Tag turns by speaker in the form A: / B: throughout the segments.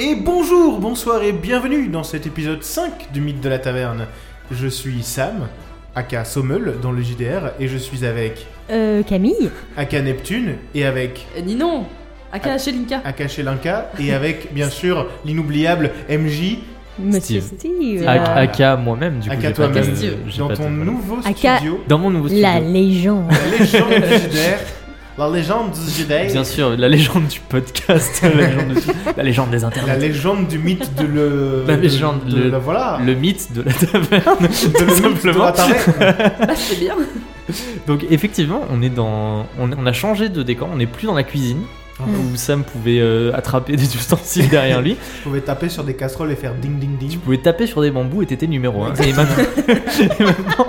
A: Et bonjour, bonsoir et bienvenue dans cet épisode 5 du Mythe de la Taverne. Je suis Sam, aka Sommel dans le JDR, et je suis avec
B: Euh, Camille
A: aka Neptune, et avec
C: Euh, Ninon Aka
A: Ah.
C: Chelinka
A: aka Shelinka, et avec bien sûr l'inoubliable MJ,
B: Monsieur
D: Steve.
B: Steve.
D: Ak-
B: euh,
D: Aka moi-même, du coup.
A: aka
D: j'ai pas
A: toi-même,
D: de-
C: Steve.
D: j'ai
A: dans
D: pas de-
A: ton nouveau
B: Aka-
A: studio,
D: Dans mon nouveau
B: La
D: studio.
B: légende.
A: la légende du JDR, la légende du JDR,
D: Bien sûr, la légende du podcast, la légende, de- la légende des
A: la
D: internets.
A: légende du mythe de le...
D: La
A: de-
D: légende,
A: de-
D: le-
A: la- voilà,
D: Le mythe de la taverne,
A: de le
D: tout
A: mythe de
D: simplement.
A: la taverne.
C: Ah, c'est bien
D: Donc effectivement, on est dans, on, on a changé de décor, on n'est plus dans la cuisine
A: Ah.
D: où Sam pouvait euh, attraper des ustensiles derrière lui.
A: Je pouvais taper sur des casseroles et faire ding ding ding.
D: Tu pouvais taper sur des bambous et t'étais numéro 1. Et maintenant, et maintenant,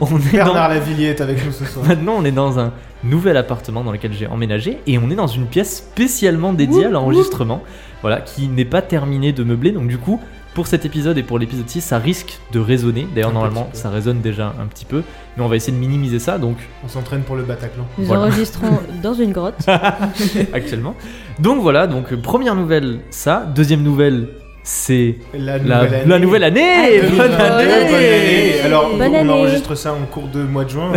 D: on est dans
A: Bernard Lavillier est avec nous ce soir.
D: Maintenant, on est dans un nouvel appartement dans lequel j'ai emménagé et on est dans une pièce spécialement dédiée à l'enregistrement, voilà, qui n'est pas terminée de meubler. Donc du coup, pour cet épisode et pour l'épisode 6, ça risque de résonner. D'ailleurs,
A: Un
D: normalement,
A: petit peu.
D: ça résonne déjà un petit peu, mais on va essayer de minimiser ça. Donc
A: On s'entraîne pour le Bataclan.
B: Nous
D: Voilà.
B: enregistrons dans une grotte.
D: actuellement. Donc voilà, donc euh, première nouvelle, ça. Deuxième nouvelle, c'est
A: La
D: la,
A: nouvelle année.
D: la nouvelle année.
B: Allez,
D: Bonne
B: bonne
D: année.
B: année.
A: Bonne année. Alors,
B: Bonne
A: on
B: année.
A: enregistre ça en cours de mois de juin.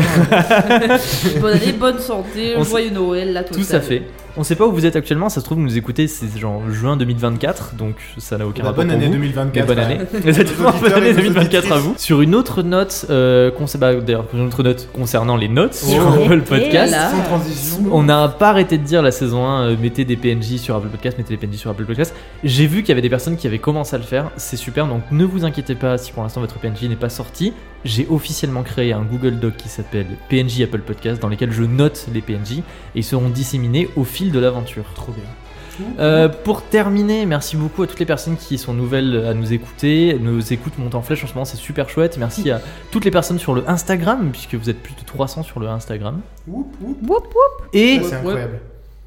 C: Bonne année, bonne santé,
D: On s-
C: joyeux Noël, la
D: Tout à fait. On sait pas où vous êtes actuellement, ça se trouve vous nous écoutez, c'est genre juin 2024, donc ça n'a aucun
A: La
D: rapport
A: bonne
D: pour
A: année
D: vous.
A: 2024.
D: Et bonne
A: ouais.
D: année. Exactement,
A: Nos
D: bonne année
A: auditeurs et nos
D: 2024 à
A: auditrices.
D: vous. Sur une autre note, euh, concer- bah, d'ailleurs, sur une autre note concernant les notes
A: Oh.
D: sur Apple Podcast.
C: Voilà.
A: Sans transition.
D: On n'a pas arrêté de dire la saison 1, euh, mettez des PNJ sur Apple Podcast, mettez des PNJ sur Apple Podcast. J'ai vu qu'il y avait des personnes qui avaient commencé à le faire, c'est super, donc ne vous inquiétez pas si pour l'instant votre PNJ n'est pas sorti. J'ai officiellement créé un Google Doc qui s'appelle PNJ Apple Podcast, dans lequel je note les PNJ et ils seront disséminés au fil de l'aventure.
A: Trop bien.
D: Euh, pour terminer, merci beaucoup à toutes les personnes qui sont nouvelles à nous écouter. Nos écoutes montent en flèche en ce moment, c'est super chouette. Merci à toutes les personnes sur le Instagram, puisque vous êtes plus de 300 sur le Instagram.
A: Whoop, whoop.
B: Woup, woup.
D: Et
A: Ça, c'est incroyable.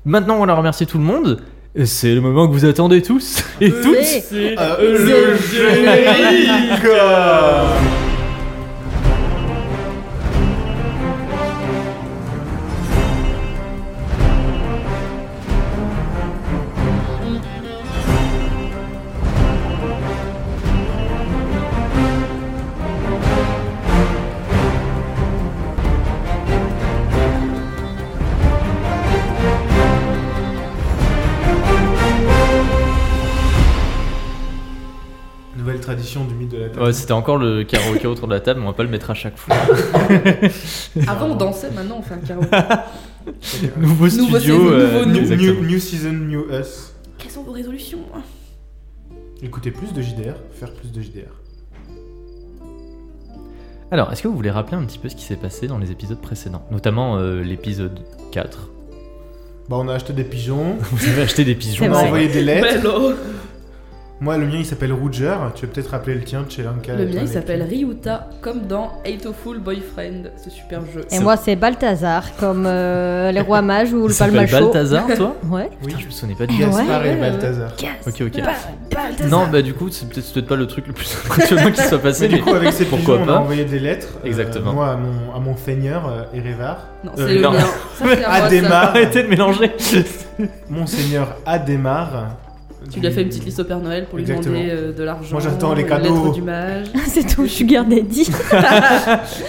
D: maintenant, on a remercié tout le monde. Et C'est le moment que vous attendez tous et
B: Euh,
D: toutes.
B: mais-
A: Euh, le générique Nouvelle tradition du mythe de la table.
D: Ouais, C'était encore le karaoké autour de la table, mais on va pas le mettre à chaque fois.
C: Avant, on dansait, maintenant, on fait un karaoké.
D: Nouveau
C: Nouveau
D: studio. euh,
C: saison, nouveau nous.
A: new,
D: exactement.
A: new- new season, new us.
C: Quelles sont vos résolutions
A: Écoutez plus de JDR, faire plus de JDR.
D: Alors, est-ce que vous voulez rappeler un petit peu ce qui s'est passé dans les épisodes précédents Notamment euh, l'épisode 4.
A: Bah, on a acheté des pigeons,
D: Vous avez acheté des pigeons.
B: C'est
A: on a
B: vrai.
A: envoyé des
D: Eh,
A: lettres.
D: euh,
C: Bello.
A: Moi, le mien il s'appelle Roger. Tu veux peut-être rappeler le tien, Chelanka.
C: Le mien, il s'appelle Ryuta, comme dans Hateful Boyfriend, ce super jeu.
B: Et moi, c'est Balthazar, comme euh, les rois mages ou le
D: Il s'appelle
B: palmacho.
D: Balthazar, toi
B: Ouais.
A: Oui,
D: Putain, je me souvenais pas du
B: Eh ouais.
A: Gaspard et
C: ouais,
A: Balthazar.
D: Ok, ok. Non, bah du coup, c'est peut-être c'est peut-être pas le truc le plus impressionnant qui soit passé.
A: Mais du
D: mais-
A: coup, avec ces
D: Pourquoi
A: pigeons, on a
D: pas
A: envoyé des lettres. euh,
D: Exactement.
A: moi, à mon, à mon feigneur, euh, Erevar.
C: Non,
D: Euh,
C: c'est le
D: non.
C: mien. Ça, c'est à moi,
A: Adema.
C: ça.
D: Arrêtez de mélanger.
A: Mon seigneur Adémar.
C: Tu lui as fait une petite liste au Père Noël pour lui
A: Exactement.
C: demander euh, de l'argent.
A: Moi, j'attends les
C: une
A: cadeaux.
C: lettre du mage.
B: c'est ton sugar daddy.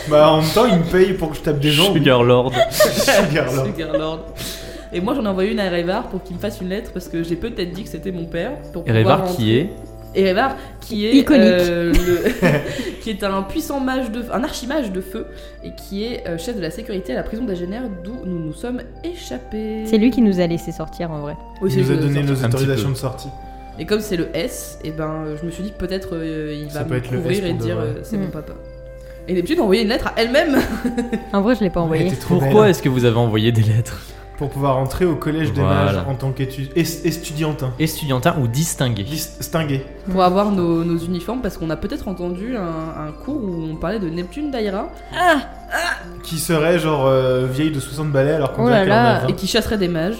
A: Bah, en même temps, il me paye pour que je tape des gens.
D: Sugar Lord.
A: Sugar, là.
C: Sugar Lord. Et moi, j'en ai envoyé une à Erevar pour qu'il me fasse une lettre parce que j'ai peut-être dit que c'était mon père. Pour
D: Erevar
C: pouvoir
D: qui est
C: Erevar, qui est
B: Iconique.
C: euh, le- qui est un puissant mage de, un archimage de feu et qui est euh, chef de la sécurité à la prison d'Agener d'où nous nous sommes échappés.
B: C'est lui qui nous a laissé sortir en vrai.
C: Oui,
A: Il nous
C: c'est
A: a
C: lui qui
A: donné
C: sorti.
A: nos
D: Un petit
A: autorisations
D: peu.
A: de sortie.
C: Et comme c'est le S, et ben euh, je me suis dit que peut-être euh, il
A: Ça
C: va
A: peut
C: me
A: être le S
C: couvrir et
A: pour de
C: dire
A: vrai.
C: euh, c'est
B: Mm.
C: mon papa. Et Neptune a envoyé une lettre à elle-même.
B: En vrai, je l'ai pas
A: Elle
B: envoyé.
A: était trop
D: Pourquoi
A: belle.
D: est-ce que vous avez envoyé des lettres
A: Pour pouvoir entrer au collège des
D: Voilà.
A: mages en tant qu'étudiantin.
D: Estudiantin ou distingué
A: Distingué.
C: pour avoir nos, nos uniformes parce qu'on a peut-être entendu un, un cours où on parlait de Neptune Daira
B: Ah,
A: Qui serait genre euh, vieille de 60 balais alors qu'on
B: Oh
A: dirait
B: là
A: qu'elle en a
B: là.
C: et
A: 20.
C: qui chasserait des mages.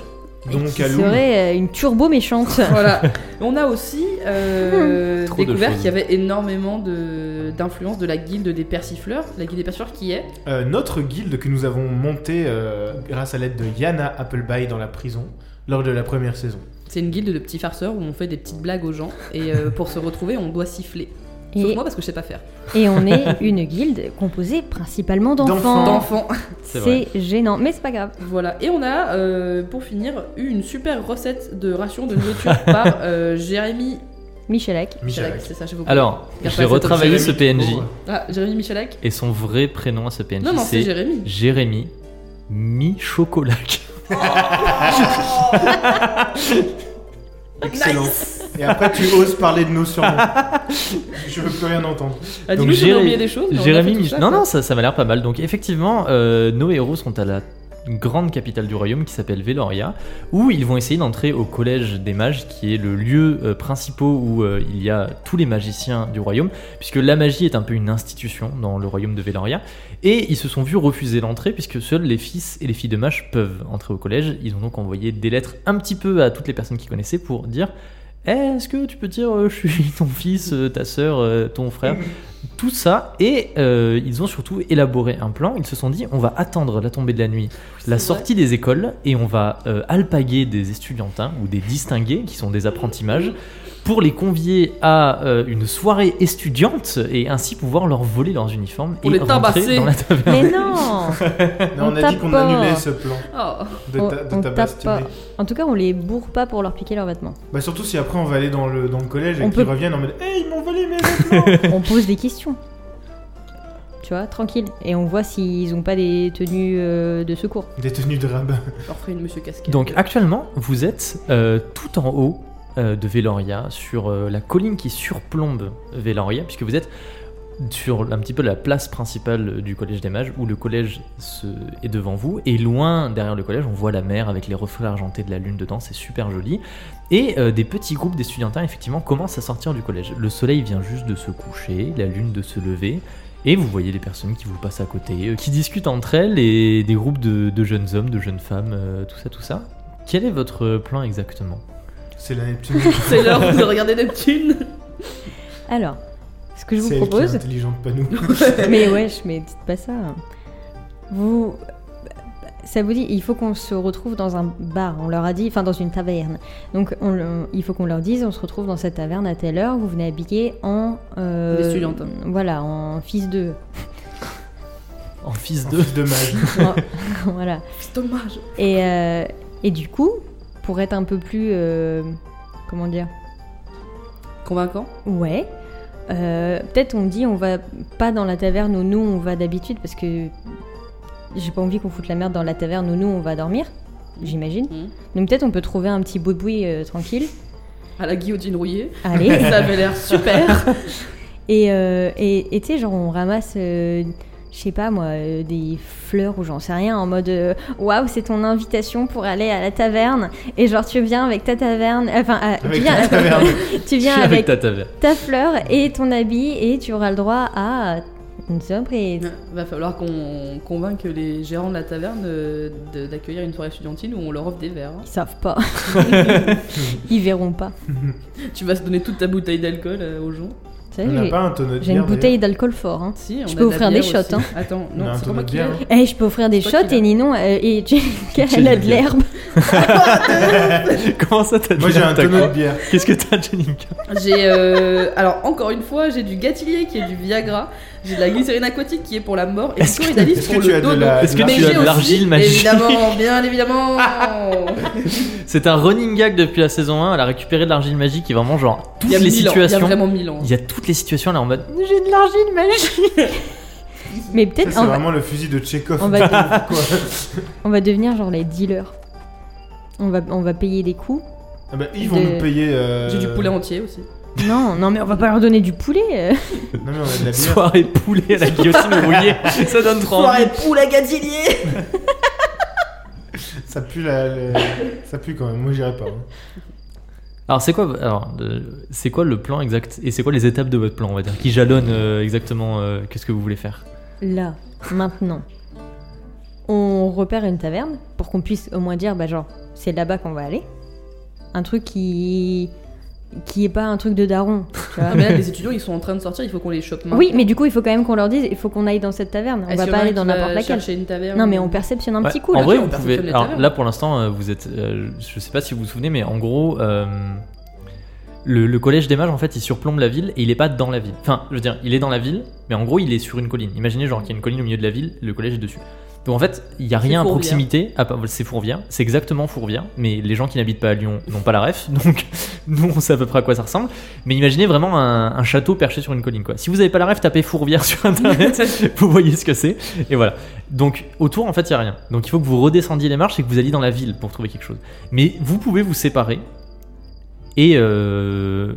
B: Et
A: Donc,
B: qui
A: à Loum.
B: serait euh, une turbo méchante.
C: Voilà. on a aussi euh,
D: Trop de
C: découvert
D: choses.
C: qu'il y avait énormément de- d'influence de, la guilde des persifleurs, la guilde des persifleurs qui est
A: Euh, notre guilde que nous avons montée euh, grâce à l'aide de Yana Appleby dans la prison lors de la première saison.
C: C'est une guilde de petits farceurs où on fait des petites blagues aux gens et euh, pour se retrouver, on doit siffler. Sauf
B: Et,
C: moi parce que je sais pas faire.
B: et on est une guilde composée principalement
A: D'enfants.
B: d'enfants.
C: D'enfant.
D: C'est vrai.
B: C'est gênant, mais c'est pas grave.
C: Voilà. Et on a, euh, pour finir, eu une super recette de ration de nourriture par euh, Jérémy
B: Michelak.
A: Michel.
C: Chalac. C'est ça, je vous
D: Alors,
C: Garde pas
D: j'ai
C: les photos de
D: retravaillé
C: Jérémy.
D: ce PNJ
C: Ah, Jérémy Michalak
D: et son vrai prénom à ce PNJ,
C: Non, non, c'est
D: c'est
C: Jérémy.
D: Jérémy Mi-Chocolac.
A: Excellent. Et après, tu oses parler de nos surnoms. je veux plus rien entendre.
C: Ah,
D: Donc
C: dis-nous si on a
D: Jéré-
C: oublié des choses. mais on a
D: Jérémy
C: fait tout
D: Mich-
C: ça,
D: Non,
C: quoi.
D: non, ça, ça m'a l'air pas mal. Donc, effectivement, euh, nos héros sont à la grande capitale du royaume qui s'appelle Veloria, où ils vont essayer d'entrer au collège des mages, qui est le lieu euh, principal où euh, il y a tous les magiciens du royaume, puisque la magie est un peu une institution dans le royaume de Veloria. Et ils se sont vus refuser l'entrée, puisque seuls les fils et les filles de mages peuvent entrer au collège. Ils ont donc envoyé des lettres un petit peu à toutes les personnes qu'ils connaissaient pour dire Eh, Est-ce que tu peux dire euh, je suis ton fils, euh, ta sœur, euh, ton frère tout ça et euh, ils ont surtout élaboré un plan. Ils se sont dit on va attendre la tombée de la nuit, la
C: c'est vrai.
D: sortie des écoles et on va euh, alpaguer des estudiantins ou des distingués qui sont des apprentissages pour les convier à euh, une soirée estudiante et ainsi pouvoir leur voler leurs uniformes
C: Pour
D: et
C: les
D: rentrer
C: tabasser.
D: dans la taverne.
B: Mais non
A: Non, on,
B: On
A: a dit qu'on
B: tape pas.
A: annulait ce plan
C: Oh.
A: de
B: On-
A: ta, de
B: on
A: ta
B: tape
A: bastinée.
B: pas. En tout cas, on les bourre pas pour leur piquer leurs vêtements.
A: Bah surtout si après on va aller dans le, dans le collège et
B: On
A: qu'ils
B: peut-
A: reviennent en mode Hey, ils m'ont volé mes vêtements
B: on pose des questions. Tu vois, tranquille. Et on voit s'ils ont pas des tenues euh, de secours.
A: Des tenues de rabbin.
C: Orpheline, monsieur casquette.
D: Donc actuellement, vous êtes euh, tout en haut euh, de Veloria, sur euh, la colline qui surplombe Veloria, puisque vous êtes sur un petit peu la place principale du collège des mages, où le collège se- est devant vous, et loin derrière le collège, on voit la mer avec les reflets argentés de la lune dedans, c'est super joli. Et euh, des petits groupes d'étudiantins, effectivement, commencent à sortir du collège. Le soleil vient juste de se coucher, la lune de se lever, et vous voyez des personnes qui vous passent à côté, euh, qui discutent entre elles, et des groupes de, de jeunes hommes, de jeunes femmes, euh, tout ça, tout ça. Quel est votre plan exactement
A: C'est la Neptune.
C: c'est l'heure de regarder Neptune.
B: Alors, ce que je
A: C'est
B: vous
A: elle qui est
B: propose.
A: intelligente, pas nous.
B: mais wesh, mais dites pas ça. Vous. Ça vous dit, il faut qu'on se retrouve dans un bar, on leur a dit, enfin dans une taverne. Donc on le- il faut qu'on leur dise, on se retrouve dans cette taverne à telle heure, vous venez habiller en... euh,
C: Des étudiantes.
B: Voilà, en fils de...
D: En fils de...
A: Fils de mage.
B: voilà.
C: C'est dommage.
B: Et, euh, et du coup, pour être un peu plus. euh, comment dire
C: Convaincant
B: Ouais. euh, Peut-être on dit on va pas dans la taverne où nous on va d'habitude parce que j'ai pas envie qu'on foute la merde dans la taverne où nous on va dormir, j'imagine.
C: Mhm.
B: Donc peut-être on peut trouver un petit bout de boui euh, tranquille.
C: À la guillotine rouillée.
B: Allez.
C: Ça avait l'air super.
B: et euh, et et tu sais, genre on ramasse. euh, je sais pas moi, euh, des fleurs ou j'en sais rien, en mode euh, waouh, c'est ton invitation pour aller à la taverne, et genre tu viens avec ta taverne, enfin, euh, tu
A: Avec
B: viens,
A: la taverne.
B: tu viens
D: Je suis
B: avec
D: ta taverne.
B: ta fleur et ton habit et tu auras le droit à une surprise.
C: Va falloir qu'on convainque les gérants de la taverne euh, de- d'accueillir une soirée estudiantine où on leur offre des verres. hein.
B: Ils savent pas. Ils verront pas.
C: Tu vas se donner toute ta bouteille d'alcool euh, aux gens.
B: Tu
A: On
B: sais,
A: n'a
B: j'ai-
A: pas un tonneau de
B: J'ai une
A: bière,
B: bouteille d'alcool fort. hein.
C: Si, on
B: Je peux
C: a de la
B: offrir des
C: bière
B: shots,
C: aussi.
B: hein.
C: Attends,
A: On a
C: non,
A: un
C: c'est pas
A: tonneau
C: moi
A: de
C: qui
A: bière,
C: l'ai.
A: hein.
B: Eh, je peux offrir des
C: C'est
B: shots
C: toi qui
B: et
C: l'as.
B: Ninon, euh, et Jessica, elle a de l'herbe.
D: Comment ça t'as
A: d'ailleurs. Moi j'ai un
D: t'as
A: tonneau
D: quoi
A: de bière.
D: Qu'est-ce que t'as, Jenica
C: J'ai euh, alors encore une fois, j'ai du Gatilier qui est du Viagra, j'ai de la glycérine aquatique qui est pour la mort et du
D: Est-ce que-
C: chlorhydalis
A: est-ce que
C: pour
A: tu as
C: le
A: Bah, de
C: dodo.
A: la-
D: Est-ce que
A: Mais
C: Mais
D: tu
C: j'ai
D: as de
C: aussi,
D: l'argile magique
C: Évidemment, bien évidemment.
D: C'est un running gag depuis la saison 1, elle a récupéré de l'argile magique qui est vraiment genre toutes
C: Il y a
D: les
C: mille ans, Il y a
D: situations.
C: vraiment mille ans.
D: Il y a toutes les situations là en mode
B: J'ai de l'argile magique. Mais
A: Ça,
B: peut-être
A: C'est
B: on, va-
A: vraiment le fusil de Tchekhov.
B: on va, de-
A: Quoi
B: on va devenir genre les dealers. On va, on va payer des coups.
A: Ah bah, ils vont
B: Des-
A: nous payer. euh,
C: J'ai du poulet entier aussi.
B: Non, non, mais on va pas leur donner du poulet. euh.
A: Non mais on a de la bière.
D: soirée poulet à la guillotine rouillée, ça donne trop envie.
C: poulet Gatilier.
A: Ça pue la, le- ça pue quand même. Moi j'irai pas. hein.
D: Alors c'est quoi, alors, euh, c'est quoi le plan exact et c'est quoi les étapes de votre plan on va dire qui jalonne euh, exactement euh, qu'est-ce que vous voulez faire
B: Là, maintenant, on repère une taverne pour qu'on puisse au moins dire, bah genre, c'est là-bas qu'on va aller. Un truc qui. qui est pas un truc de daron. tu vois.
C: Ah, mais là, les étudiants, ils sont en train de sortir, il faut qu'on les chope maintenant.
B: Oui, mais du coup, il faut quand même qu'on leur dise, il faut qu'on aille dans cette taverne. On
C: Est-ce
B: va
C: qu'il y en
B: pas
C: a
B: aller
C: qui
B: dans
C: va
B: n'importe laquelle.
C: chercher une taverne
B: Non, mais
C: ou-
B: on perceptionne un
D: Ouais,
B: petit coup.
D: En
B: là.
D: vrai,
C: on
D: vous
C: perceptionne
D: pouvez.
C: les
D: Alors,
C: tavernes.
D: là, pour l'instant, euh, vous êtes. euh, je sais pas si vous vous souvenez, mais en gros, euh, le, le collège des mages, en fait, il surplombe la ville et il est pas dans la ville. Enfin, je veux dire, il est dans la ville, mais en gros, il est sur une colline. Imaginez, genre, qu'il y a une colline au milieu de la ville, le collège est dessus. Donc, en fait, il y a
C: C'est
D: rien à
C: Fourvière.
D: proximité. à part- C'est Fourvière, c'est exactement Fourvière, mais les gens qui n'habitent pas à Lyon n'ont pas la ref, donc nous, on sait à peu près à quoi ça ressemble. Mais imaginez vraiment un, un château perché sur une colline, quoi. Si vous avez pas la ref, tapez Fourvière sur internet, vous voyez ce que c'est. Et voilà. Donc autour en fait il y a rien. Donc il faut que vous redescendiez les marches et que vous alliez dans la ville pour trouver quelque chose. Mais vous pouvez vous séparer. Et euh,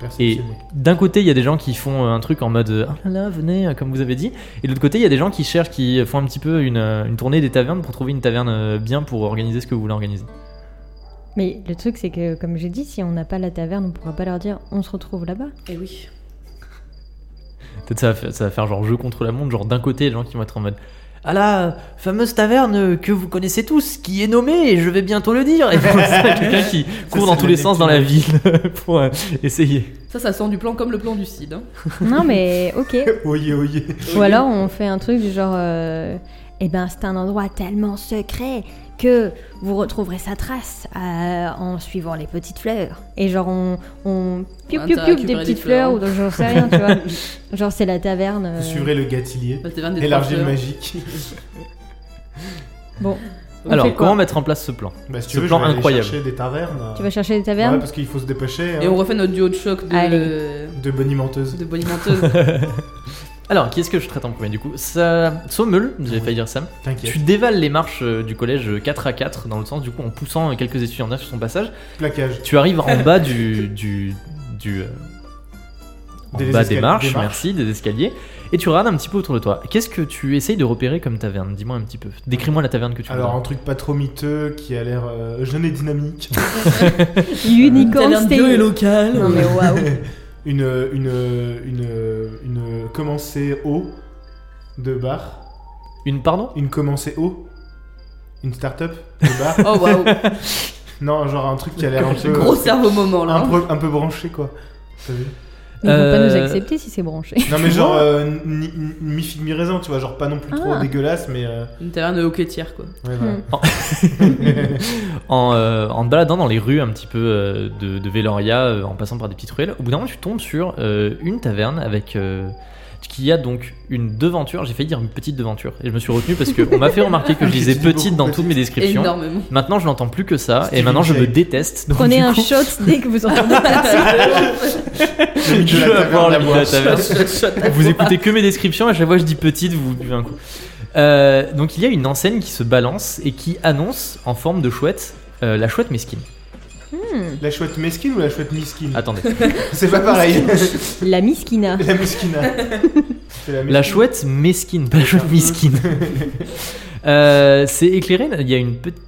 A: Perceptionner.
D: d'un côté il y a des gens qui font euh, un truc en mode euh, oh là là venez euh, comme vous avez dit. Et de l'autre côté il y a des gens qui cherchent, qui font un petit peu une, euh, une tournée des tavernes pour trouver une taverne euh, bien pour organiser ce que vous voulez organiser.
B: Mais le truc, c'est que, comme j'ai dit, si on n'a pas la taverne, on pourra pas leur dire on se retrouve là-bas.
C: Eh oui.
D: Peut-être ça, va fa- ça va faire genre jeu contre la montre, genre d'un côté les gens qui vont être en mode à la fameuse taverne que vous connaissez tous, qui est nommée, et je vais bientôt le dire. Et voilà, c'est quelqu'un qui court
A: c'est
D: dans tous
A: la
D: les sens dans la ville
A: Neptune.
D: pour euh, essayer.
C: Ça, ça sent du plan comme le plan du CID. hein.
B: non, mais ok.
A: Oyez, oyez.
B: Ou alors on fait un truc du genre, euh, eh ben c'est un endroit tellement secret que vous retrouverez sa trace euh, en suivant les petites fleurs. Et genre on, on piou
C: Ah,
B: piou
C: t'as
B: piou
C: récupéré
B: des
C: des
B: petites
C: fleurs.
B: fleurs, ou donc j'en sais rien, tu vois. Genre c'est la taverne. euh,
A: Vous suivrez le gâtillier.
C: La taverne Bah, des
A: Et l'argile
C: trancheurs.
A: magique.
B: Bon, On fait
D: Alors,
B: quoi
D: comment mettre en place ce plan
A: Bah, si
D: Ce
A: tu veux,
D: plan
A: je vais aller
D: incroyable.
A: chercher des tavernes.
B: tu vas chercher les
A: Ouais,
B: tavernes.
A: parce qu'il faut se dépêcher.
C: Et
A: hein.
C: on refait notre duo de choc
B: Allez.
C: de,
A: De bonimenteuse.
C: de bonimenteuse.
D: Alors, qui est-ce que je traite en premier du coup ça... Sommel, j'avais
A: Oui.
D: failli dire Sam. Tu
A: T'inquiète.
D: dévales les marches euh, du collège euh, 4 à 4, dans le sens du coup en poussant euh, quelques étudiants sur son passage.
A: Plaquage.
D: Tu arrives en bas du. du, du euh, en
A: Des
D: bas
A: escaliers-
D: des marches,
A: des marches.
D: merci, des escaliers. Et tu regardes un petit peu autour de toi. Qu'est-ce que tu essayes de repérer comme taverne Dis-moi un petit peu. Décris-moi la taverne que tu
A: Alors,
D: vois.
A: un truc pas trop miteux qui a l'air euh, jeune et dynamique.
B: Unicorn
C: Taverne bio et
B: Stay.
C: locale.
B: Non mais waouh.
A: une, une, une, une commencée haut de bar.
D: Une, pardon
A: Une commencée haut. Une start-up de bar.
C: Oh waouh.
D: Euh,
A: non, genre un truc qui a l'air un peu.
C: Gros cerveau moment là. hein.
A: un, peu un peu branché quoi. T'as vu
B: Ils vont pas
D: Euh,
B: nous accepter si c'est branché.
A: Non mais genre euh, ni- ni- mi-figue mi-raisin, tu vois, genre pas non plus trop
B: Ah.
A: dégueulasse, mais euh,
C: Une taverne hoquetière quoi.
A: ouais, voilà.
B: Hmm.
D: Oh. en, euh, en te baladant dans les rues un petit peu euh, de, de Veloria, euh, en passant par des petites ruelles, au bout d'un moment tu tombes sur euh, une taverne avec euh, qui a donc une devanture. J'ai failli dire une petite devanture et je me suis retenu parce qu'on m'a fait remarquer que je
A: Tu
D: disais
A: dis
D: petite
A: beaucoup
D: dans toutes mes descriptions.
C: Énormément.
D: Maintenant je n'entends plus que ça et
A: Stevie
D: maintenant je me
A: Michel.
D: déteste. Donc,
B: Prenez
D: du
B: un
D: coup,
B: shot dès que vous entendez passer.
A: Le mythe de
D: Je
A: la
D: veux
A: taverne
D: avoir le
A: à
D: mythe de
A: boire.
D: la taverne. vous écoutez que mes descriptions, à chaque fois je dis petite, vous buvez un coup. Euh, donc il y a une enseigne qui se balance et qui annonce en forme de chouette euh, la chouette mesquine.
A: La chouette mesquine ou la chouette miskine
D: Attendez.
A: C'est pas pareil.
B: La miskina.
A: la miskina. C'est la
D: La
A: mesquine.
D: chouette mesquine, pas la chouette miskine. Euh, c'est éclairé, il y a une petite.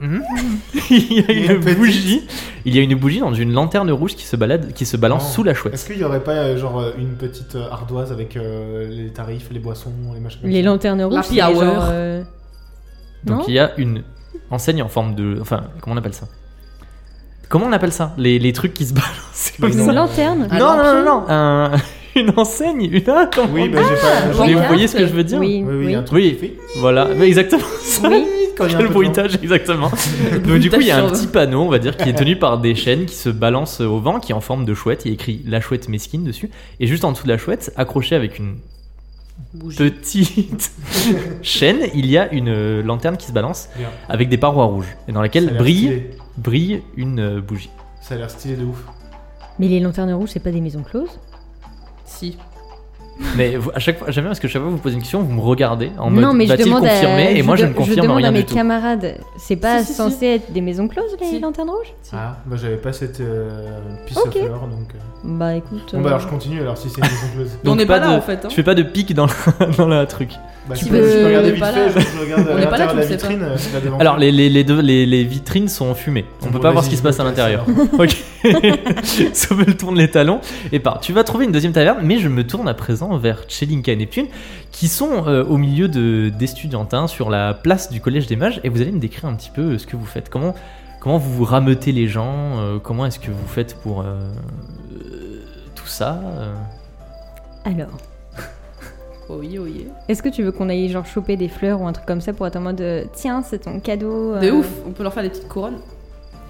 D: Hmm il y a
A: Il y a
D: une,
A: une petite-
D: bougie. Il y a une bougie dans une lanterne rouge qui se balade, qui se balance
A: Oh.
D: sous la chouette.
A: Est-ce qu'il y aurait pas euh, genre euh, une petite euh, ardoise avec euh, les tarifs, les boissons, les machins comme
B: Les
A: ça
B: lanternes rouges.
C: Happy
B: c'est
C: hour.
B: genre, euh,
D: Donc
B: Non
D: il y a une enseigne en forme de. Enfin, comment on appelle ça Comment on appelle ça les, les trucs qui se balancent comme
A: Les
D: ça
B: Une
A: non.
B: lanterne.
C: Ah,
D: Non, non, non,
C: lampionne.
D: non, un- Une enseigne, une. Ah, comment
A: Oui,
D: on-
A: bah j'ai pas. j'ai-
D: Mais vous
C: pancarte.
D: voyez ce que je veux dire
B: Oui,
A: Oui, oui,
B: oui.
A: un truc
D: Oui.
A: qui fait
D: Voilà, mais exactement ça.
B: Oui.
A: quand il y a un
D: Quel
A: peu de vent.
D: bruitage, exactement. Donc,
C: bruitage
D: du coup, il y a un
C: sur-
D: petit panneau, on va dire, qui est tenu par des chaînes qui se balancent au vent, qui est en forme de chouette. Il y a écrit la chouette mesquine dessus. Et juste en dessous de la chouette, accrochée avec une
C: Bougie.
D: petite chaîne, il y a une euh, lanterne qui se balance
A: Bien.
D: avec des parois rouges. Et dans
A: Ça
D: laquelle
A: a l'air
D: brille,
A: stylé.
D: brille une euh, bougie.
A: Ça a l'air stylé de ouf.
B: Mais les lanternes rouges, c'est pas des maisons closes
C: Si.
D: Mais vous- à chaque fois, j'aime bien parce que chaque fois que vous posez une question, vous me regardez en mode
B: Non, mais je
D: va-t-il
B: demande
D: confirmer
B: à,
D: Et moi, je,
B: de-
D: ne confirme
B: demande
D: rien
B: à mes
D: du tout.
B: camarades. C'est pas
C: Si, si, si.
B: censé être des maisons closes les
C: Si.
B: lanternes rouges
A: Ah, bah j'avais pas cette euh, piece
B: Ok.
A: of lore donc. euh.
B: Bah écoute.
A: Bon bah
B: euh,
A: alors je continue alors si c'est une maison close.
C: On n'est
D: pas
C: pas là,
D: de-
C: en fait, hein.
D: Tu fais pas de pique dans la, dans la truc.
A: Bah,
B: Tu
A: tu,
B: peux-
A: peux, tu peux
C: on est
A: regarder vite
C: pas là.
A: fait, je, je regarde
C: On
A: à
C: est pas là,
A: l'intérieur de
C: tu
A: la
C: le sais pas.
A: vitrine. euh, c'est la devant.
D: Alors les, les, les, deux- les, les vitrines sont fumées. On
A: Bon,
D: peut pas voir
A: vas-y,
D: ce qui se passe à
A: ok,
D: l'intérieur. Ok. Sommel tourne les talons et part. Tu vas trouver une deuxième taverne, mais je me tourne à présent vers Chelinka et Neptune, qui sont euh, au milieu de, des studentins sur la place du Collège des Mages. Et vous allez me décrire un petit peu euh, ce que vous fêtes. Comment, comment vous rameutez les gens euh, Comment est-ce que vous faites pour euh, euh, tout ça. euh,
B: Alors,
C: Oh oui, oh oui.
B: est-ce que tu veux qu'on aille genre choper des fleurs ou un truc comme ça pour être en mode euh, tiens, c'est ton cadeau
C: De
B: euh,
C: ouf, on peut leur faire des petites couronnes.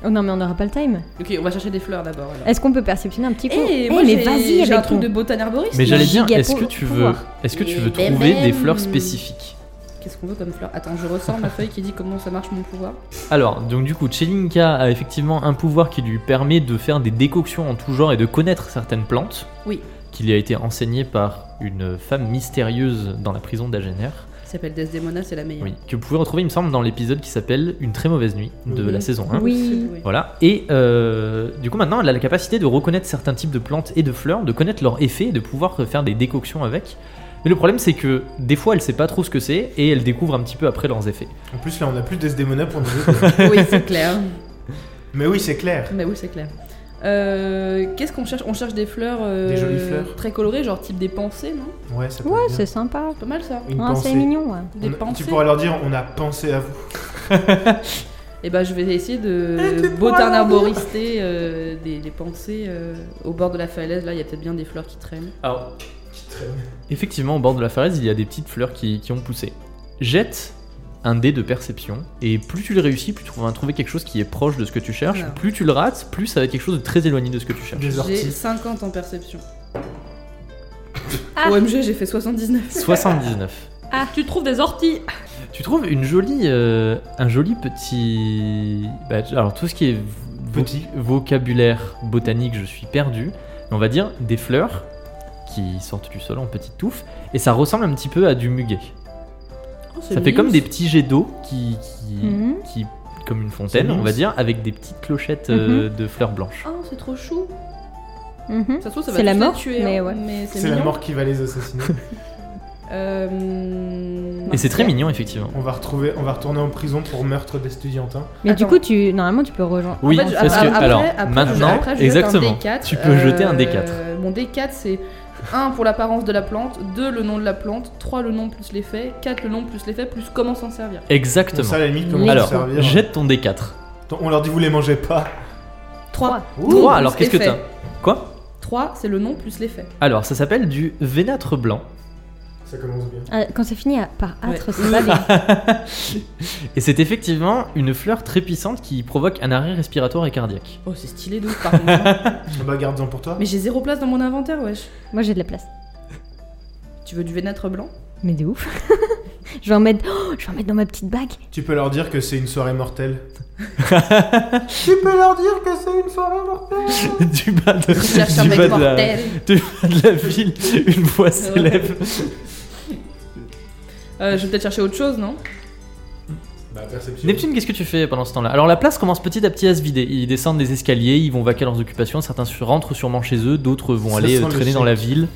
B: Oh non, mais on n'aura pas le time.
C: Ok, on va chercher des fleurs d'abord. alors.
B: Est-ce qu'on peut perceptionner un petit coup
C: Eh,
B: Eh,
C: moi
B: mais
C: j'ai-
B: vas-y
C: j'ai un
B: avec
C: truc
B: ton...
C: de botan arboriste.
D: Mais j'allais dire,
B: giga
D: est-ce que
B: pou-
D: tu veux,
B: pouvoir.
D: est-ce que tu
C: Mais
D: veux
C: ben
D: trouver
C: ben.
D: des fleurs spécifiques
C: Qu'est-ce qu'on veut comme fleurs Attends, je ressors ma feuille qui dit comment ça marche mon pouvoir.
D: Alors, donc du coup, Chelinka a effectivement un pouvoir qui lui permet de faire des décoctions en tout genre et de connaître certaines plantes.
C: Oui.
D: Qui lui a été enseignée par une femme mystérieuse dans la prison d'Agener.
C: Ça s'appelle Desdemona, c'est la meilleure.
D: Oui. Que vous pouvez retrouver, il me semble, dans l'épisode qui s'appelle Une très mauvaise nuit de
C: Oui.
D: la saison 1.
B: Oui.
D: Voilà, et euh, du coup maintenant elle a la capacité de reconnaître certains types de plantes et de fleurs, de connaître leur effet et de pouvoir faire des décoctions avec. Mais le problème c'est que des fois elle sait pas trop ce que c'est et elle découvre un petit peu après leurs effets.
A: En plus, là, on a plus d'Esdemona pour nous autres.
C: Oui, c'est clair.
A: Mais oui, c'est clair.
C: Mais oui, c'est clair. Euh, Qu'est-ce qu'on cherche On cherche des fleurs, euh,
A: Des jolies fleurs.
C: très colorées, genre type des pensées, non
A: Ouais, ça peut
B: Ouais,
A: être bien.
B: c'est sympa.
C: Pas mal ça.
A: Une
B: Ah,
A: pensée.
B: c'est mignon, ouais.
C: Des
A: On a- tu
C: pensées.
A: pourras leur dire, on a pensé à vous.
C: Et bah je vais essayer
A: Eh,
C: de
A: tu pourras
C: botan
A: leur dire.
C: arborister euh, des, des pensées euh, au bord de la falaise. Là, il y a peut-être bien des fleurs qui traînent.
D: Alors Ah. effectivement au bord de la falaise il y a des petites fleurs qui, qui ont poussé. Jette un dé de perception et plus tu le réussis, plus tu vas trouver quelque chose qui est proche de ce que tu cherches.
C: Alors.
D: Plus tu le rates, plus ça va être quelque chose de très éloigné de ce que tu cherches.
A: Des
C: J'ai
A: orties.
C: 50 en perception.
B: Ah.
C: OMG, j'ai fait 79.
D: 79.
C: Ah, tu trouves des orties
D: Tu trouves une jolie, euh, un joli petit. bah, alors tout ce qui est vo-
A: Petit.
D: vocabulaire botanique, je suis perdu. Mais on va dire des fleurs qui sortent du sol en petites touffes et ça ressemble un petit peu à du muguet. Ça fait comme des petits jets d'eau qui, qui,
B: Mhm.
D: qui- comme une fontaine,
A: C'est
D: on va
A: mignon.
D: dire, avec des petites clochettes euh, de fleurs blanches.
C: Ah, c'est trop chou.
B: Mhm.
C: Ça se trouve, ça va
B: C'est la
C: tous les
B: mort,
C: tuer,
B: mais
C: hein,
B: ouais.
C: c'est
A: C'est la
C: mignon.
A: mort qui va les assassiner.
C: Euh,
D: Et c'est très mignon effectivement.
A: on, va retrouver, on va retourner en prison pour meurtre d'estudiantins.
B: Mais du
C: Attends.
B: coup, tu normalement, tu peux rejoindre.
D: Oui,
C: En fait, je-
D: parce que
C: après- après-
D: alors
C: après, je-
D: maintenant,
C: après, je jette un
D: exactement,
C: D4.
D: tu peux jeter un D4.
C: Euh, Mon D4, c'est 1 pour l'apparence de la plante, 2 le nom de la plante, 3 le nom plus l'effet, 4 le nom plus l'effet, plus comment s'en servir.
A: Comme
D: Exactement.
A: ça, à la limite, comment
D: alors,
A: se servir
D: jette ton D4.
A: Attends, On leur dit, vous les mangez pas.
C: 3.
A: Ouh.
D: Trois, alors, qu'est-ce que t'as Quoi
C: 3, c'est le nom plus l'effet.
D: Alors, ça s'appelle du vénâtre blanc.
A: Ça commence bien.
B: Ah, quand c'est fini à- par âtre,
C: Ouais.
B: c'est pas bien.
D: Et c'est effectivement une fleur très puissante qui provoque un arrêt respiratoire et cardiaque.
C: Oh, c'est stylé de ouf, par contre.
A: Bah, garde-en pour toi.
C: Mais j'ai zéro place dans mon inventaire, wesh.
B: Moi, j'ai de la place.
C: Tu veux du vénâtre blanc
B: Mais de ouf. je vais en mettre. oh, je vais en mettre dans ma petite bague.
A: Tu peux leur dire que c'est une soirée mortelle. tu peux leur dire que c'est une soirée mortelle.
D: du bas de,
C: Je cherche un
D: du bas
C: mec
D: de la,
C: mortel.
D: du bas de la ville, une voix s'élève.
C: Euh, je vais peut-être chercher autre chose, non
A: Bah, perception.
D: Neptune, qu'est-ce que tu fais pendant ce temps-là Alors, la place commence petit à petit à se vider. Ils descendent des escaliers, ils vont vaquer leurs occupations. Certains sur- rentrent sûrement chez eux, d'autres vont
A: Ça
D: aller
A: sent
D: euh,
A: le
D: traîner
A: chic.
D: dans la ville.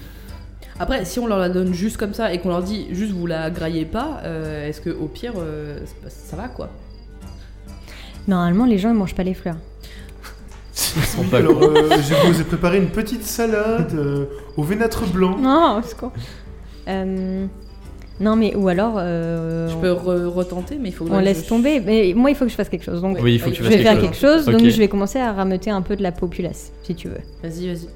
C: Après, si on leur la donne juste comme ça et qu'on leur dit juste vous la graillez pas, euh, est-ce que au pire, euh, c'est pas- ça va quoi
B: Normalement, les gens ils mangent pas les fleurs.
D: Ils sont
A: Oui,
D: pas
A: alors,
D: gros.
A: euh, je vous ai préparé une petite salade euh, au vénâtre blanc.
B: Non, c'est quoi Euh, Non, mais ou alors. euh,
C: Je
B: on-
C: peux re- retenter, mais il faut que
B: on
C: je-
B: laisse tomber. Mais moi, il faut que je fasse quelque chose. Donc,
D: Oui, il faut que
C: oui,
D: tu
B: je
D: fasses
B: vais
D: quelque
B: faire
D: chose.
B: quelque chose.
D: Ok.
B: Donc, je vais commencer à rameuter un peu de la populace, si tu veux.
C: Vas-y, vas-y.
D: Est-ce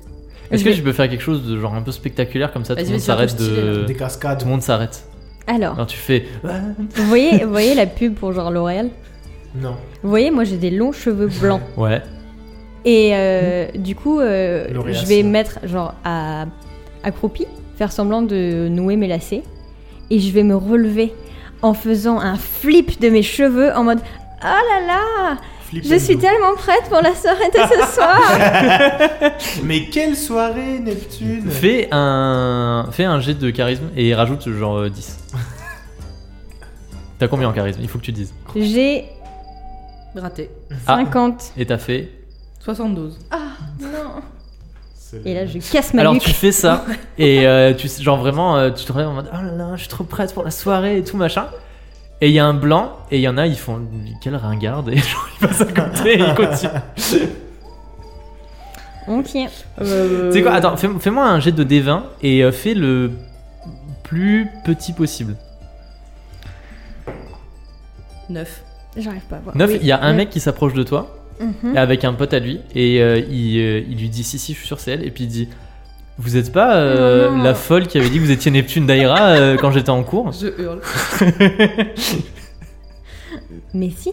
B: je
D: que
B: vais-
D: je peux faire quelque chose de genre un peu spectaculaire comme ça Tout
C: Vas-y,
D: le monde
C: vas-y, fais un truc
D: s'arrête
C: stylé,
D: de.
A: Des
D: Tout le
A: cascades.
D: monde s'arrête.
B: Alors,
D: Alors, tu fais. Ah.
B: vous voyez, vous voyez la pub pour genre L'Oréal
A: Non.
B: Vous voyez, moi, j'ai des longs cheveux blancs.
D: Ouais.
B: Et euh, du coup, euh,
A: Lauréat,
B: je vais
A: c'est-
B: mettre genre à accroupi, faire semblant de nouer mes lacets, et je vais me relever en faisant un flip de mes cheveux en mode Oh là là,
A: Flip
B: je
A: and
B: suis
A: do.
B: tellement prête pour la soirée de ce soir.
A: Mais quelle soirée, Neptune
D: Fais un, fais un jet de charisme et rajoute genre euh, 10. T'as combien en charisme Il faut que tu dises.
B: J'ai
C: Raté.
D: Ah.
B: 50.
D: Et t'as fait.
C: 72.
B: Non.
A: C'est-
B: Et là, je casse ma
D: Alors
B: nuque.
D: tu fais ça et euh, tu sais, genre vraiment euh, tu te réveilles en mode oh là là je suis trop prête pour la soirée et tout machin. Et il y a un blanc et il y en a ils font quelle ringarde et genre ils passent à côté et ils continuent.
B: Ok. euh,
D: Tu sais quoi Attends fais- fais-moi un jet de D20 et euh, fais le plus petit possible.
C: 9.
B: J'arrive pas à voir.
D: 9,
B: Oui,
D: il y a un
B: neuf.
D: mec qui s'approche de toi
B: Mhm.
D: avec un pote à lui et euh, il, euh, il lui dit si si je suis sur celle et puis il dit Vous êtes pas euh,
B: Non, non.
D: la folle qui avait dit que vous étiez Neptune d'Aira euh, quand j'étais en cours
C: Je hurle.
B: Mais si.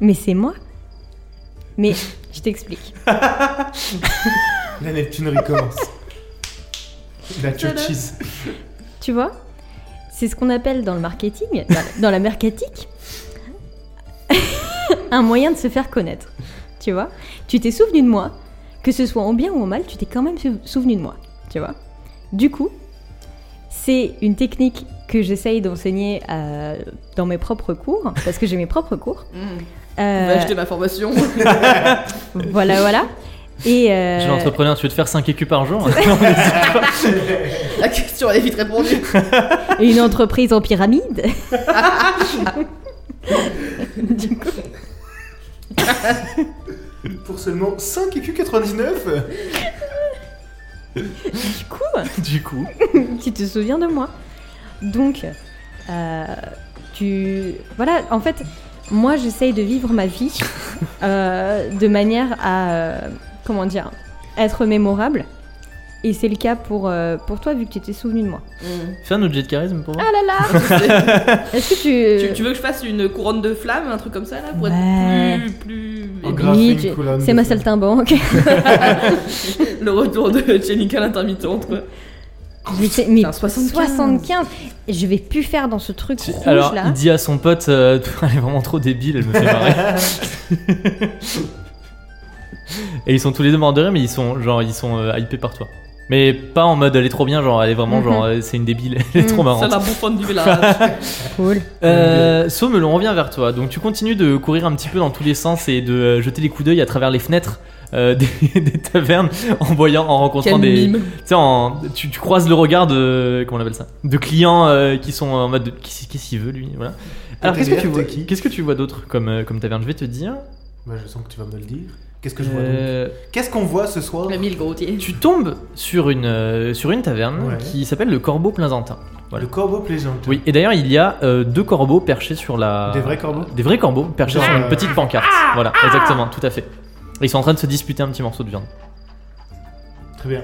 B: Mais c'est moi. Mais je t'explique.
A: La Neptune recommence. La cheese.
B: Tu vois C'est ce qu'on appelle dans le marketing, dans la- dans la mercatique, un moyen de se faire connaître. Tu vois Tu t'es souvenu de moi, que ce soit en bien ou en mal, tu t'es quand même sou- souvenu de moi. Tu vois Du coup, c'est une technique que j'essaye d'enseigner à- dans mes propres cours, parce que j'ai mes propres cours.
C: Mmh. On va
B: Euh,
C: acheter ma formation.
B: voilà, voilà. Et euh,
D: J'ai l'entrepreneur, tu veux te faire 5 écus par jour
C: La question, elle est vite répondue.
B: une entreprise en pyramide. du coup,
A: Pour seulement 5 écus 99
B: du coup,
D: Du coup,
B: tu te souviens de moi. Donc, euh, tu. Voilà, en fait, moi, j'essaye de vivre ma vie euh, de manière à. euh, comment dire Être mémorable. Et c'est le cas pour, euh, pour toi, vu que tu t'es souvenu de moi.
C: Mmh.
D: fais un autre jet de charisme pour moi.
B: Ah là là Est-ce que tu.
C: Tu, tu veux que je fasse une couronne de flammes, un truc comme ça là, pour
B: Ouais.
C: être plus, plus
A: En grave,
B: Oui,
A: une
B: tu-
A: colonne
B: C'est
A: de
B: ma
A: feu.
B: saltimbanque.
C: le retour de Jenica l'intermittente. quoi.
B: Mais c'est- mais
C: Putain, 75.
B: 75. Je vais plus faire dans ce truc
D: Tu-
B: Ah, rouge
D: Alors,
B: là.
D: il dit à son pote, euh, elle est vraiment trop débile, elle me fait marrer. Et ils sont tous les deux morts de rire, mais ils sont genre ils sont euh, hypés par toi. Mais pas en mode elle est trop bien, genre elle est vraiment
B: Mhm.
D: genre euh, c'est une débile, elle est
B: Mhm.
D: trop
C: C'est
D: marrante.
C: la bouffonne du village.
B: Cool.
D: Euh, Sommel, on revient vers toi. Donc tu continues de courir un petit peu dans tous les sens et de euh, jeter les coups d'œil à travers les fenêtres euh, des, des tavernes en voyant, en
C: Quel
D: rencontrant des,
C: mime.
D: tu sais, en- tu, tu croises le regard de. Comment on appelle ça De clients euh, qui sont en mode. de- Qu'est-ce qu'est-ce qu'il veut lui Voilà. Alors qu'est-ce que tu
A: TDR,
D: vois
A: t'es qui
D: Qu'est-ce que tu vois d'autre comme, euh, comme taverne Je vais te dire.
A: Bah, je sens que tu vas me le dire. Qu'est-ce que je vois donc
D: Euh,
A: Qu'est-ce qu'on voit ce soir
C: Le mille grotier.
D: tu tombes sur une, euh, sur une taverne
A: Ouais.
D: qui s'appelle le Corbeau Plaisantin. voilà.
A: Le corbeau plaisante.
D: Oui, Ah. et d'ailleurs, il y a euh, deux corbeaux perchés sur la.
A: Des vrais corbeaux
D: Des vrais corbeaux perchés
A: Genre,
D: sur une
A: euh,
D: petite pancarte. Voilà, exactement, tout à fait. Et Ils sont en train de se disputer un petit morceau de viande.
A: Très bien.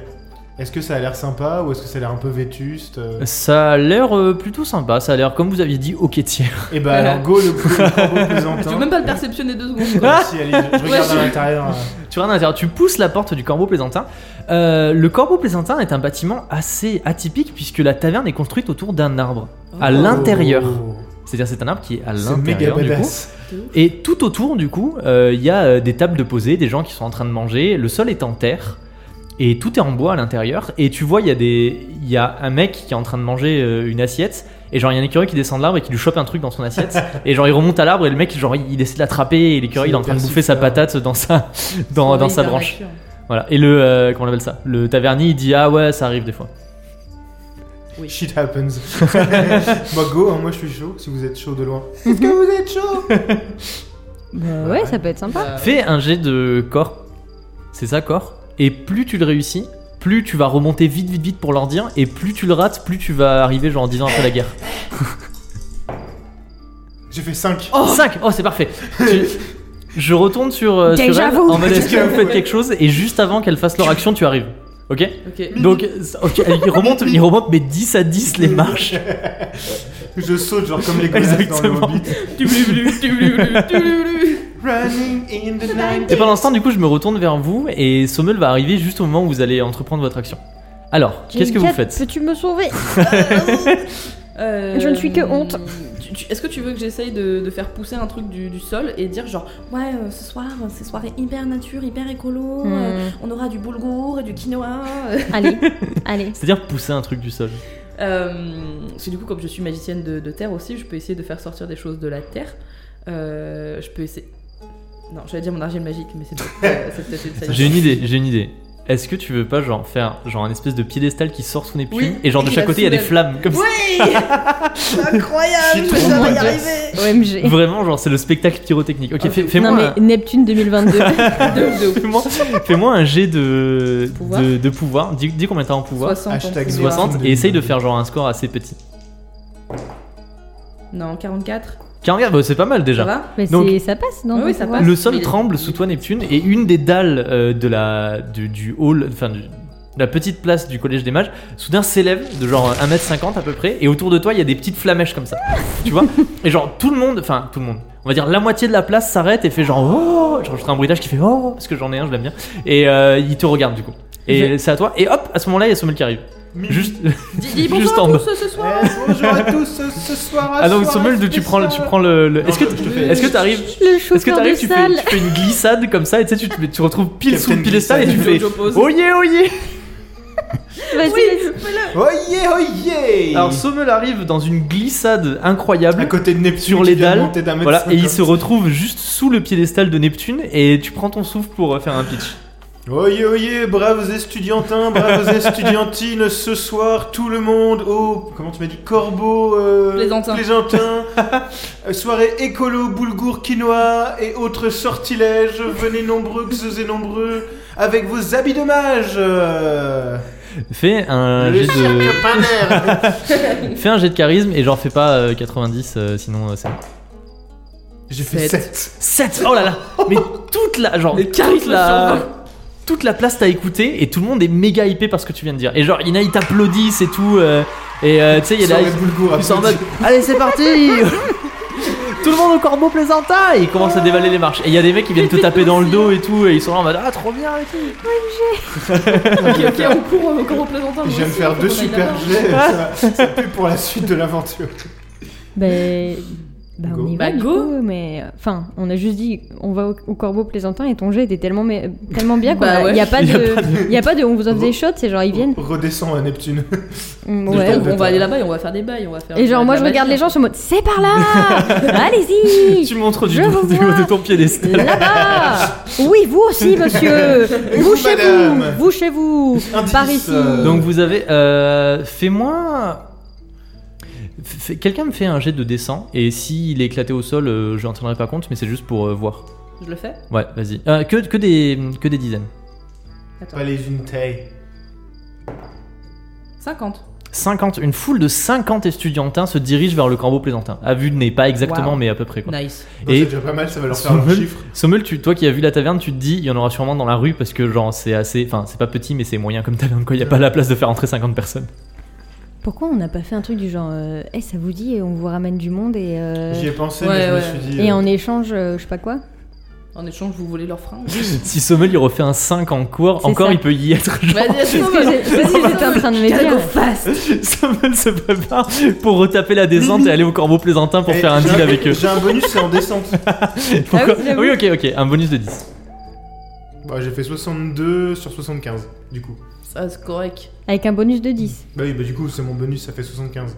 A: Est-ce que ça a l'air sympa ou est-ce que ça a l'air un peu vétuste euh
D: Ça a l'air euh, plutôt sympa, ça a l'air, comme vous aviez dit, au tiers.
A: Eh bah alors go le, le corbeau plaisantin.
C: Je veux même pas le perceptionner deux secondes. quoi.
A: Ah si, allez, je je regarde
C: Ouais, je-
A: à l'intérieur. euh.
D: Tu regardes à l'intérieur, tu pousses la porte du Corbeau Plaisantin. Euh, le Corbeau Plaisantin est un bâtiment assez atypique puisque la taverne est construite autour d'un arbre. À
C: Oh.
D: l'intérieur.
A: Oh,
D: C'est-à-dire c'est un arbre qui est à
A: C'est méga
D: l'intérieur du coup.
A: badass.
D: Et tout autour du coup, euh, il y a euh, des tables de poser, des gens qui sont en train de manger. Le sol est en terre et tout est en bois à l'intérieur. Et tu vois, il y a des, il y a un mec qui est en train de manger euh, une assiette. Et genre il y a un écureuil qui descend de l'arbre et qui lui chope un truc dans son assiette. et genre il remonte à l'arbre et le mec genre il il essaie de l'attraper et l'écureuil
A: C'est
D: il est en train de
A: hyper
D: bouffer sa
A: super.
D: patate dans sa, dans, dans sa
C: Hyper
D: branche.
C: nature.
D: Voilà. Et le euh, comment on appelle ça Le tavernier il dit ah ouais ça arrive des fois.
A: Shit happens. bah go, hein, moi je suis chaud si vous êtes chaud de loin. Est-ce que vous êtes chaud
B: Bah ouais, ça peut être sympa.
C: Bah,
D: Fais un jet de corps. C'est ça corps. Et plus tu le réussis, plus tu vas remonter vite vite vite pour leur dire et plus tu le rates, plus tu vas arriver genre en 10 ans après la guerre.
A: J'ai fait 5.
D: Oh 5 Oh c'est parfait. Tu- Je retourne sur, euh, sur
B: Déjà
D: elle,
B: vu.
D: en mode est-ce que vous faites quelque chose et juste avant qu'elle fasse leur action, tu arrives. Ok
C: ok.
D: Donc ok, ils remontent ils remontent mais 10 à 10 les marches.
A: Je saute genre comme les gosses dans le
D: Exactement.
A: Hobbit.
C: Tu blu blu, tu blu blu, tu blu blu.
A: Running in the night.
D: Et pendant ce temps, du coup, je me retourne vers vous et Sommel va arriver juste au moment où vous allez entreprendre votre action. Alors, qu'est-ce que vous
B: Jet,
D: faites
B: Peux-tu me sauver
C: Euh,
B: Je ne suis que honte.
C: tu- tu- Est-ce que tu veux que j'essaye de, de faire pousser un truc du, du sol et dire genre ouais euh, ce soir euh, c'est soirée hyper nature hyper écolo
B: Hmm.
C: euh, on aura du boulgour et du quinoa euh.
B: Allez, allez.
D: C'est-à-dire pousser un truc du sol.
C: Euh, parce que du coup comme je suis magicienne de, de terre aussi je peux essayer de faire sortir des choses de la terre Euh, je peux essayer non j'allais dire mon argile magique mais c'est euh, c'est peut-être une side-
D: J'ai une idée, j'ai une idée. Est-ce que tu veux pas genre faire genre un espèce de piédestal qui sort sous Neptune
C: Oui,
D: et genre de
C: et
D: chaque
C: la
D: côté il y a des
C: soulève.
D: flammes comme
C: oui
A: Je suis
C: incroyable
A: trop
C: ça va y
A: mauvaise.
C: arriver
D: ça
B: OMG.
D: Vraiment genre c'est le spectacle pyrotechnique. Ok, fais- fais-moi
B: non mais Neptune 2022.
C: de, de,
D: un... fais-moi- fais-moi un jet de
C: Pouvoir.
D: de, de pouvoir. Dis, dis combien t'as en pouvoir.
C: 60
A: Hashtag
C: on
A: 60.
D: 60 et essaye de faire genre un score assez petit.
C: voit. non 44
D: 44, bah, c'est pas mal
C: ça
D: déjà.
C: va
B: mais
D: Donc-
B: c'est- ça passe, non
C: Oui, oui,
B: on
C: ça
B: voit.
C: passe.
D: Le sol
C: Mais-
D: tremble sous toi Neptune et une des dalles euh, de la du, du hall, enfin du, la petite place du collège des mages, soudain s'élève de genre 1m50 à peu près, et autour de toi il y a des petites flamèches comme ça. Tu vois Et genre tout le monde, enfin tout le monde, on va dire la moitié de la place s'arrête et fait genre oh Genre je ferai un bruitage qui fait oh Parce que j'en ai un, je l'aime bien. Et euh, il te regarde du coup. Et
C: Je-
D: c'est à toi, et hop, à ce moment-là il y a Sommel qui arrive. Juste,
C: Dis, dis
D: Juste en
C: bonjour à tous ce soir.
A: Eh, bonjour à tous ce, ce soir. à
D: ah non,
A: soir
D: Sommel, tu prends, le- tu
A: spécial.
D: prends le. le-
A: Non,
D: Est-ce que
A: je- je te fais-
D: est-ce que t'arrives
B: Le
D: Est-ce que
B: chauffeur de
D: t'arrives, tu fais,
B: salle.
D: tu fais une glissade comme ça, et tu sais, tu, te mets- tu te retrouves pile sous le
A: Captain
D: piédestal et tu
A: glissade.
D: fais.
C: J'oppose.
D: Oyez, oyez
B: Vas-y, vas-y.
A: Oyez, oyez
D: Alors Sommel arrive dans une glissade
A: à
D: incroyable.
A: côté de Neptune
D: Sur
A: qui
D: les
A: vient de
D: dalles,
A: monter d'un mètre
D: Voilà, et il se
A: cinquante.
D: retrouve juste sous le piédestal de Neptune, et tu prends ton souffle pour euh, faire un pitch.
A: Oyez, oyez, braves estudiantins, braves estudiantines, ce soir, tout le monde au... Comment tu m'as dit Corbeau... euh,
C: Plaisantin.
A: plaisantin. Euh, soirée écolo, boulgour, quinoa et autres sortilèges. Venez nombreux, et nombreux, avec vos habits de mage euh,
D: Fais un,
A: le
D: jet de...
A: cirque Pinder.
D: fais un jet de charisme, et genre fais pas euh, 90, euh, sinon euh, c'est...
A: J'ai fait
C: Sept.
A: 7.
D: 7 Oh là là Mais toute la... Genre,
C: Le
D: toute
C: charisme
D: la...
C: sur
D: Toute la place t'a écouté, et tout le monde est méga hypé par ce que tu viens de dire. Et genre, il y en a, ils t'applaudissent et tout, euh, et euh, tu sais, il y en a...
A: Soirée boulgour,
D: Ils sont en
A: applaudis.
D: mode Allez, c'est parti Tout le monde au corbeau plaisantin Et ils commencent à dévaler les marches. Et il y a des mecs qui viennent te taper dans le dos et tout, et ils sont là en mode Ah, trop bien et tout
C: Ok, ok, on court euh, comme représentant.
A: Je
D: oh,
A: viens de faire deux super jets, ça, ça pue pour la suite de l'aventure.
B: Ben, ben,
A: Go.
B: on y
C: Bah,
B: va, du
C: go.
B: coup, mais euh, enfin, on a juste dit, on va au, au corbeau plaisantin et ton jeu était tellement, mais, tellement bien qu'on
C: Bah
B: a-
C: ouais.
B: y a pas
D: Y a
B: de, y a pas de, on vous offre
A: Re-
B: des shots, c'est genre ils viennent.
A: Redescends à Neptune.
B: Mm,
A: Oh, Je
B: Ouais.
A: tombe.
C: on va aller là-bas et on va faire des bails, on va faire.
B: Et genre moi je regarde les gens, je suis en mode, c'est par là, allez-y,
D: Tu montres du,
B: Je vous
D: du haut
B: vois.
D: de ton piédestal.
B: là-bas. Oui, vous aussi, monsieur.
A: Et
B: vous
A: vous,
B: chez vous,
A: madame.
B: vous chez vous,
A: Indice,
B: par ici.
A: euh,
D: Donc vous avez. Euh, Fais-moi. Fais- Quelqu'un me fait un jet de dessin, et s'il est éclaté au sol, euh, je n'en tiendrai pas compte, mais c'est juste pour euh, voir.
C: Je le fais
D: Ouais, vas-y. Euh, que, que, des, que des dizaines.
C: Attends.
A: Pas les une taille.
C: 50.
D: 50, une foule de 50 estudiantins se dirige vers le corbeau plaisantin. À vue de nez, pas exactement,
C: Wow.
D: mais à peu près quoi.
C: Nice.
A: Bon,
D: Et-
A: c'est déjà pas mal, ça va leur faire leur
D: Sommel-
A: chiffre.
D: Sommel, tu, toi qui as vu la taverne, tu te dis, il y en aura sûrement dans la rue parce que genre c'est assez, enfin c'est pas petit mais c'est moyen comme taverne quoi. Il y a pas la place de faire entrer 50 personnes.
B: Pourquoi on n'a pas fait un truc du genre, euh, eh ça vous dit, on vous ramène du monde et euh,
A: J'y ai pensé,
C: ouais,
A: mais je
C: ouais.
A: me suis dit.
B: et
A: euh,
B: en échange, euh, je sais pas quoi.
C: En échange, vous volez leur fringue.
D: si Sommel il refait un 5 en cours,
B: C'est
D: encore
B: ça.
D: il peut y être. Genre,
C: Vas-y, vas-y,
B: C'est ce que j'ai- c'est ce que j'étais en train de me
C: Gotta go
B: dire.
C: fast.
D: Sommel se prépare pour retaper la descente et aller au corbeau plaisantin pour
A: eh,
D: faire un
A: j'ai
D: deal avec eux.
A: J'ai un bonus, c'est en descente.
D: Pourquoi
B: Ah oui, j'avoue.
D: oui, ok ok, un bonus de 10.
A: Bah, j'ai fait 62 sur 75, du coup.
C: Ça, c'est correct.
B: Avec un bonus de 10.
A: Bah oui, bah du coup, c'est mon bonus, ça fait 75.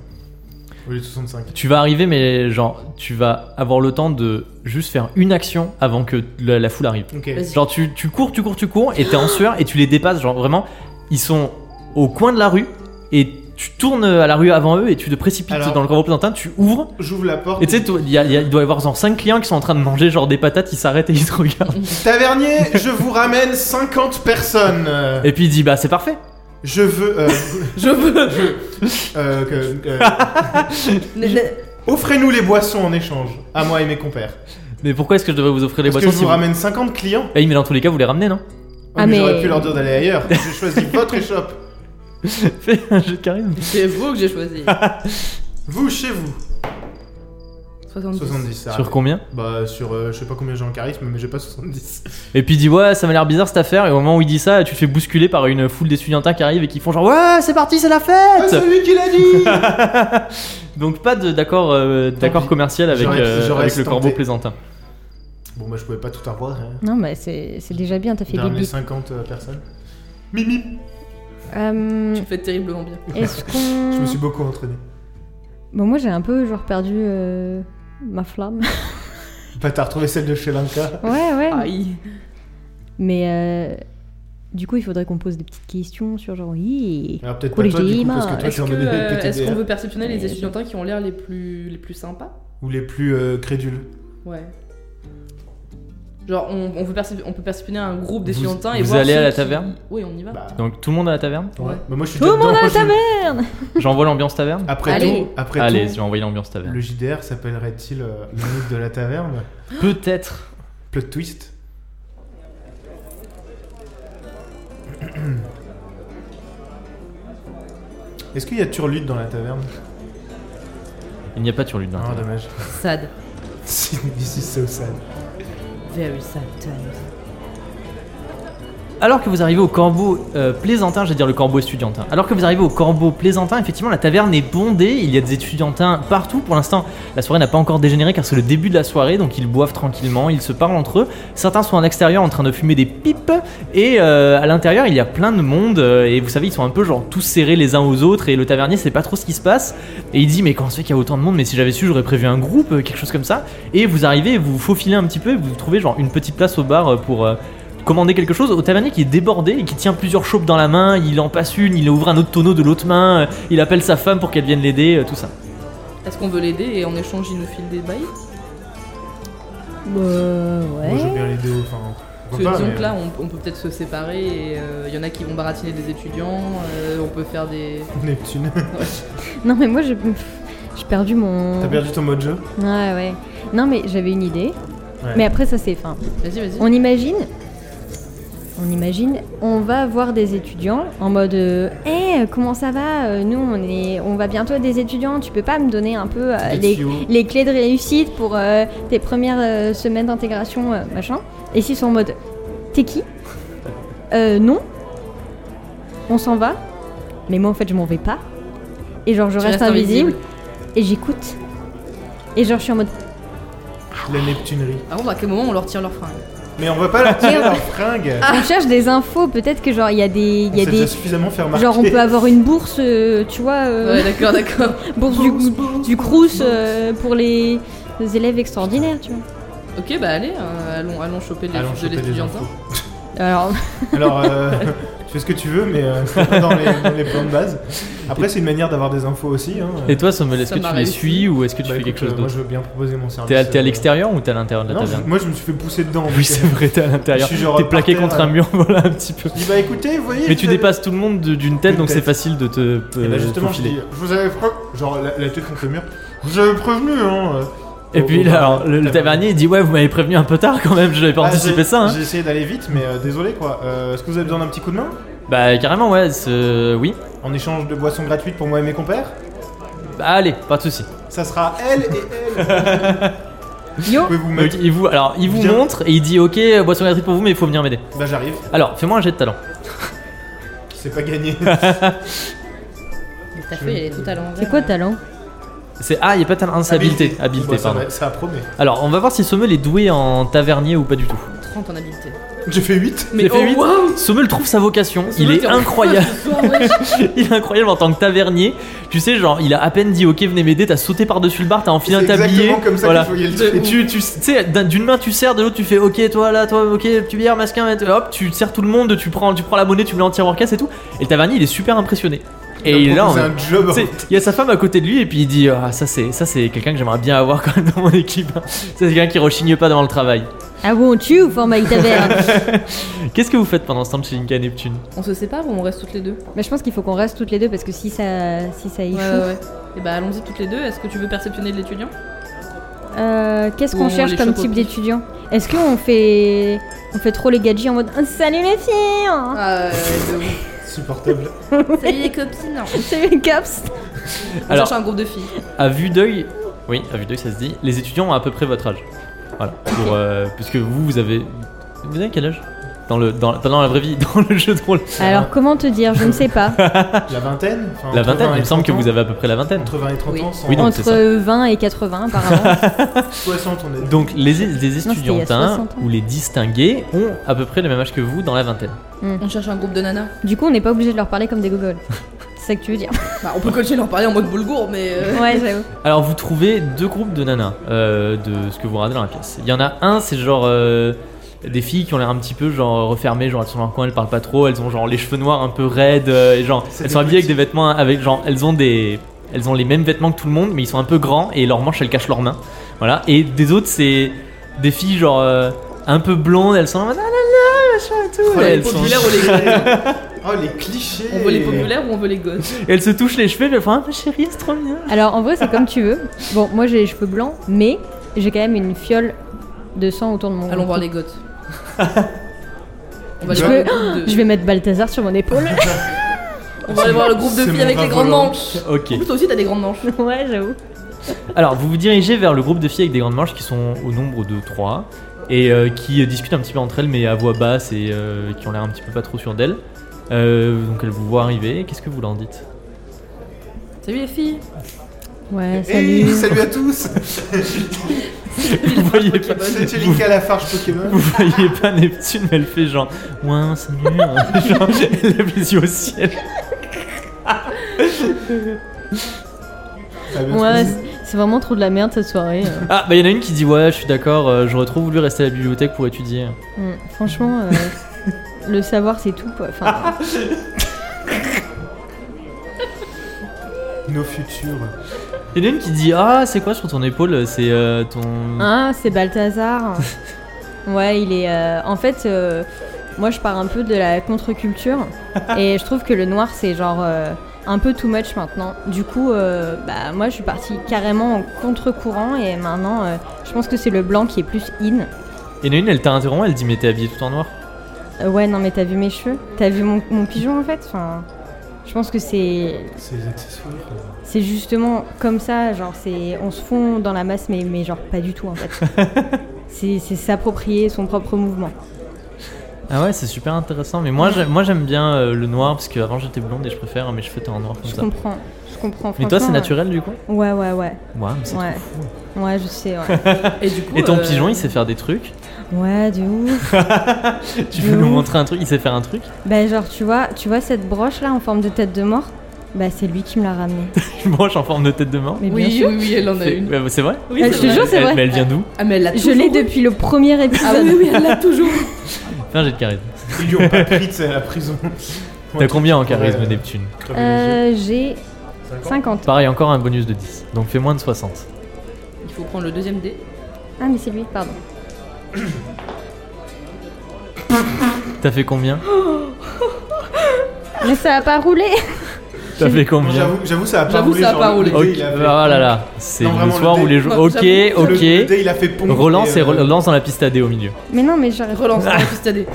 A: Au lieu de 65.
D: Tu vas arriver mais genre tu vas avoir le temps de juste faire une action avant que la- la foule arrive.
A: Ok.
C: Vas-y.
D: Genre tu, tu cours, tu cours, tu cours, et t'es en sueur, et tu les dépasses, genre vraiment, ils sont au coin de la rue, et tu tournes à la rue avant eux, et tu te précipites
A: Alors-
D: dans le corbeau plaisantin, tu ouvres,
A: J'ouvre la porte.
D: et tu sais, toi, il y a- il y a- il doit y avoir genre 5 clients qui sont en train de manger genre des patates, ils s'arrêtent et ils te regardent.
A: Tavernier, je vous ramène 50 personnes. Euh,
D: Et puis il dit, bah c'est parfait.
A: Je veux. euh,
C: Je veux.
A: euh, que- euh,
C: Ne- ne-
A: Offrez-nous les boissons en échange, à moi et mes compères.
D: Mais pourquoi est-ce que je devrais vous offrir les
A: Parce que
D: boissons
A: je
D: si
A: vous
D: vous-
A: ramène 50 clients.
D: Eh, mais dans tous les cas, vous les ramenez, non
A: Oh,
B: Ah,
A: mais
B: mais-
A: j'aurais pu leur dire d'aller ailleurs. J'ai choisi votre échoppe.
D: Fais un jeu de charisme.
C: C'est vous que j'ai choisi.
A: Vous, chez vous.
C: 70.
A: 70, ça.
D: Sur combien
A: Bah, sur. euh, je sais pas combien j'ai en charisme, mais j'ai pas 70.
D: Et puis il dit, ouais, ça m'a l'air bizarre cette affaire, et au moment où il dit ça, tu te fais bousculer par une foule d'étudiantins qui arrivent et qui font genre, ouais, c'est parti, c'est la
A: Ah,
D: fête
A: celui qui l'a dit
D: Donc pas de- d'accord euh, d'accord
A: pis.
D: commercial avec,
A: J'aurais-
D: euh,
A: j'aurais
D: avec le
A: tenté.
D: corbeau plaisantin.
A: Bon, bah, je pouvais pas tout avoir. Hein.
B: Non, mais c'est c'est déjà bien, t'as fait
A: Parmi les
B: Bibi.
A: 50 euh, personnes. Mimi
B: Euh,
C: Tu fais terriblement bien.
B: Est-ce
A: Je me suis
B: qu'on.
A: beaucoup entraîné.
B: Bon, moi j'ai un peu genre perdu euh, ma flamme.
A: Bah, t'as retrouvé celle de Sri Lanka.
B: Ouais, ouais.
A: Ah,
C: Aïe.
B: Mais euh, du coup, il faudrait qu'on pose des petites questions sur genre, hi,
A: Alors, peut-être pas
B: Cool,
A: toi, du coup,
B: Jima.
A: parce que toi,
C: Est-ce
A: t'es en
C: que,
A: mode
C: euh, est-ce qu'on
A: PTDR.
C: veut perceptionner les
B: Mais-
C: étudiantins qui ont l'air les plus, les plus sympas
A: Ou les plus euh, crédules.
C: Ouais. Genre, on, on veut percep- on peut perceptionner un groupe d'étudiantins et
D: vous
C: voir
D: allez à
C: ceux
D: la
C: qui-
D: taverne
C: Oui, on y va.
A: Bah,
D: Donc tout le monde à la taverne
A: ouais.
C: Ah. ouais.
A: Bah, moi, je suis
B: Tout
A: déjà
B: le monde
A: dedans,
B: à la
A: moi, je-
B: taverne
D: J'envoie l'ambiance taverne
A: Après
C: Allez.
A: tout, après
D: Allez, je
A: tout,
D: vais envoyer l'ambiance taverne.
A: le JDR s'appellerait-il euh, le mythe de la taverne
D: Peut-être.
A: Plot twist Est-ce qu'il y a Turlude dans la taverne
D: Il n'y a pas de turlude dans la
A: Ah,
D: taverne.
A: dommage.
C: Sad.
A: This is so sad.
C: Very sad times.
D: Alors que vous arrivez au corbeau euh, plaisantin, j'allais dire le corbeau estudiantin. Alors que vous arrivez au corbeau plaisantin, effectivement, la taverne est bondée. Il y a des étudiantins partout. Pour l'instant, la soirée n'a pas encore dégénéré car c'est le début de la soirée, donc ils boivent tranquillement, ils se parlent entre eux. Certains sont à l'extérieur en train de fumer des pipes et euh, à l'intérieur, il y a plein de monde. euh, et vous savez, ils sont un peu genre tous serrés les uns aux autres et le tavernier sait pas trop ce qui se passe. Et il dit mais comment se fait qu'il y a autant de monde Mais si j'avais su, j'aurais prévu un groupe, euh, quelque chose comme ça. Et vous arrivez, vous vous faufilez un petit peu, et vous trouvez genre une petite place au bar euh, pour euh, commander quelque chose au tavernier qui est débordé et qui tient plusieurs chopes dans la main, il en passe une, il ouvre un autre tonneau de l'autre main, euh, il appelle sa femme pour qu'elle vienne l'aider, euh, tout ça.
C: Est-ce qu'on veut l'aider et en échange il nous file des bails
A: Moi, je veux
B: Bah, ouais.
A: bien les deux. Enfin,
C: Parce
A: pourquoi
C: que
A: pas,
C: disons
A: mais-
C: que là on, on peut peut-être se séparer et il y en a qui vont baratiner des étudiants, euh, on peut faire des.
A: Neptune.
B: Non, mais moi, je- j'ai perdu mon.
A: T'as perdu ton mojo
B: Ouais, ouais. Non, mais j'avais une idée.
A: Ouais.
B: Mais après, ça, c'est fin.
C: Vas-y, vas-y.
B: On imagine. On imagine, on va voir des étudiants en mode euh, Hey, comment ça va Euh, Nous, on, est, on va bientôt être des étudiants, tu peux pas me donner un peu euh,
A: Des
B: les,
A: tuyaux.
B: les clés de réussite pour euh, tes premières euh, semaines d'intégration, euh, machin Et s'ils sont en mode T'es qui Euh, non On s'en va Mais moi, en fait, je m'en vais pas. Et genre, je
C: Tu
B: reste
C: restes
B: invisible,
C: invisible.
B: et j'écoute. Et genre, je suis en mode
A: La Neptunerie.
C: Par contre, Ah bah, à quel moment on leur tire leur fringue
A: Mais on va pas leur tirer
B: Merde.
A: leur fringue.
B: On cherche des infos, peut-être que genre, il y a des. il
A: On
B: Ah, Y a
A: s'est
B: des...
A: déjà suffisamment fait remarquer.
B: Genre on peut avoir une bourse, euh, tu vois, euh,
C: Ouais, d'accord, d'accord.
B: bourse du, du Crous euh, pour les, les élèves extraordinaires, tu vois.
C: Ok, bah allez, euh, allons, allons choper les
A: Allons
C: de
A: choper des
C: l'étudiantin.
A: infos.
B: Alors,
A: Alors, euh, tu fais ce que tu veux, mais euh, c'est pas dans les, dans les plans de base. Après, c'est une manière d'avoir des infos aussi. Hein.
D: Et toi, Sommel, est-ce
C: Ça
D: que tu
C: m'a
D: les
C: réussi.
D: suis ou est-ce que tu
A: Bah,
D: fais
A: écoute,
D: quelque chose
A: euh, Moi,
D: d'autre
A: je veux bien proposer mon service.
D: T'es à, t'es à
A: euh,
D: l'extérieur ou t'es à l'intérieur de la
A: Non, je-
D: taverne
A: moi, je me suis fait pousser dedans.
D: Oui,
A: donc,
D: c'est
A: euh,
D: vrai, t'es à l'intérieur.
A: je suis genre,
D: T'es
A: euh,
D: plaqué
A: par terre,
D: contre un
A: euh,
D: mur, voilà un petit peu.
A: Je dis, bah écoutez, vous voyez.
D: Mais
A: vous
D: tu
A: avez-
D: dépasses tout le monde de- d'une tête,
A: D'une
D: donc c'est
A: tête.
D: facile de te.
A: Et
D: euh,
A: bah justement, je
D: faufiler.
A: dis, je vous avais pro- Genre, la, la tête contre le mur. Je vous avais prévenu, hein. euh,
D: Et
A: au-
D: puis
A: au-
D: là, alors, le, le
A: au-
D: tavernier il dit Ouais, vous m'avez prévenu un peu tard quand même, je n'avais pas
A: Ah,
D: anticipé
A: j'ai-
D: ça. hein.
A: J'ai essayé d'aller vite, mais euh, désolé quoi. Euh, Est-ce que vous avez besoin d'un petit coup de main
D: Bah, carrément, ouais, c'est- oui.
A: En échange de boissons gratuites pour moi et mes compères
D: Bah, allez, pas de soucis.
A: Ça sera elle et elle.
B: yo,
A: Vous pouvez vous
D: Donc,
A: mettre.
D: il vous, alors, il vous
A: Bien.
D: montre et il dit Ok, boisson gratuite pour vous, mais il faut venir m'aider.
A: Bah j'arrive,
D: Alors, fais-moi un jet de talent.
A: c'est pas gagné.
C: Mais ta feuille, elle est tout à l'envers.
B: c'est quoi talent
D: C'est Ah, il n'y a pas de talent, c'est habileté. Habileté,
A: Bon, ça
D: pardon.
A: va- Ça a promet.
D: Alors, on va voir si Sommel est doué en tavernier ou pas du tout.
C: 30 en oh, habileté.
A: J'ai fait 8.
D: J'ai fait huit. Sommel trouve sa vocation, il est incroyable. il est incroyable en tant que tavernier. Tu sais, genre, il a à peine dit ok, venez m'aider, t'as sauté par-dessus le bar, t'as enfilé un
A: C'est
D: tablier.
A: exactement comme ça
D: voilà.
A: qu'il faut y aller.
D: Et tu, tu sais, d'un- d'une main tu serres, de l'autre tu fais ok, toi là, toi, ok, tu bière, masquin, et hop, tu serres tout le monde, tu prends, tu prends la monnaie, tu mets en tiroir casse et tout. Et le tavernier, il est super impressionné. Et il est là en
A: C'est
D: mode-
A: un job.
D: tu sais, Il y a sa femme à côté de lui et puis il dit ah ça c'est ça c'est quelqu'un que j'aimerais bien avoir quand même dans mon équipe. hein. Ça, C'est quelqu'un qui rechigne pas devant le travail.
B: I want you for my taverne
D: Qu'est-ce que vous faites pendant ce temps de chez Inca et Neptune
C: On se sépare ou on reste toutes les deux
B: Mais je pense qu'il faut qu'on reste toutes les deux parce que si ça, si ça échoue.
C: Et bah allons-y toutes les deux. Est-ce que tu veux perceptionner de l'étudiant
B: Euh, Qu'est-ce qu'on
C: Ou on
B: cherche
C: les
B: comme
C: chope au
B: type
C: pif.
B: d'étudiant Est-ce qu'on fait, on fait trop les gadgets en mode Salut les filles hein
C: Ah, de
A: Supportable.
C: Salut les copines
B: Salut les cops
C: On
D: Alors-
C: cherche un groupe de filles.
D: À vue d'œil, oui, à vue d'œil ça se dit. Les étudiants ont à peu près votre âge. Voilà. Pour, euh, parce que vous vous avez vous avez quel âge dans le dans, pas dans la vraie vie dans le jeu de rôle.
B: Alors comment te dire Je ne sais pas.
A: La vingtaine Enfin,
D: La
A: entre
D: vingtaine,
A: 20 et
D: il me semble que
A: 30 ans.
D: vous avez à peu près la vingtaine.
A: Entre 20 et 30
C: Oui.
A: ans, sans
D: Oui, donc- c'est
B: Entre 20 et 80 apparemment.
A: 60 on est.
D: Donc les, les
B: c'était il y a
D: étudiantins
B: 60 ans.
D: ou les distingués ont à peu près le même âge que vous dans la vingtaine.
C: On cherche un groupe de nanas.
B: Du coup, on n'est pas obligé de leur parler comme des gogoles. C'est ça que tu veux dire
C: Bah, on peut continuer d'en parler en mode boulgour, mais. euh,
B: Ouais, j'avoue.
D: Alors vous trouvez deux groupes de nanas euh, de ce que vous regardez dans la pièce. Il y en a un, c'est genre euh, des filles qui ont l'air un petit peu genre refermées, genre elles sont dans leur coin, elles parlent pas trop, elles ont genre les cheveux noirs un peu raides, euh, et genre
A: C'est
D: elles
A: des
D: sont habillées avec
A: petites.
D: des vêtements hein, avec genre elles ont des elles ont les mêmes vêtements que tout le monde, mais ils sont un peu grands et leurs manches elles cachent leurs mains. Voilà. Et des autres c'est des filles genre euh, un peu blondes, elles sont en mode, Ah là là, machin et tout.
A: Oh,
D: Et
A: les
D: elles, sont-
C: populaires ou les
A: Oh les clichés.
C: On veut les populaires ou on veut les gosses
D: elles se touchent les cheveux, mais elles font ah, chérie, c'est trop bien.
B: Alors en vrai, c'est comme tu veux. Bon, moi j'ai les cheveux blancs, mais j'ai quand même une fiole de sang autour de mon.
C: Allons voir les gosses. On va
A: Je
C: aller voir
B: veux-
C: le groupe de-
B: Je vais mettre Balthazar sur mon épaule.
C: On va aller voir le groupe de
A: C'est
C: filles
A: mon
C: avec les
A: bras
C: grandes
A: volant.
C: manches.
D: Ok.
C: En plus, toi aussi, t'as des grandes manches.
B: Ouais, j'avoue.
D: Alors, vous vous dirigez vers le groupe de filles avec des grandes manches qui sont au nombre de 3 et euh, qui euh, discutent un petit peu entre elles, mais à voix basse et euh, qui ont l'air un petit peu pas trop sûres d'elles. Euh, donc, elles vous voient arriver. Qu'est-ce que vous leur dites
C: Salut les filles.
D: Eh,
B: Ouais, salut.
A: Hey, salut à tous
D: Vous voyez pas,
A: C'est
D: vous-
A: Jellica la farge Pokémon.
D: Vous voyez pas Neptune, mais elle fait genre Ouais, c'est nul. hein. genre, elle lève les yeux au ciel.
A: Ça va bien se
B: Ouais,
A: passer.
B: c'est- c'est vraiment trop de la merde cette soirée. euh.
D: Ah, bah y'en a une qui dit Ouais, je suis d'accord, euh, j'aurais trop voulu rester à la bibliothèque pour étudier.
B: Mm, Franchement, euh, le savoir c'est tout quoi. Enfin,
A: Nos futurs. euh,
D: Y'en a une qui dit Ah, c'est quoi sur ton épaule C'est euh, ton.
B: hein, c'est Balthazar. Ouais, il est. euh, en fait, euh, moi je pars un peu de la contre-culture et je trouve que le noir c'est genre euh, un peu too much maintenant. Du coup, euh, bah moi je suis partie carrément en contre-courant et maintenant euh, je pense que c'est le blanc qui est plus in.
D: Y'en a une, elle t'a interrompu, elle dit Mais t'es habillé tout en noir.
B: Euh, ouais, non mais t'as vu mes cheveux T'as vu mon, mon pigeon en fait Enfin, je pense que c'est
A: C'est les accessoires. euh,
B: C'est justement comme ça, genre c'est on se fond dans la masse, mais, mais genre pas du tout en fait. c'est c'est s'approprier son propre mouvement.
D: Ah ouais, c'est super intéressant. Mais moi, j'ai- moi j'aime bien euh, le noir parce qu'avant j'étais blonde et je préfère mes cheveux teints en noir comme
B: Je
D: ça.
B: comprends, je comprends.
D: Mais toi, c'est
B: franchement,
D: naturel du coup
B: euh, Ouais, ouais, ouais,
D: Ouais, mais c'est
B: ouais.
D: trop fou.
B: Ouais, je sais, ouais.
C: Et du coup.
D: Et ton
C: euh,
D: pigeon, il sait faire des trucs.
B: ouais, de ouf.
D: Tu veux
B: De
D: nous
B: ouf.
D: montrer un truc Il sait faire un truc
B: Bah, genre, tu vois, tu vois cette broche là en forme de tête de mort Bah, c'est lui qui me l'a ramenée.
D: Je mange en forme de tête de mort.
B: Mais bien
C: Oui, oui,
B: sûr.
C: oui, elle en a
D: C'est
C: une.
D: ouais, c'est vrai
C: Oui,
B: Elle
C: c'est
B: se
C: vrai.
B: jure, c'est
D: Elle-
B: vrai.
D: Mais elle vient d'où
C: Ah, mais elle l'a
B: Je
C: toujours.
B: l'ai depuis le premier épisode.
C: Ah oui, oui, elle l'a toujours.
D: Fais un jet de charisme.
A: Ils lui ont pas pris, c'est à la prison.
D: T'as combien en charisme,
A: Ouais.
D: Neptune
B: Euh, j'ai 50.
D: Pareil, encore un bonus de 10. Donc fais moins de 60.
C: Il faut prendre le deuxième dé.
B: Ah, mais c'est lui, pardon.
D: T'as fait combien
B: Mais ça a pas roulé
D: T'as fait
A: Bon,
D: combien
A: J'avoue, j'avoue, ça a pas
C: J'avoue,
A: roulé.
C: ça a
A: genre,
C: pas
A: le
C: roulé.
A: dé,
D: Ok.
A: il
D: Ah
A: avait-
D: là là, c'est
A: Non,
D: le
A: vraiment,
D: soir
A: le
D: où
A: dé-
D: les jours.
C: Non,
D: Ok,
C: j'avoue,
A: Le- le
D: ok.
A: dé, il a fait pompe.
D: Relance
A: et,
D: et
A: euh,
D: relance dans la piste AD au milieu.
B: Mais non, mais j'aurais
C: Relance dans la piste à dé.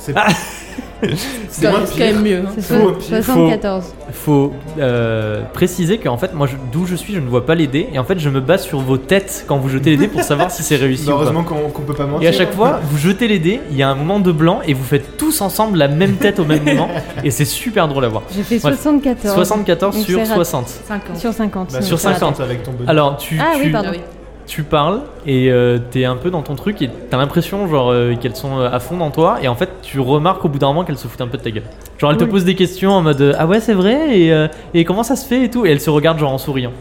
A: C'est
C: C'est
A: c'est moins
C: quand
A: pire.
C: même mieux. hein.
B: C'est
A: Faut-
B: so- 74.
D: Faut euh, préciser qu'en fait, moi, je- d'où je suis, je ne vois pas les dés. Et en fait, je me base sur vos têtes quand vous jetez les dés pour savoir si c'est réussi ou pas.
A: Bah, Heureusement qu'on qu'on peut pas mentir.
D: Bah, Et à chaque fois, vous jetez les dés, il y a un moment de blanc et vous faites tous ensemble la même tête au même moment. Et c'est super drôle à voir.
B: J'ai fait
D: Bref.
B: 74.
D: 74
B: Donc
D: sur
B: c'est raté.
D: 60.
C: 50.
B: Sur 50.
A: Bah,
B: donc
D: sur
B: ça va.
D: 50.
A: avec ton bonus.
D: Alors, tu,
B: Ah oui,
D: tu-
B: pardon.
C: Ah oui.
D: tu parles et euh, t'es un peu dans ton truc et t'as l'impression genre euh, qu'elles sont euh, à fond dans toi et en fait tu remarques au bout d'un moment qu'elles se foutent un peu de ta gueule. Genre elles te
B: Oui.
D: posent des questions en mode euh, ah ouais c'est vrai et, euh, et comment ça se fait et tout et elles se regardent genre en souriant.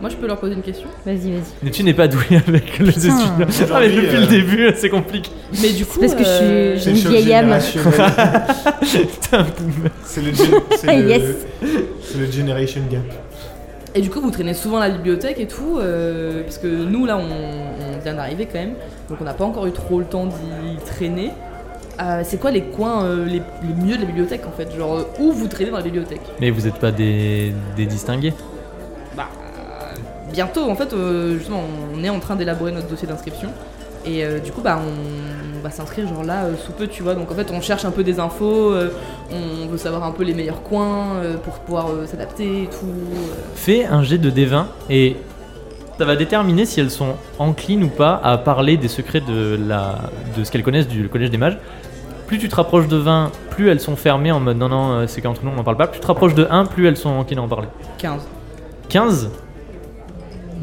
C: Moi, je peux leur poser une question.
B: Vas-y, vas-y.
D: Mais tu n'es pas doué avec le
B: Putain.
D: étudiants. Ah mais
A: Aujourd'hui,
D: depuis
A: euh,
D: le début c'est compliqué.
C: Mais du coup.
B: parce que je
C: euh,
B: suis-
A: C'est le choc
B: vieille âme.
A: générationnel.
D: T'es un boomer.
A: C'est le, gé- c'est le-
B: Yes.
A: c'est le generation gap.
C: Et du coup, vous traînez souvent à la bibliothèque et tout, euh, parce que nous, là, on, on vient d'arriver quand même, donc on n'a pas encore eu trop le temps d'y traîner. Euh, c'est quoi les coins euh, les, les mieux de la bibliothèque en fait Genre, euh, où vous traînez dans la bibliothèque
D: Mais vous êtes pas des, des distingués.
C: Bah, euh, bientôt, en fait, euh, justement, on est en train d'élaborer notre dossier d'inscription. Et euh, du coup, bah, on, on va s'inscrire genre là, euh, sous peu, tu vois. Donc en fait, on cherche un peu des infos, euh, on veut savoir un peu les meilleurs coins euh, pour pouvoir euh, s'adapter et tout. euh.
D: Fais un jet de D20 et ça va déterminer si elles sont enclines ou pas à parler des secrets de, la, de ce qu'elles connaissent du Collège des Mages. Plus tu te rapproches de 20, plus elles sont fermées en mode non, non, euh, c'est qu'entre nous on n'en parle pas. Plus tu te rapproches de 1, plus elles sont enclines à en parler.
C: 15.
D: 15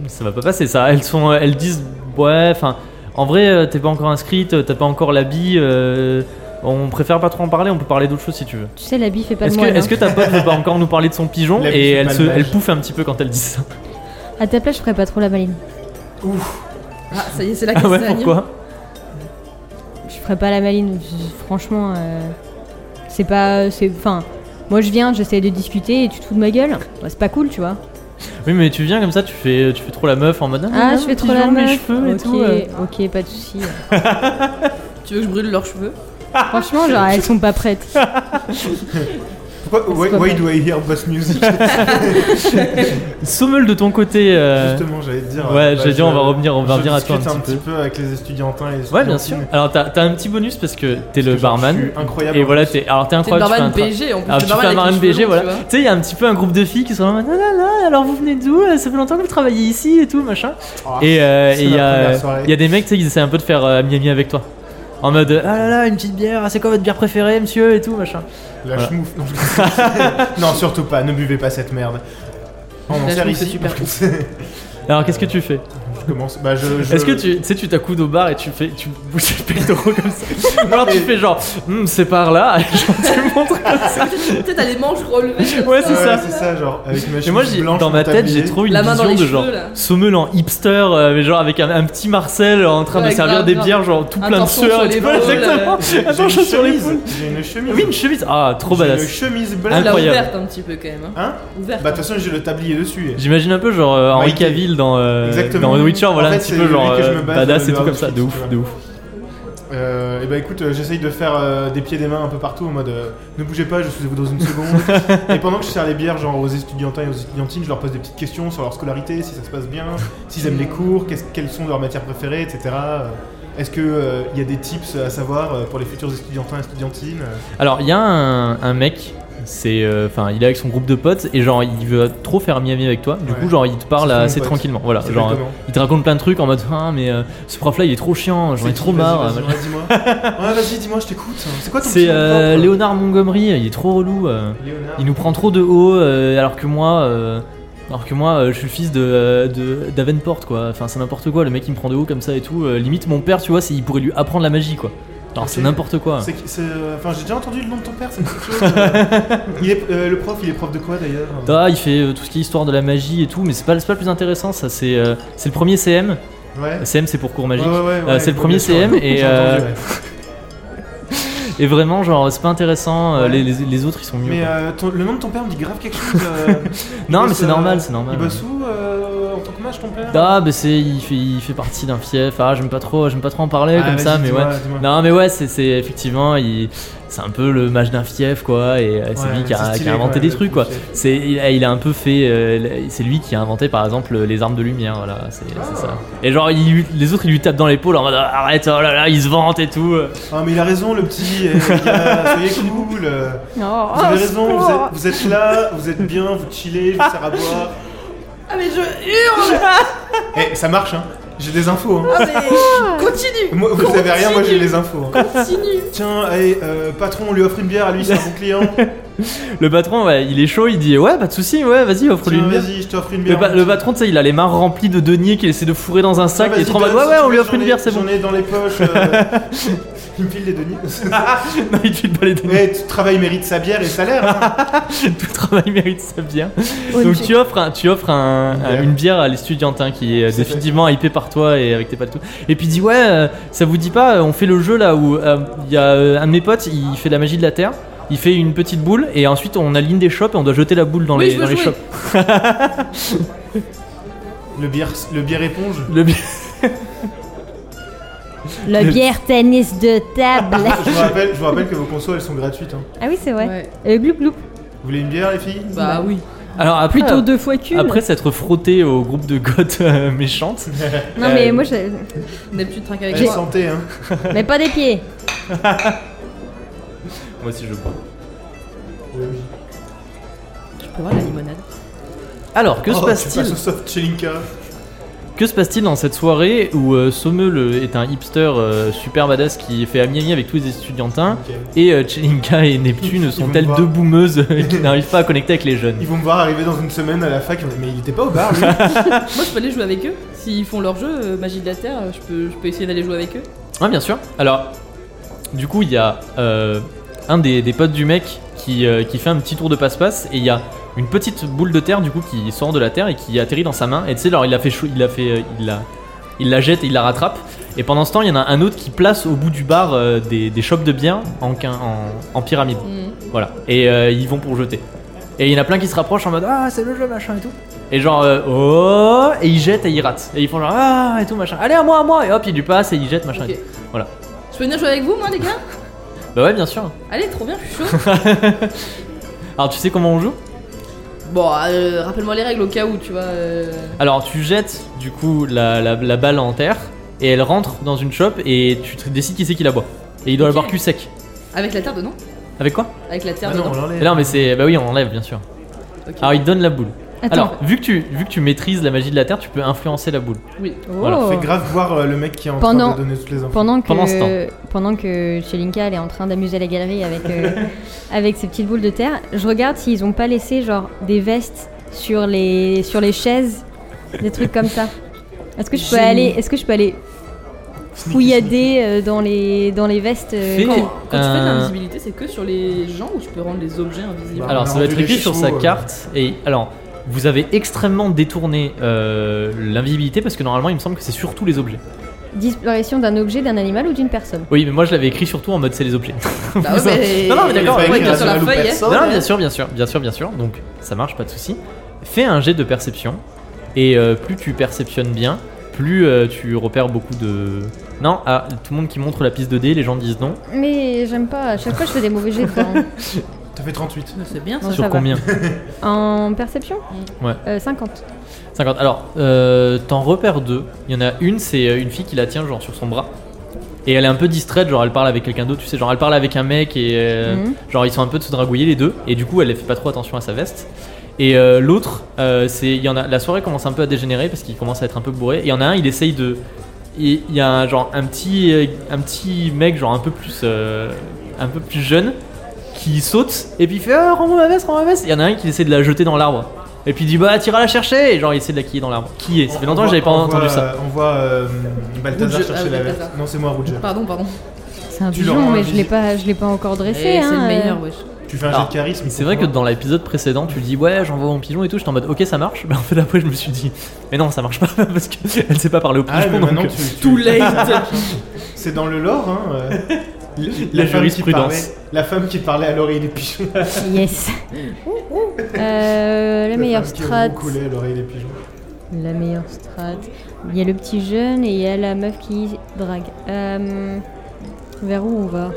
D: Ça va pas passer ça. Elles, sont, euh, elles disent ouais, enfin, en vrai, euh, t'es pas encore inscrite, euh, t'as pas encore l'habit, euh, on préfère pas trop en parler, on peut parler d'autres choses si tu veux.
B: Tu sais, la bille fait pas de
D: Est-ce que,
B: moi.
D: est que ta pote veut pas encore nous parler de son pigeon
A: L'habit
D: et
A: fait
D: elle,
A: pas le
D: se,
A: mage.
D: elle pouffe un petit peu quand elle dit ça
B: À ta place, je ferais pas trop la maline.
C: Ah, ça y est, c'est la
D: Ah
C: castagne.
D: ouais, pourquoi
B: Je ferais pas la maline. je- Franchement, euh, c'est pas. euh, c'est Enfin, moi je viens, j'essaie de discuter et tu te fous de ma gueule. Bah, c'est pas cool, tu vois.
D: Oui, mais tu viens comme ça, tu fais, tu fais trop la meuf en mode.
B: Ah,
D: mais
B: je
D: non,
B: fais trop la
D: pigeon,
B: meuf.
D: mes cheveux et
B: ok,
D: tout. euh.
B: ok, pas de soucis.
C: Tu veux que je brûle leurs cheveux
B: Franchement, genre, elles sont pas prêtes.
A: Pourquoi why,
B: pas
A: why
B: mal.
A: do I hear boss music
D: Sommel de ton côté. euh,
A: Justement, j'allais te dire.
D: ouais,
A: euh,
D: j'allais
A: je-
D: dire, on va revenir- on va
A: je
D: revenir à toi
A: discute
D: un
A: un
D: petit
A: petit peu avec les étudiantins et les
D: Ouais, bien sûr.
A: étudiantines.
D: Alors, t'as t'as un petit bonus parce que t'es
A: Parce que
D: le
A: genre, je
D: barman.
A: suis Incroyable.
D: Et voilà, t'es alors t'es
C: C'est le
D: incroyable. tu fais un
C: barman
D: tra-
C: BG en plus.
D: Alors
C: le
D: Ah, tu fais un
C: avec les
D: barman
C: cheveux
D: BG,
C: longs,
D: voilà.
C: tu vois.
D: Tu sais, il y a un petit peu un groupe de filles qui sont là en mode, ah là là, alors vous venez d'où Ça fait longtemps que vous travaillez ici et tout, machin.
A: Ah,
D: Et euh,
A: c'est
D: et il y,
A: ma
D: a-
A: première soirée.
D: il y a des mecs, tu sais, qui essaient un peu de faire euh, Miami avec toi. En mode, ah là là, une petite bière, ah, c'est quoi votre bière préférée, monsieur, et tout, machin.
A: La
D: Voilà.
A: schmouf. Non, je- non, surtout pas, ne buvez pas cette merde. On en
C: La
A: sert
C: schmouf, c'est
A: ici.
C: super.
A: je
D: Alors, qu'est-ce que tu fais
A: commence. Bah, je. je-
D: Est-ce que tu tu sais, tu t'accoudes au bar et tu fais, tu bouges le pectoraux comme ça Ou alors tu
A: mais-
D: fais genre, Hum, c'est par là, et genre, tu montres comme ça.
C: Peut-être t'as les manches relevées.
D: Ouais,
A: Ouais,
D: c'est ça.
A: C'est ça, genre avec ma
D: Et moi,
A: chemise
D: j'ai-
A: blanche
D: dans ma tête,
A: entabillée.
D: j'ai trop une
C: La main
D: vision
C: dans les
D: de
C: cheveux,
D: genre
C: là.
D: Sommel en hipster, euh, mais genre avec un, un petit Marcel en train de
C: Ouais,
D: servir
C: grave,
D: des
C: grave.
D: bières, genre tout
C: Un
D: plein de
C: torchon
D: sueur.
C: sur euh.
D: et
C: les
D: tout. Ouais,
C: boules,
D: exactement.
A: J'ai-
D: Attends,
A: j'ai une
D: sur les
A: chemise.
D: poules.
A: J'ai une chemise.
D: Oui, une chemise. Ah, trop
A: J'ai une
D: badass.
A: chemise
C: Tu
A: blanche.
C: l'as
D: Incroyable.
C: Ah, ouverte un petit peu quand même. hein.
A: Hein
C: Ouverte.
A: Bah, de toute façon, j'ai le tablier dessus.
D: J'imagine un peu genre euh, Henri
A: Mikey.
D: Cavill dans, euh,
A: Exactement.
D: dans The Witcher,
A: En
D: voilà
A: fait,
D: un petit
A: c'est
D: peu
A: lui
D: genre
A: que je
D: euh,
A: me base dans
D: badass
A: le
D: et tout comme ça,
A: outfit,
D: de
A: tu vois.
D: ouf, de ouf.
A: Euh, et bah écoute, euh, j'essaye de faire euh, des pieds des mains un peu partout en mode euh, ne bougez pas, je suis avec vous dans une seconde. et pendant que je sers les bières, genre aux étudiantins et aux étudiantines, je leur pose des petites questions sur leur scolarité, si ça se passe bien, s'ils aiment les cours, qu'est-ce- quelles sont leurs matières préférées, etc. Euh, Est-ce qu'il y a des tips à savoir euh, pour les futurs étudiantins et étudiantines euh,
D: Alors, il y a un, un mec, c'est, euh, enfin, il est avec son groupe de potes et genre il veut trop faire Miami avec toi. Du
A: Ouais.
D: coup, genre il te parle
A: C'est mon
D: assez
A: pote.
D: tranquillement, voilà.
A: c'est
D: Ah, Genre,
A: fait comment
D: il te raconte plein de trucs en mode, ah mais euh, ce prof là il est trop chiant, j'en
A: C'est
D: ai trop
A: qui
D: marre. euh,
A: Vas-y, vas-y, ouais, dis-moi. ouais, vas-y, dis-moi, je t'écoute. C'est quoi ton
D: C'est
A: petit nom
D: euh,
A: propre
D: Léonard Montgomery, il est trop relou. euh.
A: Léonard.
D: Il nous prend trop de haut, euh, alors que moi, euh, alors que moi, euh, je suis le fils de, euh, de- d'Avenport, quoi. Enfin, c'est n'importe quoi. Le mec, il me prend de haut comme ça et tout. Euh, limite, mon père, tu vois, c'est, il pourrait lui apprendre la magie, quoi. Alors, c'est
A: Ok.
D: n'importe quoi.
A: C'est- c'est, euh, Enfin, j'ai déjà entendu le nom de ton père, ça me dit quelque chose. Euh, il est, euh, le prof, il est prof de quoi d'ailleurs
D: Ah, il fait euh, tout ce qui est histoire de la magie et tout, mais c'est pas, c'est pas le plus intéressant, ça. C'est, euh, c'est le premier CM.
A: Ouais.
D: CM, c'est pour cours
A: Ouais,
D: magique.
A: ouais, ouais,
D: Euh, c'est le
A: ouais,
D: premier
A: bien sûr,
D: CM et,
A: j'ai
D: euh,
A: entendu, ouais.
D: Et vraiment, genre, c'est pas intéressant. euh,
A: Ouais.
D: Les, les- les autres, ils sont mieux.
A: Mais
D: quoi.
A: euh, ton- le nom de ton père me dit grave quelque chose. euh, il
D: non, mais
A: bosse,
D: c'est
A: euh,
D: normal, c'est normal.
A: Il bosse où euh, en tant que mage ton père
D: Ah, bah, c'est, il fait, il fait partie d'un fief. Ah, j'aime pas trop, j'aime pas trop en parler
A: Ah,
D: comme
A: vas-y,
D: ça, mais ouais.
A: dis-moi, dis-moi.
D: Non mais ouais c'est c'est- effectivement il- c'est un peu le match d'un fief quoi et euh, c'est
A: Ouais,
D: lui qui a,
A: c'est
D: qui a
A: stylé,
D: inventé
A: ouais,
D: des
A: le
D: trucs
A: truc,
D: quoi. C'est il, a- il a un peu fait euh, c'est lui qui a inventé par exemple les armes de lumière voilà c'est c'est ça. Et genre il lui- les autres ils lui tapent dans l'épaule en mode Ah, arrête oh là là ils se vantent et tout.
A: Ah, mais il a raison, le petit. eh, les gars, soyez cool. euh,
B: Oh,
A: vous avez raison, vous êtes, vous êtes là, vous êtes bien, vous chillez, je vous sers à boire.
D: Bah.
C: Ah mais je hurle
A: Eh, ça marche, hein. J'ai des infos, hein.
C: Ah, mais Continue
A: Moi, vous avez rien, moi j'ai les infos. hein.
C: Continue
A: Tiens, allez, euh, patron, on lui offre une bière, à lui c'est un bon client.
D: Le patron ouais, il est chaud il dit ouais pas de souci ouais vas-y offre lui
A: Tiens,
D: une bière.
A: vas-y, je t'offre une
D: Le,
A: bière.
D: pa- le patron tu sais il a les mains remplies de deniers qu'il essaie de fourrer dans un
A: Tiens,
D: sac et il
A: vas-y,
D: est trop en mode,
A: donne,
D: ouais
A: si
D: ouais
A: tu
D: on lui
A: veux,
D: offre une
A: j'en ai-
D: bière c'est bon.
A: J'en ai dans les poches. euh, il me file des deniers.
D: Non il te file pas les deniers
A: Eh, tout travail mérite sa bière et salaire. hein.
D: tout travail mérite sa bière. Donc tu offres, un- tu offres un-
A: Une
D: un-
A: bière.
D: une bière à l'estudiantin qui est euh,
A: Tout à fait.
D: définitivement hypé par toi et avec tes potes. et tout. Et puis il dit ouais, euh, ça vous dit pas, euh, on fait le jeu là où euh, il y a euh, un de mes potes, il fait la magie de la terre. Il fait une petite boule et ensuite on aligne des shops et on doit jeter la boule dans
C: Oui,
D: les
C: je veux
D: dans les
C: jouer.
D: shops.
A: Le bière, le bière éponge.
D: Le bi-
B: Le bière tennis de table.
A: Je vous, rappelle, je vous rappelle que vos consoles elles sont gratuites. hein.
B: ah oui, c'est vrai.
C: Ouais.
B: Euh, gloup gloup. Ah.
A: Vous voulez une bière, les filles
C: Bah oui.
D: Alors après,
B: Plutôt deux fois cul.
D: après s'être frotté au groupe de gottes euh, méchantes.
B: non, mais
D: euh,
B: moi, je...
C: Neptune trinque
A: Eh,
C: avec moi.
A: santé, hein.
B: mais pas des pieds.
D: Moi aussi je bois.
C: Tu peux voir la limonade.
D: Alors que se
A: Oh,
D: passe-t-il
A: tu passes au soft chez Linka.
D: Que se passe-t-il dans cette soirée où euh, Sommel est un hipster euh, super badass qui fait ami-ami avec tous les étudiantins
A: Ok.
D: et euh, Tchelinka et Neptune
A: Ils vont
D: sont-elles
A: voir.
D: deux boumeuses euh, qui n'arrivent pas à connecter avec les jeunes
A: Ils vont me voir arriver dans une semaine à la fac, mais il était pas au bar, lui.
C: Moi je peux aller jouer avec eux. S'ils font leur jeu, euh, Magie de la Terre, euh, je peux, je peux essayer d'aller jouer avec eux.
D: Ouais, Ah, bien sûr. Alors, du coup, il y a euh, un des, des potes du mec qui, euh, qui fait un petit tour de passe-passe et il y a une petite boule de terre du coup qui sort de la terre et qui atterrit dans sa main. Et tu sais, alors il la fait, chou- il la fait, euh, il la, il la jette et il la rattrape. Et pendant ce temps, il y en a un autre qui place au bout du bar euh, des, des chopes de bière en, quin- en, en pyramide.
C: Mhm.
D: Voilà. Et euh, ils vont pour jeter. Et il y en a plein qui se rapprochent en mode Ah, c'est le jeu, machin et tout. Et genre, euh, oh, et ils jettent et ils ratent. Et ils font genre, ah, et tout, machin. Allez, à moi, à moi. Et hop, ils lui passent et ils jettent, machin.
C: Ok.
D: et tout. Voilà.
C: Je peux venir jouer avec vous moi les gars
D: Bah ouais, bien sûr.
C: Allez trop bien, je suis chaud.
D: Alors, tu sais comment on joue
C: Bon, euh, rappelle-moi les règles au cas où, tu vois. euh,
D: Alors, tu jettes du coup la, la- la balle en terre et elle rentre dans une chope et tu te- décides qui c'est qui la boit. Et il doit
C: Ok.
D: l'avoir cul sec.
C: Avec la terre dedans
D: Avec quoi
C: Avec la terre
A: Ah non,
C: dedans.
A: on l'enlève.
D: Non, Ah mais c'est. Bah oui, on enlève bien sûr.
C: Euh, Ok.
D: Alors, il te donne la boule.
B: Attends.
D: Alors, vu que, tu, vu que tu maîtrises la magie de la terre, tu peux influencer la boule.
C: Oui.
D: voilà,
B: Oh.
A: Fait grave voir euh, le mec qui est en
B: Pendant-
A: train de donner toutes les infos.
B: Pendant que,
D: Pendant ce temps.
B: pendant que Chelinka elle est en train d'amuser la galerie avec, euh, avec ses petites boules de terre, je regarde s'ils ont pas laissé genre des vestes sur les, sur les chaises, des trucs comme ça. Est-ce que je peux
C: Génie.
B: aller, est-ce que je peux aller
A: Sneaky,
B: fouillader euh, dans les, dans les vestes euh,
D: Fais-
C: Quand,
D: Et,
C: quand tu fais de
D: euh,
C: l'invisibilité, c'est que sur les gens où tu peux rendre les objets invisibles.
A: Bah,
D: Alors,
A: on a
D: ça va être
A: rendu les
D: écrit sur
A: chevaux,
D: sa
A: euh.
D: carte. Et alors, vous avez extrêmement détourné euh, l'invisibilité parce que normalement, il me semble que c'est surtout les objets.
B: Disparition d'un objet, d'un animal ou d'une personne
D: Oui, mais moi, je l'avais écrit surtout en mode c'est les objets.
A: Ah
C: Bah ouais, mais-
D: Non, non, mais d'accord,
A: Il fallait
C: ouais,
A: qu'il
C: bien sur la
A: reste
C: feuille.
A: Lupin.
C: hein.
D: Non, non, bien sûr, bien sûr, bien sûr, bien sûr. Donc ça marche, pas de souci. Fais un jet de perception et euh, plus tu perceptionnes bien, plus euh, tu repères beaucoup de. Non, ah, tout le monde qui montre la piste 2D, les gens disent non.
B: Mais j'aime pas, à chaque fois je fais des mauvais jets dedans.
A: T'as fait 38.
C: Mais C'est bien ça.
B: Non,
D: Sur
B: ça va.
D: combien
B: En perception
D: Ouais.
B: Euh, 50.
D: 50. Alors, euh, t'en repères deux. Il y en a une, c'est euh, une fille qui la tient genre sur son bras. Et elle est un peu distraite, genre elle parle avec quelqu'un d'autre, tu sais, genre elle parle avec un mec et euh,
B: Mhm.
D: genre ils sont un peu de se dragouiller les deux. Et du coup, elle fait pas trop attention à sa veste. Et euh, l'autre, euh, c'est il y en a la soirée commence un peu à dégénérer parce qu'il commence à être un peu bourré. Et il y en a un, il essaye de il il y a un, genre un petit euh, un petit mec genre un peu plus euh, un peu plus jeune qui saute et puis il fait Ah, rends-moi ma veste, rends-moi ma veste. Il y en a un qui essaie de la jeter dans l'arbre. Et puis il dit bah t'iras la chercher et genre il essaie de la quiller dans l'arbre. Qui est Ça fait longtemps que j'avais pas
A: On voit-
D: entendu ça.
A: On voit euh, Balthazar
C: Rouge- ah,
A: chercher la veste.
C: Balthazar. Ah.
A: Non, c'est moi, Rouge.
C: Pardon, pardon.
B: C'est un
A: Tu leur
B: pigeon,
A: rends
B: mais
A: un
B: je l'ai
A: visi-
B: pas, je l'ai pas encore dressé.
C: Eh, C'est
B: hein,
C: le meilleur,
B: euh.
C: wesh.
A: Tu fais un jet
D: Alors,
A: de charisme. il
D: Ah. C'est vrai que
A: comprend.
D: dans l'épisode précédent, tu dis ouais, j'envoie mon pigeon et tout. J'étais en mode ok, ça marche. Mais en fait, après, je me suis dit mais non, ça marche pas parce qu'elle sait pas parler au pigeon.
A: Ah, mais
D: donc,
A: maintenant,
D: euh,
A: tu, tu-
C: Too late
A: C'est dans le lore, hein. euh,
D: la
A: femme qui
D: jurisprudence.
A: parlait- La femme qui parlait à l'oreille des pigeons.
B: Yes. euh, la meilleure
A: femme qui
B: strat.
A: roucoulait à l'oreille des pigeons.
B: La meilleure strat. Il y a le petit jeune et il y a la meuf qui drague. Euh, vers où on va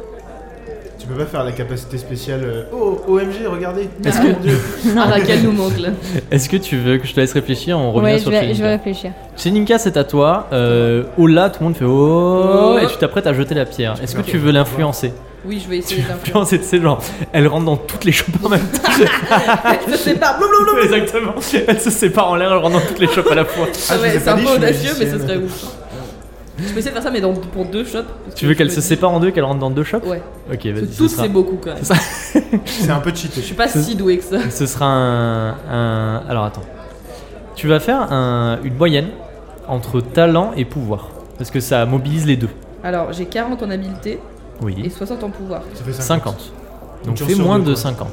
A: Tu peux pas faire la capacité spéciale. euh, Oh, OMG, regardez.
D: Est-ce
A: Ah,
D: que-
A: mon Dieu.
C: Ah, laquelle nous manque là
D: Est-ce que tu veux que je te laisse réfléchir On revient
B: Ouais, je
D: sur
B: vais, je vais
D: Chelinka.
B: réfléchir.
D: Chelinka, c'est à toi. Euh, oh là, tout le monde fait oh,
C: Oh.
D: et tu t'apprêtes à jeter la pierre. Est-ce que
A: Ok.
D: tu veux l'influencer
C: Oui, je vais
D: Tu
C: essayer
D: veux
C: d'influencer.
D: l'influencer, tu sais, genre, elle rentre dans toutes les chopes en même temps. Ah,
C: Je sais pas, blablabla.
D: Exactement. Elle se sépare en l'air, elle rentre dans toutes les chopes à la fois.
A: Ah, je vous ai
C: Ouais, c'est
A: pas
C: un
A: dit,
C: peu
A: je suis
C: audacieux, mais ce
A: magicienne.
C: serait ouf. Je peux essayer de faire ça, mais dans- pour deux shops. parce
D: Tu veux
C: je
D: qu'elle
C: me
D: se
C: dis-
D: sépare en deux, qu'elle rentre dans deux chopes
C: Ouais.
D: Ok,
C: Parce
D: vas-y.
C: que
D: ce
C: Toutes,
D: sera-
C: c'est beaucoup quand même.
D: ça.
A: C'est un peu cheaté.
C: Je suis pas
D: C'est-
C: si doué que ça.
D: Ce sera un, un- Alors attends. Tu vas faire un- une moyenne entre talent et pouvoir. Parce que ça mobilise les deux.
C: Alors, j'ai 40 en habileté et
D: Oui.
C: 60 en pouvoir.
A: Ça fait 50.
D: 50. Donc
A: Une
D: fais
A: chance sur
D: moins
A: deux,
D: de
A: quoi.
D: 50.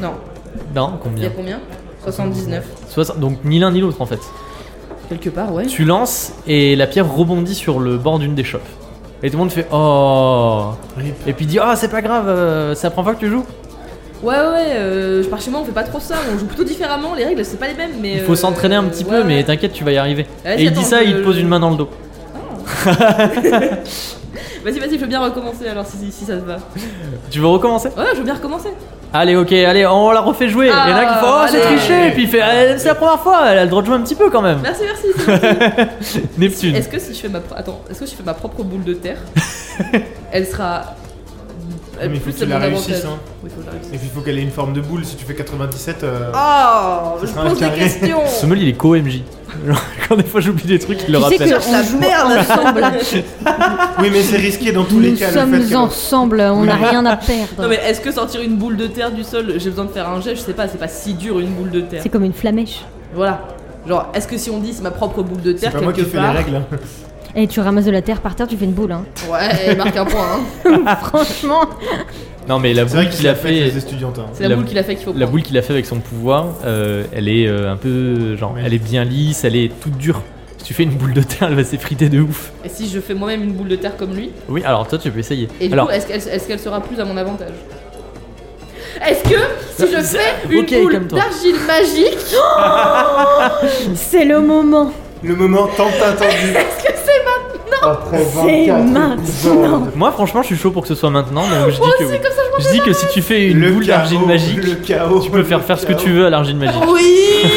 C: Non,
D: Non,
C: il y a
D: combien
C: combien 79.
D: 60. Donc ni l'un ni l'autre en fait.
C: Quelque part, ouais.
D: Tu lances et la pierre rebondit sur le bord d'une des chopes. Et tout le monde fait Oh
A: Rip.
C: Euh,
D: Et puis dit Ah, c'est pas grave, euh, c'est la première fois que tu joues
C: Ouais, ouais, euh, je pars chez moi, on fait pas trop ça, on joue plutôt différemment, les règles c'est pas les mêmes, mais.
D: Il faut
C: euh,
D: s'entraîner un petit
C: ouais,
D: peu,
C: ouais.
D: mais t'inquiète, tu vas y arriver.
C: Vas-y,
D: Et il
C: attends,
D: dit ça,
C: je-
D: il te pose une main dans le dos.
C: Vas-y, vas-y, je veux bien recommencer alors si, si, si ça te va.
D: Tu veux recommencer
C: Ouais, je veux bien recommencer.
D: Allez, ok, allez, on la refait jouer.
C: Ah,
D: et là, il fait Oh, c'est
C: allez.
D: triché. Et puis il fait Eh, C'est la première fois, elle a le droit de jouer un petit peu quand même.
C: Merci, merci. c'est gentil.
D: Neptune.
C: est-ce que si je fais ma. pro- Attends, est-ce que si je fais ma propre boule de terre, elle sera.
A: mais il faut que
C: à
A: tu la
C: mon avantage.
A: réussisses, hein.
C: Oui, faut que je la réussisse.
A: Et puis il faut qu'elle ait une forme de boule. Si tu fais 97, euh,
C: Oh,
A: Ça je sera un pose des carré. questions.
D: Ce meul, il est co-MJ. Genre, Quand des fois j'oublie des trucs, il le
B: Tu sais
D: rappelle.
B: que on joue ensemble.
A: oui, mais c'est risqué dans tous les
B: Nous
A: cas.
B: sommes
A: le fait qu'elle-
B: ensemble. On n'a
A: Oui.
B: rien à perdre.
C: Non mais est-ce que sortir une boule de terre du sol, j'ai besoin de faire un jet, je sais pas, c'est pas si dur une boule de terre.
B: C'est comme une flamèche.
C: Voilà. Genre, est-ce que si on dit c'est ma propre boule de
A: C'est
C: terre
A: pas moi
C: quelque
A: qui fais les
C: part,
A: règles. hein.
B: Et Eh, tu ramasses de la terre par terre, tu fais une boule. Hein.
C: ouais, elle marque un point. Hein.
B: Franchement,
D: Non, mais la
A: C'est
D: boule
A: vrai qu'il
D: qu'il a
A: a fait
D: fait.
A: les hein. étudiantins.
C: C'est la,
D: La-
C: boule qu'il a fait qu'il faut
D: La
C: prendre.
D: boule qu'il a fait avec son pouvoir, euh, elle est euh, un peu. Genre,
A: Oui.
D: elle est bien lisse, elle est toute dure. Si tu fais une boule de terre, elle va s'effriter de ouf.
C: Et si je fais moi-même une boule de terre comme lui,
D: Oui, alors toi, tu peux essayer.
C: et du
D: alors,
C: coup, est-ce qu'elle est-ce qu'elle sera plus à mon avantage Est-ce que si je fais une
D: Ok,
C: boule
D: calme-toi.
C: d'argile magique,
B: c'est le moment.
A: Le moment tant attendu.
C: est-ce que c'est maintenant
A: Après
B: C'est
A: 24
B: maintenant.
A: épisodes.
D: Moi, franchement, je suis chaud pour que ce soit maintenant. Donc je dis que, je dis que si tu fais une boule d'argile
A: chaos,
D: magique,
A: le chaos,
D: tu peux faire faire ce que tu veux à l'argile magique.
C: Oui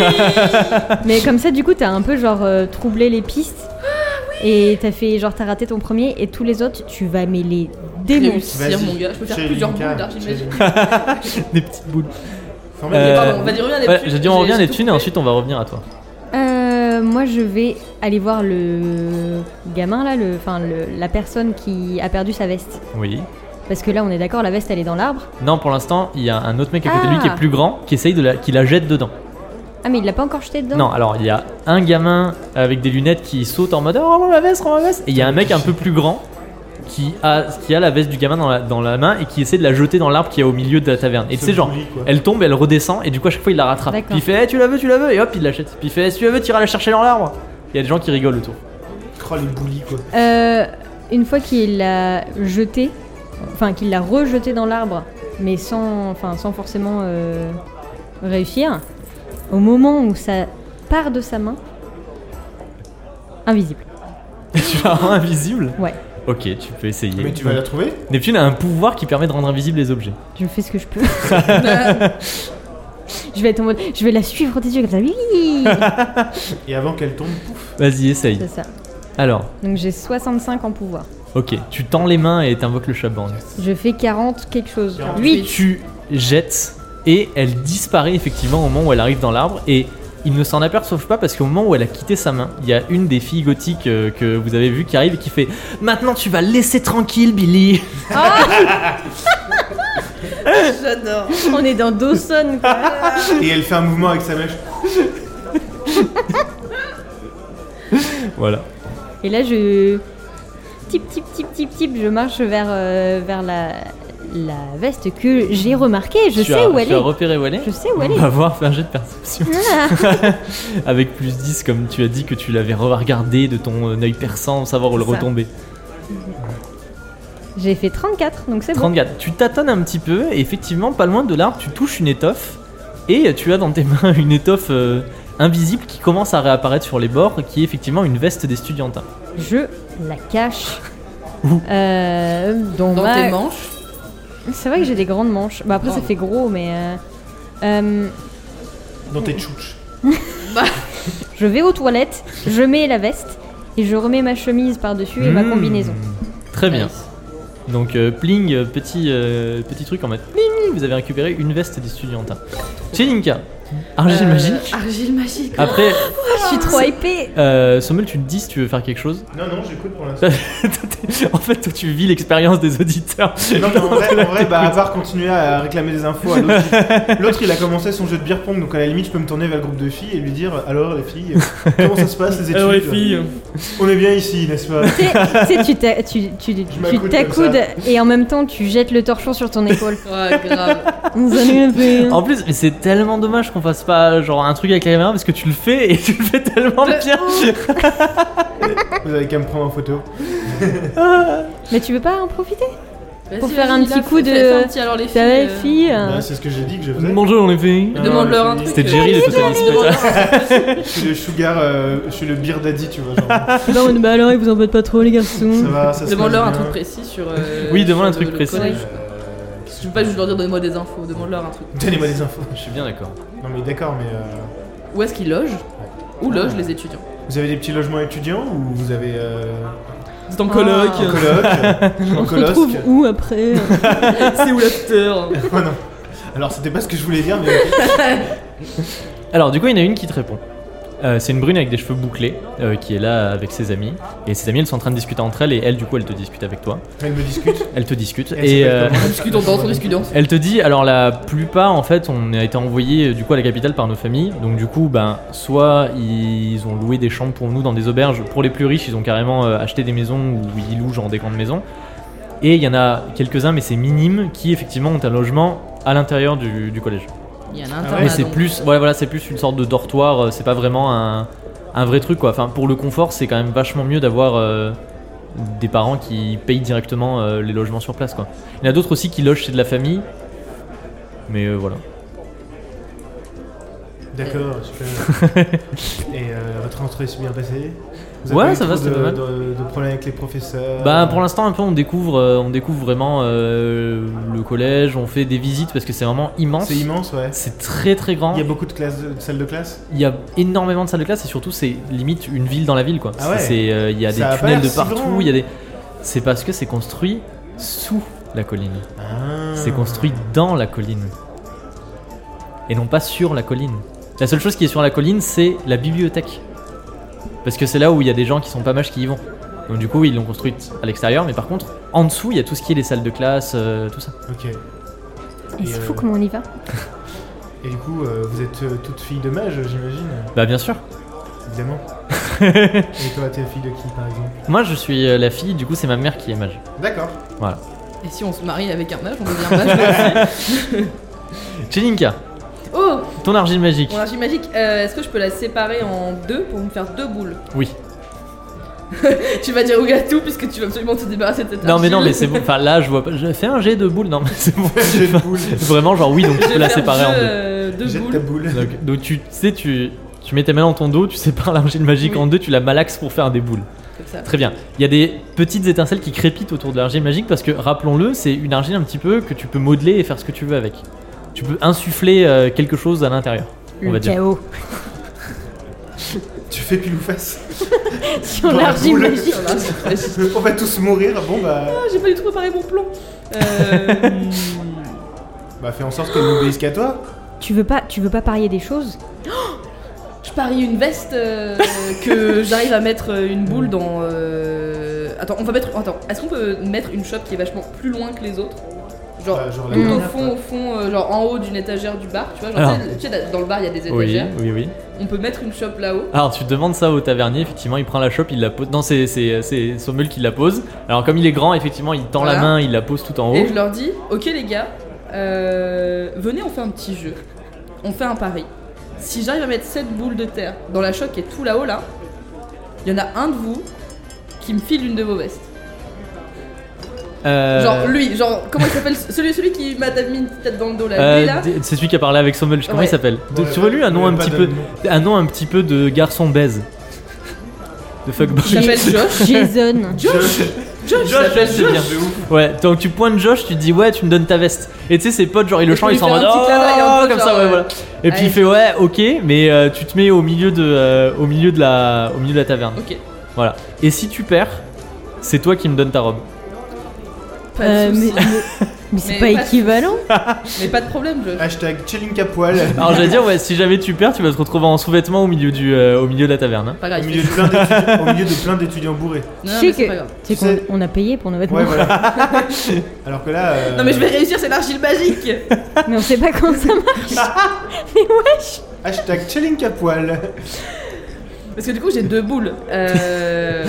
B: Mais comme ça, du coup, t'as un peu genre euh, troublé les pistes.
C: Ah
B: Et t'as fait genre t'as raté ton premier et tous les autres tu vas mais les démonter.
A: Vas-y.
C: Réussir, mon gars. Je peux faire
A: Chez
C: plusieurs
A: Linka,
C: boules d'argile
A: chez
C: magique.
A: Linka.
D: Des petites boules. Euh,
A: Formidable.
C: Pardon, vas-y, reviens à
D: Voilà,
C: Neptune.
D: j'ai dit on
C: J'ai-
D: revient à
C: j'ai
D: Neptune et
C: tout
D: ensuite on va revenir à toi.
B: Euh, moi je vais aller voir le gamin là, le, enfin le- la personne qui a perdu sa veste.
D: Oui.
B: Parce que là on est d'accord, la veste elle est dans l'arbre.
D: Non, pour l'instant, il y a un autre mec à côté de lui
B: Ah.
D: qui est plus grand qui essaye de la, qui la jette dedans.
B: Ah mais il l'a pas encore jeté dedans.
D: Non, alors il y a un gamin avec des lunettes qui saute en mode Oh, rends-moi ma veste, rends-moi ma veste. Et il y a un mec un peu plus grand qui a, qui a la veste du gamin dans la, dans la main et qui essaie de la jeter dans l'arbre qui est au milieu de la taverne. Et tu sais, genre,
A: bully, quoi.
D: elle tombe, elle redescend et du coup, à chaque fois, il la rattrape.
B: D'accord.
D: Puis il fait Eh, Tu la veux, tu la veux Et hop, il l'achète. Puis il fait eh, Si tu la veux, tu iras la chercher dans l'arbre. Il y a des gens qui rigolent autour.
A: Oh, les bullies, quoi.
B: Euh, une fois qu'il l'a jeté, enfin qu'il l'a rejeté dans l'arbre, mais sans, enfin, sans forcément euh, réussir, au moment où ça part de sa main, invisible.
D: tu la rends invisible
B: Ouais,
D: Ok, tu peux essayer.
A: Mais tu vas la trouver
D: Neptune a un pouvoir qui permet de rendre invisible les objets.
B: je fais ce que je peux. je vais être en mode, je vais la suivre des yeux comme ça. Oui,
A: Et avant qu'elle tombe,
D: Vas-y, essaye.
B: c'est ça.
D: Alors,
B: Donc j'ai 65 en pouvoir.
D: ok, tu tends les mains et t'invoques le chaban.
B: Je fais 40 quelque chose.
A: 48.
B: 8
D: Tu jettes et elle disparaît effectivement au moment où elle arrive dans l'arbre et ils ne s'en aperçoivent pas parce qu'au moment où elle a quitté sa main, il y a une des filles gothiques euh, que vous avez vu qui arrive et qui fait Maintenant tu vas laisser tranquille Billy
C: J'adore.
B: On est dans Dawson. quoi.
A: et elle fait un mouvement avec sa mèche.
D: Voilà.
B: Et là, je. Tip, tip, tip, tip, tip, je marche vers, euh, vers la, la veste que j'ai remarquée. Je
D: tu
B: sais
D: as,
B: où elle
D: tu as Ah,
B: est.
D: repéré où elle est
B: Je sais où elle
D: On
B: est.
D: va voir, fais un jet de perception.
B: Ah
D: Avec plus 10, comme tu as dit que tu l'avais regardé de ton euh, œil perçant, savoir où le
C: C'est ça.
D: retomber.
B: j'ai fait 34, donc c'est bon.
D: 34. Tu tâtonnes un petit peu et effectivement, pas loin de l'arbre, tu touches une étoffe et tu as dans tes mains une étoffe euh, invisible qui commence à réapparaître sur les bords, qui est effectivement une veste des studentins.
B: Je la cache.
D: Où
B: euh, dans
C: Dans
B: ma-
C: tes manches. Oh.
B: C'est vrai que j'ai des grandes manches. Bah après, ça
C: Grande.
B: fait gros, mais. euh, euh,
A: Dans tes tchouches.
B: je vais aux toilettes, je mets la veste et je remets ma chemise par-dessus et ma
D: Mmh.
B: combinaison. Ah
D: Très bien. Donc, euh, pling, euh, petit, euh, petit truc en mode pling, vous avez récupéré une veste des studentins. Chelinka, argile
C: Euh,
D: magique.
C: Argile magique. Ah,
D: Après,
B: Je suis trop hypée.
D: euh, Sommel, tu te dis si tu veux faire quelque chose.
A: Non, non, j'écoute pour l'instant.
D: en fait, toi, tu vis l'expérience des auditeurs.
A: Non, mais en vrai, en vrai, bah, à part continuer à réclamer des infos à l'autre, il- l'autre il a commencé son jeu de beer pong, donc à la limite, je peux me tourner vers le groupe de filles et lui dire Alors les filles, euh, comment ça se passe les études
D: Alors, les filles,
A: On est bien ici, n'est-ce pas
B: Tu sais- tu sais, tu t'a- tu- tu- tu
A: m'accoude
B: t'accoudes et en même temps tu jettes le torchon sur ton épaule.
C: Ouais, grave.
B: On s'en est un peu.
D: En plus, mais c'est tellement dommage qu'on fasse pas genre un truc avec la caméra parce que tu le fais et tu le fais tellement
C: De
D: bien.
A: Vous allez qu'à me prendre en photo.
B: Mais tu veux pas en profiter
C: Vas-y,
B: Pour faire
C: vas-y,
B: un petit
C: là,
B: coup
C: fais-
B: de-
C: fais un petit, alors, les
B: Ça va,
C: filles. euh,
B: les filles
A: Bah,
B: hein
A: c'est ce que j'ai dit que je faisais.
D: Bonjour les filles.
A: Ah,
C: Demande-leur
A: les
C: un
A: filles.
C: truc. euh,
D: C'était Jerry le totaliste.
A: Je suis le sugar, euh, je suis le beer daddy, tu vois. Genre,
B: Bon, bah alors ils vous embêtent pas trop les garçons.
A: ça va, ça se
C: Demande-leur un
A: passe
C: truc
A: bien.
C: précis sur. euh,
D: Oui, demande
C: sur
D: un truc
C: le- le
D: précis.
C: collège.
A: Euh,
C: Je veux pas juste leur dire donnez-moi des infos, demande-leur un truc.
A: Donnez-moi des infos.
D: Je suis bien d'accord.
A: Non, mais d'accord, mais. euh,
C: Où est-ce qu'ils logent Où logent les étudiants
A: Vous avez des petits logements étudiants ou vous avez euh,
C: C'est en
B: coloc.
A: en
D: Ah.
A: coloc En
B: On se
A: colosque
B: retrouve où après
C: C'est où l'after
A: Oh non. Alors c'était pas ce que je voulais dire, mais ok.
D: Alors du coup, il y en a une qui te répond. Euh, c'est une brune avec des cheveux bouclés euh, qui est là avec ses amis et ses amis elles sont en train de discuter entre elles et elle du coup elle te discute avec toi.
A: elle me discute.
D: Elle te discute
A: Elle
D: et
A: s'appelle
D: euh,
A: comment
C: On discute, on danse, on discute, on danse.
D: Elle te dit, alors la plupart en fait, on a été envoyés euh, du coup à la capitale par nos familles. Donc du coup, ben, soit ils ont loué des chambres pour nous dans des auberges. Pour les plus riches, ils ont carrément euh, acheté des maisons où ils louent genre des grandes maisons. Et il y en a quelques-uns, mais c'est minime, qui effectivement ont un logement à l'intérieur du, du collège.
C: Il y en a
A: Ah
C: un
A: ouais,
D: mais
A: bah,
D: c'est plus, voilà, voilà, c'est plus une sorte de dortoir. euh, C'est pas vraiment un, un vrai truc quoi. Enfin, pour le confort, c'est quand même vachement mieux d'avoir euh, des parents qui payent directement euh, les logements sur place quoi. Il y en a d'autres aussi qui logent chez de la famille. Mais euh, voilà.
C: hein.
A: D'accord, super. Et euh, votre rentrée s'est bien passée Vous avez
D: Ouais,
A: pas eu
D: ça
A: trop
D: va, c'était
A: de,
D: pas mal.
A: de- de problèmes avec les professeurs.
D: Bah pour l'instant un peu on découvre euh, on découvre vraiment euh, le collège, on fait des visites parce que c'est vraiment immense.
A: c'est immense, ouais.
D: C'est très très grand.
A: Il y a beaucoup de, classes de- de salles de classe.
D: Il y a énormément de salles de classe et surtout c'est limite une ville dans la ville quoi.
A: Ah ouais.
D: C'est- c'est, euh, il y a
A: Ça a
D: des
A: pas
D: tunnels
A: l'air
D: de
A: si grand,
D: partout,
A: hein.
D: il y a des c'est parce que c'est construit sous la colline.
A: Ah.
D: C'est construit dans la colline. Et non pas sur la colline. La seule chose qui est sur la colline, c'est la bibliothèque. Parce que c'est là où il y a des gens qui sont pas moches qui y vont. Donc du coup, ils l'ont construite à l'extérieur, mais par contre, en dessous, il y a tout ce qui est les salles de classe, euh, tout ça.
A: Ok.
B: Et
A: Et,
B: c'est
A: euh,
B: fou comment on y va.
A: Et du coup, euh, vous êtes euh, toutes filles de mage, j'imagine,
D: Bah bien sûr.
A: évidemment. Et toi, t'es fille de qui, par exemple
D: Moi, je suis euh, la fille, du coup, c'est ma mère qui est mage.
A: D'accord.
C: Et si on se marie avec un mage, on devient mage aussi.
D: Chelinka,
C: Oh
D: ton argile magique.
C: Mon archi magique, euh, est-ce que je peux la séparer en deux pour me faire deux boules
D: Oui.
C: Tu vas dire au gâteau puisque tu vas absolument te débarrasser de cette
D: Non mais non,
C: argile.
D: mais c'est bon. Enfin là, je vois pas. Je fais un jet de boule. Non mais c'est bon.
A: J'ai une boule.
D: Vraiment, genre oui, donc tu
C: Je
D: peux
C: vais
D: la
C: faire
D: séparer en
C: deux,
D: deux.
C: euh, deux
A: Jette ta
C: boules.
A: boule.
D: Donc, donc tu tu sais, tu, tu mets tes mains dans ton dos, tu sépares l'argile magique
C: Oui.
D: en deux, tu la malaxes pour faire des boules.
C: Comme ça.
D: Très bien. Il y a des petites étincelles qui crépitent autour de l'argile magique parce que, rappelons-le, c'est une argile un petit peu que tu peux modeler et faire ce que tu veux avec. Tu peux insuffler euh, quelque chose à l'intérieur. on va
B: Le
D: dire.
B: chaos.
A: Tu fais pile ou face.
B: Sur
A: Dans la
B: l'argile
A: boule.
B: magique.
C: Voilà, c'est très-
A: On va tous mourir. Bon, bah.
C: Ah, J'ai pas du tout préparé mon plan. Euh,
A: Bah, fais en sorte qu'elle n'obéisse qu'à toi.
B: Tu veux pas, tu veux pas parier des choses
C: je parie une veste euh, que j'arrive à mettre une boule dans. euh, Attends, on va mettre. Attends, est-ce qu'on peut mettre une shop qui est vachement plus loin que les autres Genre.
A: Bah, genre la
B: Mm.
C: Au
A: dernière,
C: fond,
A: quoi.
C: au fond, euh, genre en haut d'une étagère du bar, tu vois. Genre,
D: Alors.
C: tu sais, tu sais, dans le bar, il y a des
D: Ah. Oui,
C: étagères.
D: oui, oui.
C: On peut mettre une shop là-haut.
D: Alors tu demandes ça au tavernier, effectivement, il prend la chope, il la pose. Non, c'est- c'est euh, c'est Sommel qui la pose. Alors comme il est grand, effectivement, il tend la
C: Voilà.
D: main, il la pose tout en haut.
C: Et je leur dis, ok les gars, euh, venez on fait un petit jeu. On fait un pari. Si j'arrive à mettre cette boule de terre dans la choc qui est tout là-haut là, il y en a un de vous qui me file une de vos vestes.
D: Euh,
C: Genre lui, genre comment il s'appelle celui, celui qui m'a mis une petite tête dans le dos là.
D: euh,
C: lui là
D: d- c'est celui qui a parlé avec Sommel, comment
C: Ouais.
D: il s'appelle
A: Bon,
D: Tu veux lui un
A: il y
D: nom
A: a
D: un
A: pas
D: petit
A: de
D: peu
A: nom.
D: un nom un petit peu de garçon baise. De
C: il
D: fuckboy.
C: s'appelle Josh.
B: Jason.
C: Josh Josh,
D: Josh,
C: s'appelle
D: c'est bien.
A: De ouf.
D: Ouais, donc tu pointes Josh, tu te dis ouais, tu me donnes ta veste. Et tu sais, ses potes, genre, ils le
C: Et tu
D: chantent,
C: lui
D: ils sont en
C: fais un
D: mode
C: petit clin d'œil un
D: oh,
C: peu,
D: comme
C: genre,
D: ça, ouais,
C: euh,
D: voilà. Et puis
C: allez.
D: il fait ouais, ok, mais euh, tu te mets au milieu de, euh, au milieu de la, au milieu de la taverne.
C: Ok,
D: Voilà. Et si tu perds, c'est toi qui me donne ta robe.
C: pas de
B: Euh, mais
C: soucis.
B: mais- mais c'est
C: Mais
B: pas
C: pas de
B: équivalent.
C: Mais pas de problème Josh.
A: Hashtag chilling à poil.
D: Alors j'allais dire ouais, si jamais tu perds, tu vas te retrouver en sous-vêtements au milieu du, euh, au milieu de la taverne. hein.
C: Pas
A: Au
C: grave.
A: milieu de plein d'étudiants- au milieu de plein d'étudiants bourrés.
C: Non,
B: Tu
C: non,
B: sais
C: mais c'est
B: que-
C: pas grave.
B: C'est
A: Tu sais-
B: qu'on on a payé pour nos vêtements.
A: Ouais, voilà. Alors que là. euh,
C: Non mais je vais réussir, c'est l'argile magique
B: Mais on sait pas quand ça marche. mais
A: euh,
B: wesh.
A: Hashtag chilling à poil.
C: Parce que du coup j'ai deux boules. Euh...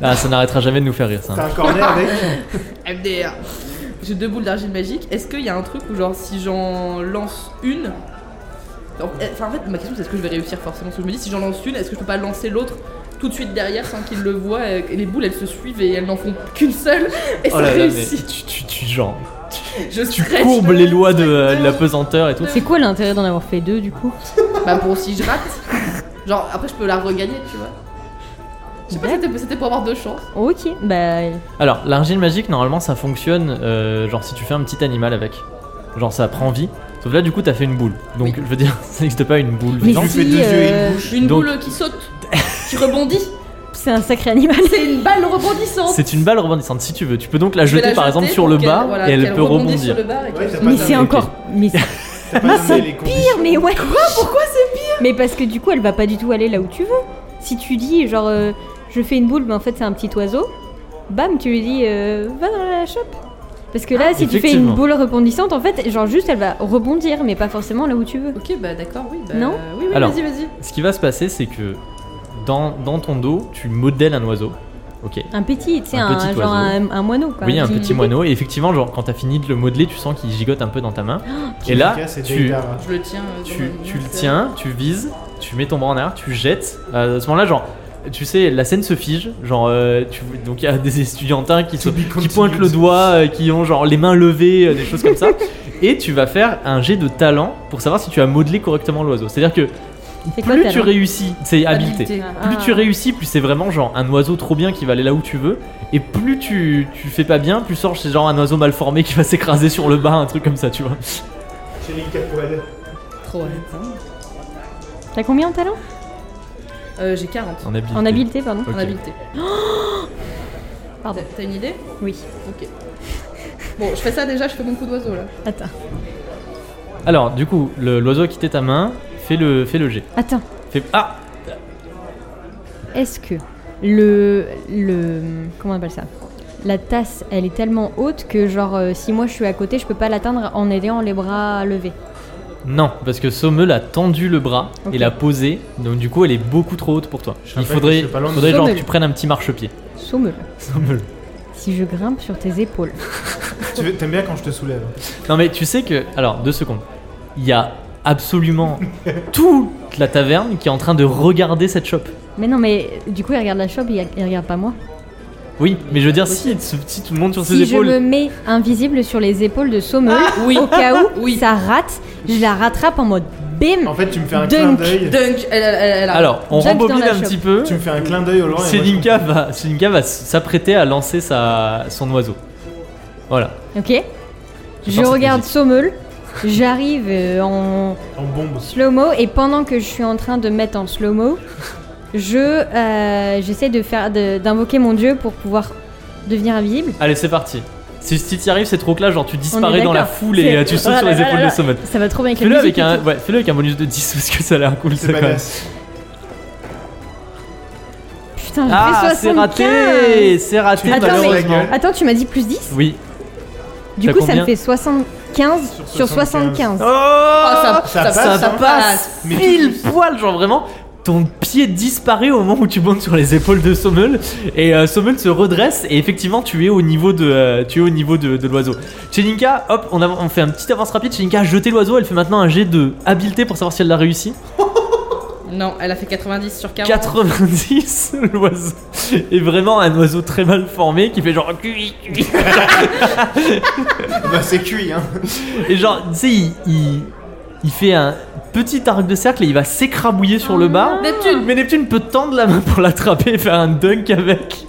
D: Ah, ça n'arrêtera jamais de nous faire rire ça. hein.
A: T'as un cornet avec.
C: MDR. J'ai deux boules d'argile magique. Est-ce qu'il y a un truc où, genre, si j'en lance une. en- Enfin, en fait, ma question c'est est-ce que je vais réussir forcément Parce que je me dis, si j'en lance une, est-ce que je peux pas lancer l'autre tout de suite derrière sans qu'il le voit euh, et et les boules elles se suivent et elles n'en font qu'une seule et
D: Oh
C: ça
D: là là, mais
C: réussit.
D: tu, tu, tu genre,
C: Je
D: tu
C: stretch
D: courbes
C: le-
D: les lois de, euh, de la pesanteur et tout.
B: C'est quoi l'intérêt d'en avoir fait deux du coup
C: Bah, pour si je rate. Genre, après je peux la regagner, tu vois. Je sais pas, c'était- c'était pour avoir deux chances.
B: Ok, bah
D: Alors, l'argile magique, normalement, ça fonctionne euh, genre si tu fais un petit animal avec. Genre, ça prend vie. Sauf là, du coup, t'as fait une boule. Donc, je veux dire, ça n'existe pas une boule
B: Mais
D: vivante.
B: si,
A: fais deux yeux et une
B: euh,
C: Une
D: Donc-
C: boule qui saute, qui rebondit.
B: c'est un sacré animal.
C: C'est une balle rebondissante.
D: C'est une balle rebondissante si tu veux. Tu peux donc la
C: Je vais
D: jeter
C: la
D: par exemple
C: jeter
D: sur
C: pour
D: le
C: qu'elle-
D: bas
C: voilà,
D: et elle
C: qu'elle
D: peut
C: rebondisse
D: rebondir.
C: sur le bar et
A: Ouais,
C: qu'elle-
A: ça
B: Mais
A: passe.
B: c'est
A: Ok.
B: encore. Mais c'est
A: T'as pas
B: c'est
A: donné les conditions.
B: pire, mais ouais. Quoi Pourquoi c'est pire Mais parce que du coup, elle va pas du tout aller là où tu veux. Si tu dis, genre, euh, je fais une boule, mais en fait, c'est un petit oiseau, bam, tu lui dis, euh, va dans la chope. Parce que là, si tu fais une
D: effectivement.
B: boule rebondissante, en fait, genre, juste, elle va rebondir, mais pas forcément là où tu veux.
C: Ok, bah d'accord, oui. Bah,
B: Non
C: Oui, oui,
D: Alors.
C: vas-y, vas-y.
D: Ce qui va se passer, c'est que dans, dans ton dos, tu modèles un oiseau. Ok.
B: Un petit, tu sais,
D: Un
B: un,
D: petit
B: genre un,
D: oiseau.
B: un moineau, quoi.
D: oui, un
B: qui-
D: petit moineau. Et effectivement, genre, quand t'as fini de le modeler, tu sens qu'il gigote un peu dans ta main. et là,
A: Jessica, c'est
D: tu,
A: Deidara.
C: Je le tiens. euh, dans
D: tu,
C: mon-
D: tu le tiens, tu vises, tu mets ton bras en arrière, tu jettes. Euh, à ce moment-là, genre, tu sais, la scène se fige. Genre, euh, tu, donc il y a des étudiantins qui, se-
A: be
D: qui
A: continued.
D: pointent le doigt, euh, qui ont genre les mains levées, euh, des choses comme ça. Et tu vas faire un jet de talent pour savoir si tu as modelé correctement l'oiseau. C'est-à-dire que
B: C'est quoi
D: plus
B: ta
D: tu
B: langue
D: réussis, c'est habilité.
C: Habilité.
B: Ah.
D: Plus tu réussis, plus c'est vraiment genre un oiseau trop bien qui va aller là où tu veux. Et plus tu, tu fais pas bien, plus sort c'est genre un oiseau mal formé qui va s'écraser sur le bas, un truc comme ça, tu vois.
A: Chérie Capoel.
C: Trop honnête. hein.
B: T'as combien en talent
C: Euh, J'ai 40
D: En habilité.
B: En habilité, pardon.
D: Ok.
C: en habilité.
B: Pardon.
C: T'as- T'as une idée
B: Oui.
C: Ok. Bon, je fais ça déjà, je fais mon coup d'oiseau là.
B: Attends.
D: Alors, du coup, le- l'oiseau a quitté ta main, fais le, fais le jet.
B: Attends.
D: Fais... Ah
B: Est-ce que le le comment on appelle ça La tasse, elle est tellement haute que genre euh, si moi je suis à côté, je peux pas l'atteindre en ayant les bras levés.
D: Non, parce que Sommel a tendu le bras
B: Ok.
D: et l'a posé, donc du coup elle est beaucoup trop haute pour toi.
A: Je
D: Il
A: rappelle que
D: faudrait,
A: je suis pas loin de
D: faudrait genre que
B: Sommel.
D: tu prennes un petit marchepied.
B: Sommel.
D: Sommel.
B: Si je grimpe sur tes épaules.
A: Tu veux- T'aimes bien quand je te soulève. hein.
D: Non mais tu sais que... Alors, deux secondes. Il y a absolument toute la taverne qui est en train de regarder cette chope.
B: Mais non, mais du coup, il regarde la shop, il, il regarde pas moi.
D: Oui, mais je veux dire, si, si tout le monde sur ses
B: Si je
D: épaules... Ah,
B: me mets invisible sur les épaules de Sommel,
C: oui.
B: au cas où
C: Oui.
B: ça rate, je la rattrape en mode bim.
A: En fait, tu me fais un clin
B: Dunk.
A: d'œil.
C: Dunk, elle, elle, elle, elle a-
D: Alors, on
B: Jack
D: rembobine
B: dans la
D: un
B: chope.
D: petit peu.
A: Tu me fais un clin d'œil au loin. et moi, je
D: Selinka va, Selinka va s'apprêter à lancer sa, son oiseau. Voilà.
B: Ok. Je
D: cette
B: regarde
D: musique.
B: Sommel. J'arrive euh, en
A: En bombe.
B: slow-mo et pendant que je suis en train de me mettre en slow-mo, je euh, j'essaie de faire de- d'invoquer mon dieu pour pouvoir devenir invisible.
D: Allez, c'est parti. Si, si t'y arrives, c'est trop que là, genre tu disparais dans la
B: d'accord.
D: foule et
B: C'est-
D: euh, tu sautes
B: Oh
D: sur
B: là
D: les
B: là là
D: épaules de
B: là.
D: Sommel.
B: Ça va trop bien avec la
D: Fais-le
B: musique
D: avec,
B: et
D: un,
B: tout.
D: ouais, fais-le avec un bonus de 10 parce que ça a l'air cool ça
A: C'est
D: quand même.
A: badass.
B: Putain, j'ai
D: Ah,
B: fait
D: c'est
B: 75.
D: raté C'est raté
B: Attends, mais-
D: malheureusement.
B: Attends, tu m'as dit plus 10
D: Oui.
B: Du
D: T'as
B: coup, ça
D: combien
B: me fait 75
A: Sur
B: sur 75.
D: Ah,
A: Ça
C: Oh, ça, ça
A: passe,
C: passe, ça
A: hein.
C: passe.
A: Mais
D: Pile poil, genre vraiment ton pied disparaît au moment où tu montes sur les épaules de Sommel et euh, Sommel se redresse et effectivement tu es au niveau de euh, tu es au niveau de, de l'oiseau. Chelinka, hop, on, av- on fait un petit avance rapide. Chelinka a jeté l'oiseau, elle fait maintenant un jet de habileté pour savoir si elle l'a réussi.
C: Non, elle a fait 90 sur 40.
D: 90 l'oiseau est vraiment un oiseau très mal formé qui fait genre
A: Bah, c'est cuit, hein.
D: Et genre, tu sais, il, il- il fait un petit arc de cercle et il va s'écrabouiller sur le bas.
C: Neptune.
D: Mais Neptune peut tendre la main pour l'attraper et faire un dunk avec.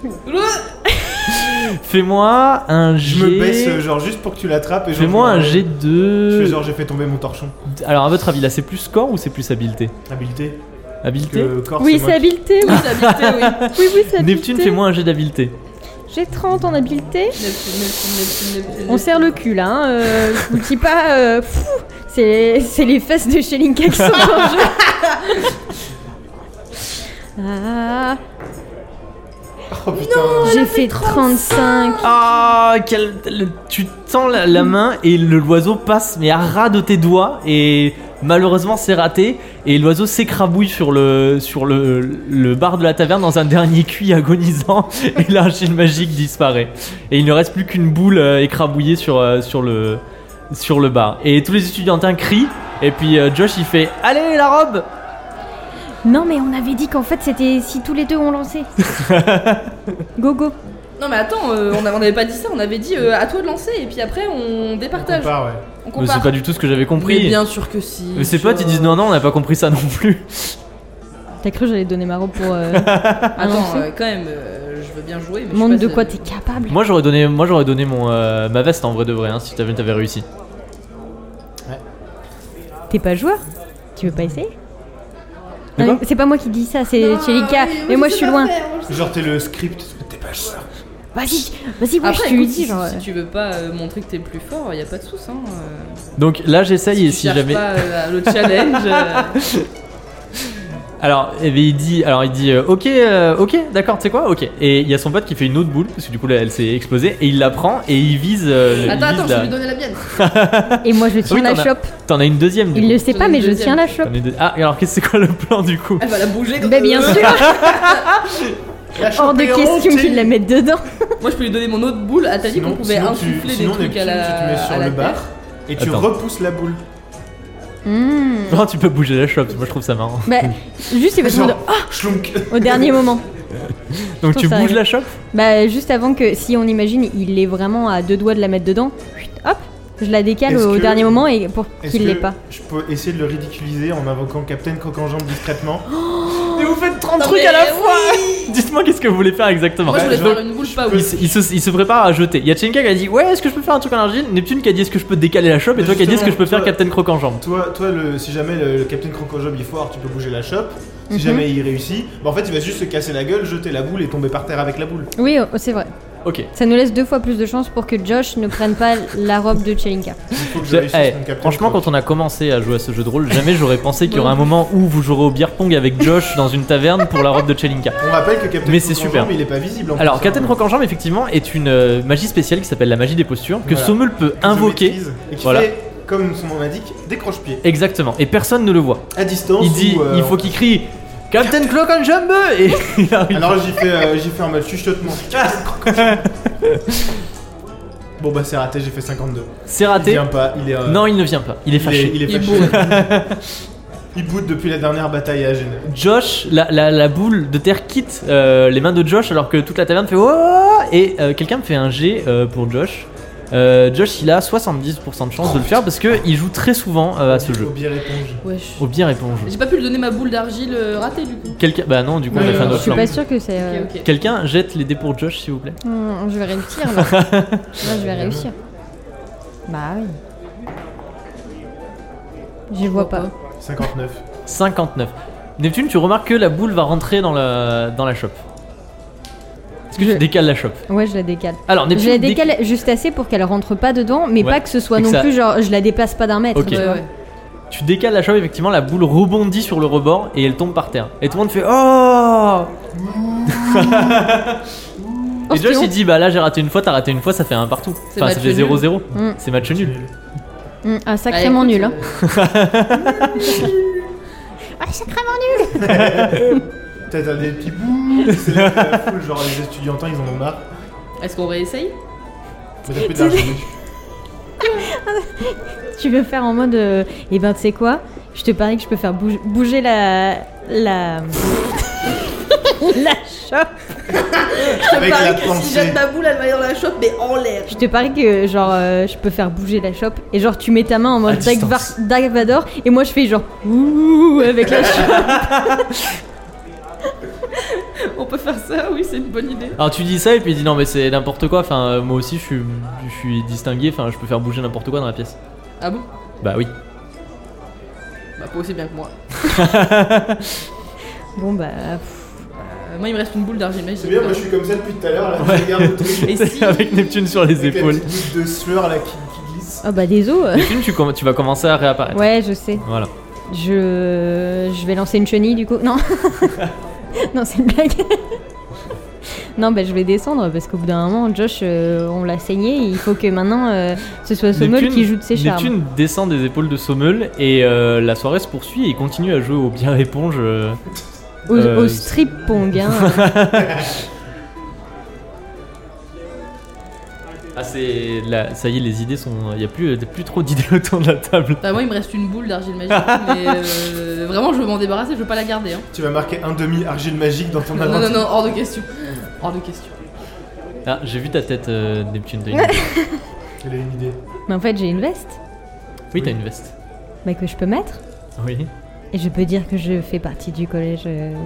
D: Fais-moi un jet.
A: Je me baisse, euh, genre, juste pour que tu l'attrapes. et genre,
D: Fais-moi
A: je me
D: un
A: relève.
D: jet
A: Je
D: de.
A: fais genre, j'ai fait tomber mon torchon.
D: Alors, à votre avis, là, c'est plus score ou c'est plus habileté
A: Habilité.
D: Habileté
A: Que corps,
B: Oui,
A: c'est
B: c'est
A: moi qui-
B: habileté. Oui,
C: Oui, c'est habilité, oui. Neptune,
B: oui, oui, c'est habileté.
D: Neptune, fais-moi un jet d'habileté.
B: J'ai 30 en habileté.
C: Neptune, Neptune, Neptune, Neptune.
B: On serre le cul là, hein. euh, je vous le dis pas. euh, pfff, c'est c'est les fesses de Shelinka qui sont en jeu. Ah,
A: Oh putain.
B: J'ai fait 35.
D: Ah, quel- le- tu tends la, la main et le- l'oiseau passe, mais à ras de tes doigts. Et malheureusement, c'est raté. Et l'oiseau s'écrabouille sur, le, sur le, le bar de la taverne dans un dernier cuit agonisant. Et l'argile magique disparaît. Et il ne reste plus qu'une boule euh, écrabouillée sur, euh, sur, le, sur le bar. Et tous les étudiantins crient. Et puis euh, Josh, il fait Allez, la robe
B: Non, mais on avait dit qu'en fait c'était si tous les deux on lançait. go go.
C: Non, mais attends, euh, on a- on n'avait pas dit ça, on avait dit euh, à toi de lancer et puis après on départage.
A: Part, ouais.
C: On
D: Mais
C: compare.
D: c'est pas du tout ce que j'avais
C: Mais
D: compris.
C: bien sûr que si.
D: Mais ses potes, ils disent Non, non, on n'a pas compris ça non plus.
B: T'as cru que j'allais te donner ma robe pour. euh, un
C: Attends,
B: lancer
C: euh, quand même, euh, je veux bien jouer. Mais je
B: Montre
C: sais
B: de
C: pas
B: quoi
C: si-
B: t'es capable.
D: Moi j'aurais donné, moi j'aurais donné mon euh, ma veste en vrai de vrai hein, si t'avais t'avais réussi.
B: T'es pas joueur Tu veux pas essayer
D: De
B: Non,
D: quoi
B: mais C'est pas moi qui dis ça, c'est Chelika. mais moi je suis loin.
A: Genre, t'es le script. T'es pas joueur.
B: Vas-y, vas-y, ouais,
C: Après,
B: je te
C: écoute,
B: le dis.
C: si,
B: genre,
C: si
B: euh,
C: tu veux pas euh, montrer que t'es plus fort, y a pas de soucis. Hein, euh.
D: Donc là j'essaye et
C: tu
D: si
C: cherches
D: jamais.
C: pas euh, le challenge. euh,
D: Alors eh bien, il dit, alors il dit euh, ok euh, ok d'accord tu sais quoi ok et il y a son pote qui fait une autre boule parce que du coup là, elle s'est explosée et il la prend et il vise. euh, il
C: Attends,
D: vise
C: attends, je
D: la-
C: vais lui donner la mienne.
B: Et moi je tiens
D: Ah Oui,
B: la
D: t'en as-
B: chope.
D: T'en as une deuxième. Du
B: Il
D: coup.
B: le sait
C: J'en
B: pas,
C: ai
B: mais
C: une
B: je
C: deuxième.
B: tiens la chope.
D: T'en as une deux- Ah et alors qu'est-ce c'est quoi le plan du coup
C: Elle va la bouger. euh.
B: Bah bien sûr Hors de question qu'il la mette dedans
C: Moi, je peux lui donner mon autre boule. À ta vie,
A: Sinon,
C: qu'on pouvait
A: sinon tu-
C: insuffler
A: sinon,
C: des trucs
A: Neptune,
C: à la.
A: tu te mets sur
C: à la
A: le bar
C: tête.
A: et tu
D: Attends.
A: repousses la boule.
B: Hmm.
D: Non tu peux bouger la chope moi je trouve ça marrant.
B: Bah, juste il va se
A: Genre,
B: demander
C: Ah
A: schlunk.
B: au dernier moment.
D: Donc tu
B: trouve ça
D: bouges
B: rigolo.
D: la chope
B: Bah, juste avant que, si on imagine, il est vraiment à deux doigts de la mettre dedans, chut, hop, Je la décale
A: Est-ce
B: au
A: que-
B: dernier moment et pour
A: Est-ce
B: qu'il
A: que
B: l'ait pas.
A: Je peux essayer de le ridiculiser en invoquant Captain Croc-en-Jambe discrètement.
C: Mais vous faites 30
B: trucs à la
C: fois
D: Dites-moi qu'est-ce que vous voulez faire exactement.
C: Moi je voulais
A: je-
C: faire une boule pas
D: il, se, il se- il se prépare à jeter. Il y a Chenka qui a dit Ouais, est-ce que je peux faire un truc en argile Neptune qui a dit Est-ce que je peux décaler la chope Et
A: Mais
D: toi qui a dit Est-ce que je peux
A: justement,
D: faire Captain Croc en jambe
A: Toi, toi le, si jamais le, le Captain Croc-en-Jambe il est fort, tu peux bouger la chope. Si
B: Mhm.
A: jamais il réussit, bah en fait il va juste se casser la gueule, jeter la boule et tomber par terre avec la boule.
B: Oui, oh, c'est vrai.
D: Ok.
B: Ça nous laisse deux fois plus de chances pour que Josh ne prenne pas la robe de Chelinka.
A: Il faut que je
D: Je-
A: réussisse
D: eh,
A: mon Captain
D: franchement,
A: Croc.
D: quand on a commencé à jouer à ce jeu de rôle, jamais j'aurais pensé qu'il y aurait un moment où vous jouerez au beer pong avec Josh dans une taverne pour la robe de Chelinka.
A: On rappelle que Captain
D: Mais c'est
A: Croc-en-Jambe,
D: super.
A: il est pas visible en
D: Alors,
A: plus,
D: Captain
A: hein.
D: Croc en jambe, effectivement, est une euh, magie spéciale qui s'appelle la magie des postures que
A: Voilà.
D: Sommel peut
A: qui se
D: invoquer.
A: maîtrise Et qui
D: Voilà.
A: fait, comme son nom l'indique, décroche-pied.
D: Exactement. Et personne ne le voit.
A: À distance.
D: Il dit
A: ou, euh,
D: Il faut qu'il crie Captain Croc en jambe Et il arrive.
A: Alors j'y fais, euh, j'y fais un mode chuchotement. Ah, bon bah c'est raté, j'ai fait 52.
D: C'est
A: Il
D: raté.
A: vient pas, il est. euh,
D: Non, il ne vient pas. Il est
A: il est,
D: fâché.
A: il est
C: Il
A: fâché. Il boot depuis la dernière bataille à Genève.
D: Josh, la, la- la boule de terre quitte euh, les mains de Josh alors que toute la taverne fait oh et euh, quelqu'un me fait un G euh, pour Josh. Euh, Josh, il a 70% de chance de le faire parce que il joue très souvent euh, à ce jeu.
A: Au bière éponge.
C: Wesh.
D: Au bien éponge.
C: J'ai pas pu lui donner ma boule d'argile euh, ratée du coup.
D: Quelqu'un, bah non, du coup on a
A: Ouais,
D: fait un
B: Je
D: autre
B: suis
D: plan.
B: pas sûre que c'est. euh,
C: Ok, ok.
D: Quelqu'un jette les dés pour Josh, s'il vous plaît.
B: hum, je vais réussir là. Là, je vais réussir. Bah oui. Je vois pas.
A: 59.
D: 59. Neptune, tu remarques que la boule va rentrer dans la dans la chope. Est-ce que
B: Je-
D: tu décales la chope
B: Ouais, je la décale.
D: Alors Neptune,
B: Je la
D: déc-
B: décale juste assez pour qu'elle rentre pas dedans, mais
D: Ouais.
B: pas que ce soit
D: Et que
B: non
D: ça-
B: plus genre je la déplace pas d'un mètre.
D: Ok.
B: tu
C: Ouais,
B: vois.
C: ouais.
D: Tu décales la chope, effectivement, la boule rebondit sur le rebord et elle tombe par terre. Et tout le monde fait Oh
B: Oh,
D: Et Josh
B: c'était
D: il dit Bah là j'ai raté une fois, t'as raté une fois, ça fait un partout.
C: C'est
D: Enfin,
C: match
D: ça fait
C: nul.
D: 0-0.
B: Mm.
D: C'est match nul.
B: honte. Hum, ah,
C: Bah,
B: sacrément
C: écoute,
B: nul. Hein.
C: euh,
B: Ah, sacrément
A: Peut-être des petits bouts. C'est là que la foule, genre les étudiantins ils en ont marre.
C: Est-ce qu'on réessaye
A: Mais t'as plus d'argent.
B: nul Tu veux faire en mode. et eh ben, tu sais quoi Je te parie que je peux faire bouge- bouger la. La. la chope.
A: Avec la
C: Si
A: pensée.
C: jette ma boule, elle va aller dans la chope, mais en l'air.
B: Je te parie que, genre, euh, je peux faire bouger la chope. Et genre, tu mets ta main en
D: À
B: mode Dark
D: distance.
B: Var- Dark Vador. Et moi, je fais genre. Ouh, avec la chope.
C: On peut faire ça, oui, c'est une bonne idée.
D: Alors tu dis ça et puis il dit Non mais c'est n'importe quoi, enfin euh, moi aussi je suis, je suis distingué, enfin je peux faire bouger n'importe quoi dans la pièce.
C: Ah bon
D: Bah oui.
C: Bah, pas aussi bien que moi.
B: Bon, bah. pff,
C: Euh, moi, il me reste une boule d'argile magique.
A: C'est bien, moi je suis comme ça depuis tout à l'heure. Là,
D: Ouais.
A: je regarde le truc.
C: Et si-
D: Avec Neptune sur les
A: Avec la
D: épaules.
A: petite goutte de sueur là qui, qui glisse.
B: Oh, bah, des os. euh.
D: Neptune, tu, comm- tu vas commencer à réapparaître.
B: Ouais, je sais.
D: Voilà.
B: Je... je vais lancer une chenille du coup. Non Non, c'est une blague. non, bah je vais descendre parce qu'au bout d'un moment, Josh, euh, on l'a saigné. Il faut que maintenant euh, ce soit Sommel
D: Neptune-
B: qui joue de ses charmes.
D: Neptune descend des épaules de Sommel et euh, la soirée se poursuit et il continue à jouer au bien éponge. euh,
B: Au,
D: euh,
B: au strip pong, hein.
D: Ah c'est là, ça y est, les idées sont, il y a plus, y a plus trop d'idées autour de la table.
C: Bah, moi, il me reste une boule d'argile magique, mais euh, vraiment, je veux m'en débarrasser, je veux pas la garder. Hein.
A: Tu vas marquer un demi argile magique dans ton
C: Non, non,
A: inventaire.
C: non, non, hors de question. Hors de question.
D: Ah, j'ai vu ta tête, euh, Neptune. T'as une... veste.
A: Quelle est une idée
B: Mais en fait, j'ai une veste
D: Oui, t'as une veste.
B: bah, que je peux mettre.
D: Oui.
B: Et je peux dire que je fais partie du collège euh, des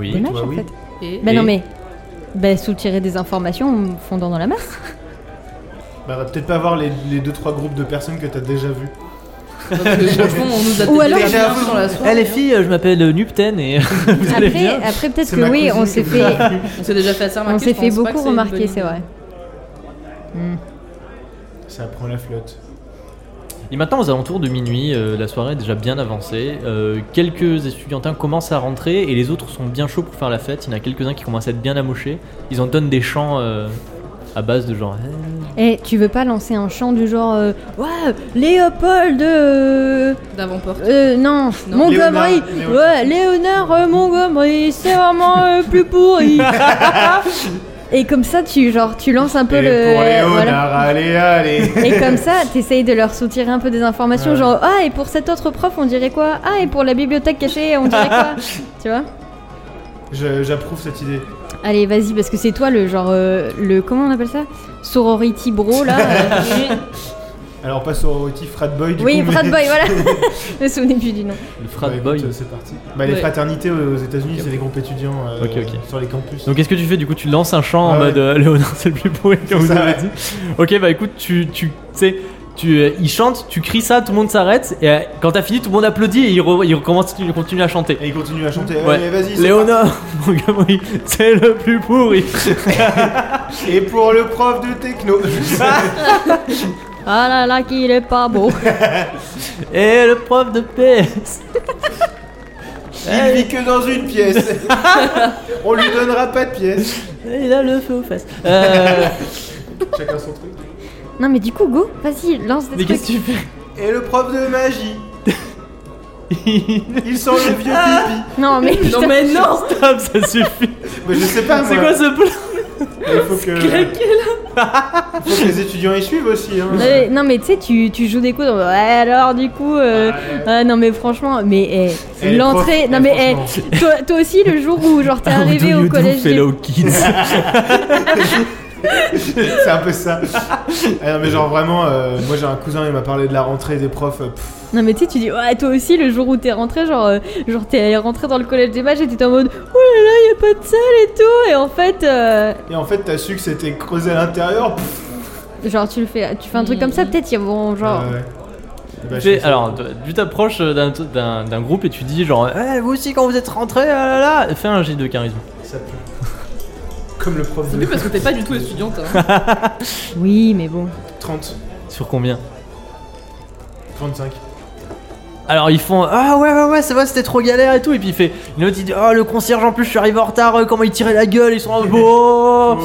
D: Oui.
A: Dommage.
B: mages
A: bah
B: en
A: oui.
B: fait.
C: Et
B: Bah
D: Et-
B: non, mais. Bah, soutirer des informations en fondant dans la masse.
A: Bah, va peut-être pas voir les, les deux trois groupes de personnes que t'as déjà vu.
C: parce que, franchement, on nous a
B: Ou
C: déjà
B: alors-
C: fait un peu dans la
D: Eh
C: soirée.
D: les
C: hein.
D: filles, euh, je m'appelle euh, Nupten et vous allez
B: Après,
D: bien.
B: après peut-être
A: C'est
B: que
A: ma
B: oui,
A: cousine
B: on
A: que
B: s'est
A: vous
B: fait.
A: avez vue.
C: On s'est déjà fait assez remarquer.
B: On s'est
C: je
B: fait
C: pense pas que
B: beaucoup
C: c'est une bonne
B: remarquer,
C: idée.
B: c'est vrai. Hmm.
A: Ça prend la flotte.
D: Et maintenant, aux alentours de minuit, euh, la soirée est déjà bien avancée. Euh, quelques étudiantins commencent à rentrer et les autres sont bien chauds pour faire la fête. Il y en a quelques-uns qui commencent à être bien amochés. Ils en donnent des chants euh, à base de genre. eh.
B: Eh, tu veux pas lancer un chant du genre euh, Ouais, Léopold euh,
C: D'avant-porte.
B: euh, non,
C: Non.
B: Montgomery
A: Léonard,
B: Ouais, Léonard euh, Montgomery, c'est vraiment euh, plus pourri Et comme ça, tu, genre, tu lances un peu
A: Et
B: le.
A: pour Léonard,
B: voilà.
A: allez, allez
B: Et comme ça, t'essayes de leur soutirer un peu des informations,
A: Ouais.
B: genre Ah, et pour cet autre prof, on dirait quoi Ah, et pour la bibliothèque cachée, on dirait quoi Tu vois
A: Je- J'approuve cette idée.
B: Allez, vas-y, parce que c'est toi le genre. euh, le. Comment on appelle ça Sorority bro, là euh.
A: Alors, pas sorority, frat boy du
B: oui,
A: coup. mais-
B: Brad Boy, voilà. je me souvenais plus du nom.
D: Le frat
A: Bah, écoute,
D: boy.
A: euh, C'est parti. Bah, les
C: Ouais.
A: fraternités aux États-Unis,
D: Ok.
A: c'est les groupes étudiants euh,
D: Ok, ok.
A: sur les campus.
D: Donc qu'est-ce que tu fais Du coup, tu lances un chant en
A: Ah ouais.
D: mode euh, Léonard c'est le plus beau, comme vous
A: ça,
D: avez
A: ouais.
D: dit. Ok, bah écoute, tu, tu tu sais, tu, euh, il chante, tu cries ça, tout le monde s'arrête, et euh, quand t'as fini, tout le monde applaudit et il, re- il recommence, il continue à chanter.
A: Et ils continuent à chanter.
D: Ouais.
A: Allez, vas-y, c'est
D: Léonard, mon gamin, c'est le plus pourri.
A: parti. Et pour le prof de techno.
B: Ah là là, qu'il est pas beau.
D: Et le prof de PS.
A: Il vit que dans une pièce. On lui donnera pas de pièce.
D: Il a le feu aux fesses. Euh,
A: Chacun son truc.
B: non, mais du coup, go, vas-y, lance des
D: mais
B: trucs.
D: qu'est-ce que tu fais
A: Et le prof de magie. Il sent le vieux pipi.
B: Non, mais.
C: Non, mais non
D: Stop, ça suffit.
A: Mais je sais pas.
D: C'est
A: moi.
D: quoi ce plan
A: Il faut que,
C: Greg, elle-
A: faut que les étudiants y suivent aussi. Hein.
B: Non, mais- non, mais tu sais, tu tu joues des coups. donc, Ouais, alors du coup. euh, ah, non, mais franchement, mais eh,
A: Eh, les
B: l'entrée.
A: profs,
B: Non,
A: eh,
B: mais eh,
A: franchement.
B: toi, toi aussi, le jour où genre t'es arrivé au collège. des-
D: Hello Kids.
B: eh.
A: c'est un peu ça. Ah non, mais genre vraiment, euh, moi j'ai un cousin, il m'a parlé de la rentrée des profs. euh, pff,
B: Non, mais tu sais, tu dis, ouais, toi aussi, le jour où t'es rentré, genre, euh, genre t'es rentré dans le collège des mages et t'étais en mode, oh là là, y a pas de salle et tout. Et en fait, euh,
A: et en fait, t'as su que c'était creusé à l'intérieur. pff,
B: genre, tu le fais, tu fais un truc comme ça, peut-être, y a bon, genre.
A: euh, ouais. Et bah, je
D: Tu sais,
A: fais ça.
D: alors, tu t'approches d'un, d'un- d'un groupe et tu dis genre, Eh, vous aussi quand vous êtes rentrés, ah là là, fais un jet de charisme.
A: Ça pue. Comme le prof
C: C'est
A: de
C: plus parce que t'es pas du tout étudiante. hein.
B: Oui, mais bon.
A: 30,
D: Sur combien
A: 35.
D: Alors ils font ah ouais ouais ouais c'est vrai c'était trop galère et tout et puis il fait une autre il dit oh le concierge en plus je suis arrivé en retard euh, comment il tirait la gueule ils sont en beau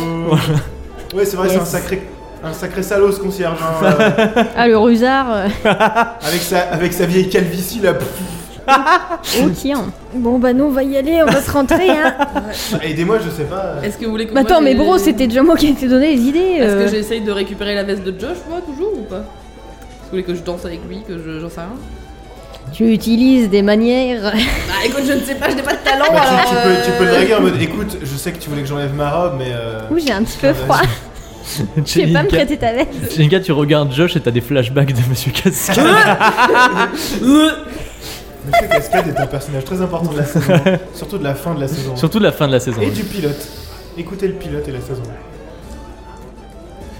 A: Ouais, c'est vrai, c'est un
B: Oh. Yes.
A: sacré, un sacré salaud ce concierge. hein, euh,
B: Ah, le rusard, euh,
A: avec, sa, avec sa vieille calvitie là. pff.
B: ok. hein. Bon, bah, nous, on va y aller, on va se rentrer, hein.
A: Aidez-moi, je sais pas.
C: Est-ce que vous voulez que
B: Bah,
C: moi,
B: attends, mais
C: j'ai-
B: bro, c'était déjà moi qui t'ai donné les idées.
C: Est-ce que
B: euh.
C: j'essaye de récupérer la veste de Josh, moi, toujours ou pas Est-ce que vous voulez que je danse avec lui, que je- j'en sais rien
B: Tu utilises des manières.
C: Bah écoute, je ne sais pas, je n'ai pas de talent
A: Bah, tu,
C: alors.
A: tu peux,
C: euh,
A: tu peux le draguer en mode écoute, je sais que tu voulais que j'enlève ma robe, mais. euh,
B: Ouh, j'ai un petit peu
D: Ah,
B: froid. Tu vais pas me prêter ta veste.
D: Jenga tu regardes Josh et t'as des flashbacks de Monsieur Casque.
A: Monsieur Cascade est un personnage très important de la saison, surtout de la fin de la saison.
D: Surtout la fin de la saison.
A: Et du pilote. Écoutez le pilote et la saison.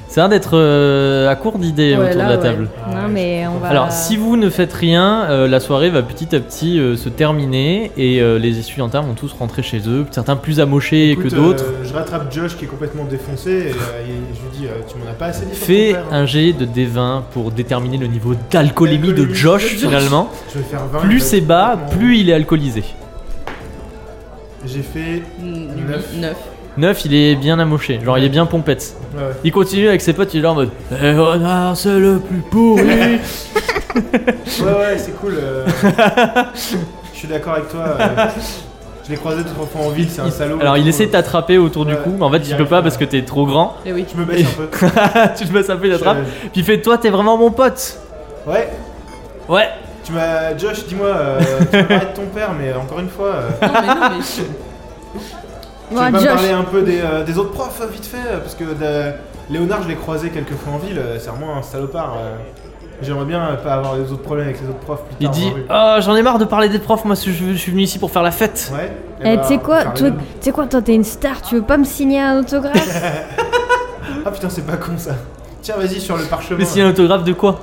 D: C'est rare d'être euh, à court d'idées
C: Ouais,
D: autour
C: là, ouais.
D: de la
C: Bah,
D: table.
B: Non, mais on va.
D: Alors, si vous ne faites rien, euh, la soirée va petit à petit euh, se terminer et euh, les étudiantins vont tous rentrer chez eux, certains plus amochés
A: Écoute,
D: que d'autres.
A: euh, je rattrape Josh qui est complètement défoncé et, euh, et je lui dis euh, tu m'en as pas assez dit. sur ton
D: Fais
A: père, hein.
D: un jet de D20 pour déterminer le niveau d'alcoolémie de
A: D'alcoolémie
D: Josh,
A: de Josh.
D: finalement.
A: Je vais faire 20.
D: Plus
A: je vais
D: c'est bas,
A: complètement-
D: plus il est alcoolisé.
A: J'ai fait.
C: Mm,
A: Neuf.
C: neuf.
D: 9, il est bien amoché, genre il est bien pompette.
A: Ouais, ouais.
D: Il continue avec ses potes, il est là en mode Léonard, c'est le plus pourri
A: Ouais, ouais, c'est cool. euh, je suis d'accord avec toi. euh, Je l'ai croisé deux trois fois en ville, c'est un salaud.
D: Alors il
A: Du
D: essaie de
A: coup, euh,
D: t'attraper autour du
A: Ouais,
D: cou, mais en fait
A: il y
D: il peut
A: arrive
D: pas
A: pas.
D: parce que t'es trop grand.
C: Eh oui.
A: Je me baisse un peu.
D: tu te passes un peu, il attrape. Puis il fait Toi, t'es vraiment mon pote
A: Ouais,
D: Ouais
A: tu m'as. Josh, dis-moi, euh, tu m'as parlé de ton père, mais euh, encore une fois. euh,
C: Non, mais non, mais.
A: Tu
B: Bon,
A: veux pas me
B: Josh.
A: parler un peu des, euh, des autres profs euh, vite fait euh, Parce que euh, Léonard, je l'ai croisé quelques fois en ville, euh, c'est vraiment un salopard. euh. J'aimerais bien euh, pas avoir des autres problèmes avec les autres profs plus
D: Il
A: tard.
D: dit
A: dans la
D: Oh, j'en ai marre de parler des profs, moi je je suis venu ici pour faire la fête
A: rue. Ouais.
B: Eh,
A: bah,
B: tu sais quoi,
A: on va
B: toi,
A: faire les deux.
B: tu sais quoi, toi, t'es une star, tu veux pas me signer un autographe
A: Ah putain, c'est pas con ça. Tiens, vas-y sur le parchemin.
D: Mais c'est un autographe de quoi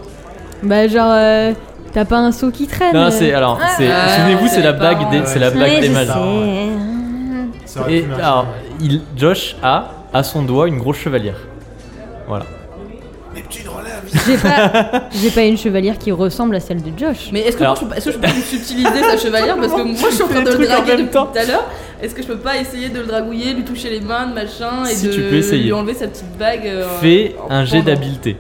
B: Bah, genre, euh, t'as pas un seau qui traîne
D: Non,
B: euh.
D: c'est alors, c'est
C: Ah,
D: souvenez-vous, c'est la
C: c'est
D: bague
C: pas-
D: des, c'est la
A: Ouais,
D: bague
B: Ouais,
D: des
B: je
D: mages.
B: sais.
A: Ça aurait
D: Et
A: pu marcher,
D: alors,
A: ouais.
D: il, Josh a à son doigt une grosse chevalière. Voilà.
B: J'ai pas, j'ai pas une chevalière qui ressemble à celle de Josh.
C: Mais est-ce que, moi,
D: Alors-
C: je peux pas- est-ce que je peux pas lui subtiliser sa chevalière Parce que moi je suis en
D: Tu fais
C: train de le
D: les trucs en
C: draguer
D: même
C: depuis
D: temps.
C: tout à l'heure. Est-ce que je peux pas essayer de le dragouiller, lui toucher les mains, de machin, et
D: Si,
C: de
D: tu peux essayer.
C: lui enlever sa petite bague euh,
D: Fais
C: en
D: un jet
C: pendant.
D: d'habileté.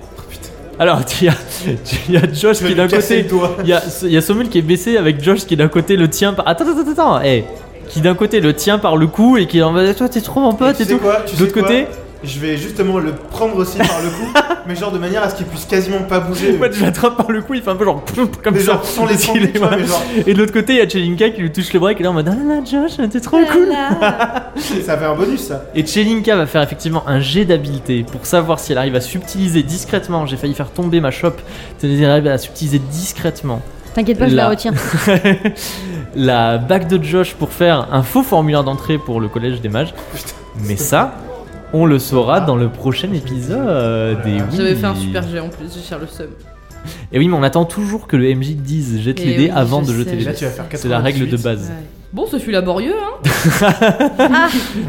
D: Alors, tu- il y, a- tu- il y a Josh
A: Oh, Tu vas
D: qui
A: lui
D: d'un
A: casser
D: côté.
A: le doigt.
D: Il y a, il y a Sommel qui est baissé avec Josh qui d'un côté le tient par. Attends, attends, eh, attends, attends, hey, Qui d'un côté le tient par le cou et qui est en mode Toi, t'es trop mon
A: Et
D: pote
A: tu
D: et,
A: sais
D: tout.
A: quoi, tu sais
D: D'autre
A: quoi
D: côté,
A: je vais justement le prendre aussi par le cou, mais genre de manière à ce qu'il puisse quasiment pas bouger.
D: Moi, je l'attrape par le cou, il fait un peu genre pomp, comme
A: mais
D: ça.
A: genre sans les
D: parce qu'il
A: sangles,
D: est-
A: tu vois,
D: ouais.
A: mais genre,
D: Et de l'autre côté, il y a Chelinka qui lui touche le bras et qui est là en mode Ah là là, Josh, t'es trop cool.
A: ça fait un bonus ça.
D: Et Chelinka va faire effectivement un jet d'habileté pour savoir si elle arrive à subtiliser discrètement. J'ai failli faire tomber ma chope. Elle arrive à subtiliser discrètement
B: T'inquiète pas, je
D: Là.
B: la retiens.
D: la bague de Josh pour faire un faux formulaire d'entrée pour le collège des mages. Mais ça, on le saura dans le prochain épisode. Et oui.
C: Ah, J'avais fait un super jet en plus, j'ai cher le seum.
D: Et oui, mais on attend toujours que le MJ dise jette
C: Eh
D: les dés
C: oui,
D: avant
C: je
D: de jeter
C: sais.
D: les
A: Et là
D: dés.
A: tu vas faire 98.
D: C'est la règle de base.
C: Bon, ce fut laborieux, hein.
A: On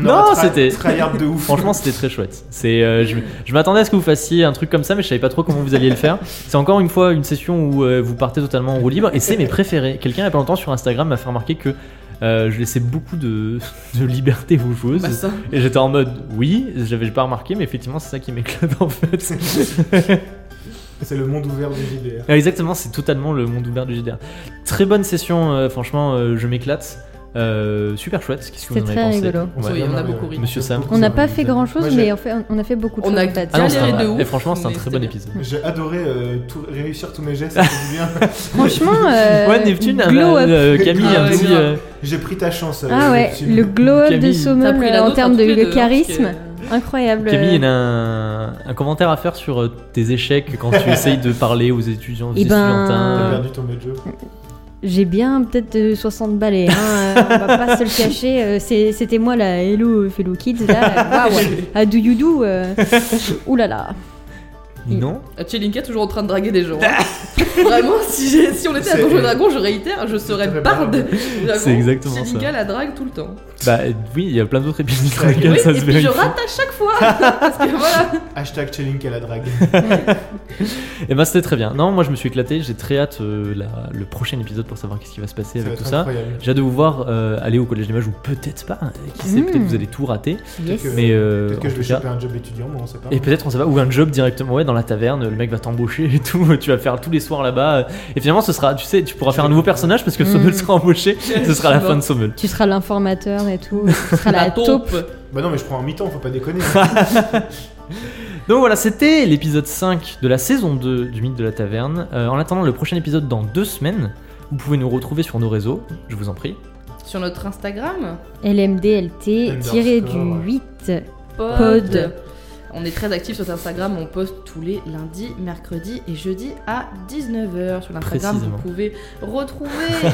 A: aura
D: Non,
A: tra-
D: c'était-
A: tryhard de ouf.
D: Franchement, c'était très chouette. C'est, euh, je je m'attendais à ce que vous fassiez un truc comme ça, mais je savais pas trop comment vous alliez le faire. C'est encore une fois une session où euh, vous partez totalement en roue libre, et c'est mes préférés. Quelqu'un il y a pas longtemps sur Instagram m'a fait remarquer que euh, je laissais beaucoup de, de liberté aux joueuses.
C: Bah ça.
D: Et j'étais en mode oui, j'avais pas remarqué, mais effectivement c'est ça qui m'éclate en fait.
A: c'est le monde ouvert du JDR.
D: Ah, Exactement, c'est totalement le monde ouvert du JDR. Très bonne session, euh, franchement, euh, je m'éclate. Euh, super chouette, qu'est-ce que vous en
B: C'est
D: avez
B: très
D: pensé
B: rigolo.
D: Ouais.
C: Oui, on a
A: Non,
C: beaucoup
A: mais-
C: ri.
D: Monsieur Sam.
B: On n'a pas
D: Ça,
B: fait
D: ça-
B: grand chose,
A: Moi, j'ai-
B: mais on, fait, on a fait beaucoup de
C: On
B: choses.
C: a
B: en fait.
D: Ah non,
C: galéré
D: c'était un-
C: de ouf,
D: Et franchement, c'est un
C: mais
D: très
C: c'était
D: bon
C: bien.
D: épisode.
A: J'ai adoré euh, tout- réussir tous mes gestes, ça fait du bien.
B: Franchement, euh,
D: ouais, Neptune,
B: glow
D: euh,
B: up.
D: euh, Camille,
C: Ah
D: un
C: ouais,
D: petit.
C: grave.
D: euh,
A: J'ai pris ta chance. euh,
B: Ah ouais,
A: Neptune.
B: le glow up de
D: Camille.
B: Sommel
C: pris la
B: euh, en
C: nôtre,
B: termes
C: hein,
B: de
C: tous les
B: de
C: deux,
B: charisme.
C: parce que-
B: Incroyable. Euh,
D: Camille, il a un, un commentaire à faire sur euh, tes échecs quand tu essayes de parler aux étudiants, aux
B: Eh ben,
A: T'as
D: étudiantins.
A: perdu ton badge.
B: J'ai bien peut-être euh, 60 balais, hein, euh, on va pas se le cacher. euh, c'est- C'était moi la Hello euh, Fellow Kids,
C: Ah
B: là, waouh, à Do You Do. euh, Ouh là là.
D: Non
C: Ah, Tchelinka toujours en train de draguer des gens. hein.
D: Ah.
C: Vraiment, si, j'ai- si on était à
A: C'est-
C: Donjon Dragon, je réitère, je serais
A: C'est
C: barde. Vraiment,
D: exactement ça.
C: Tchelinka la drague tout le temps.
D: Bah euh, oui, il y a plein d'autres épisodes dans
A: Oui,
D: lesquels
C: oui,
D: ça
C: et
D: se
C: puis je
D: vérifie.
C: rate à chaque fois. parce que voilà.
A: Hashtag chilling à la drague.
D: Et ben c'était très bien. Non, moi je me suis éclaté, j'ai très hâte euh, la- le prochain épisode pour savoir qu'est-ce qui va se
A: Ça
D: passer
A: va
D: avec
A: être
D: tout ça.
A: incroyable.
D: J'ai hâte de vous voir euh, aller au collège des mages ou peut-être pas, euh, qui sait,
B: Mm.
D: peut-être vous allez tout rater.
B: Yes.
A: que-
D: Mais euh,
A: Peut-être que
D: en
A: je vais
D: tout cas-
A: choper un job étudiant, mais on sait pas.
D: Et peut-être on sait pas, ou un job directement, ouais, dans la taverne, le mec va t'embaucher et tout, tu vas faire tous les soirs là-bas. Et finalement, ce sera, tu sais, tu pourras faire un nouveau personnage parce que
B: Mm.
D: Sommel sera embauché, ce sera la fin de Sommel.
B: Tu seras l'informateur et tout. Tu seras la,
C: La
B: taupe.
C: taupe.
A: Bah non, mais je prends un mi-temps, faut pas déconner. hein.
D: Donc voilà, c'était l'épisode 5 de la saison 2 du mythe de la taverne. Euh, en attendant le prochain épisode dans deux semaines, vous pouvez nous retrouver sur nos réseaux, je vous en prie.
C: Sur notre Instagram,
A: Underscore.
B: LMDLT-8.
C: pod.
B: Pod.
C: On est très actifs sur Instagram, on poste tous les lundis, mercredis et jeudis à 19h. Sur l'Instagram,
D: Précisément.
C: vous pouvez retrouver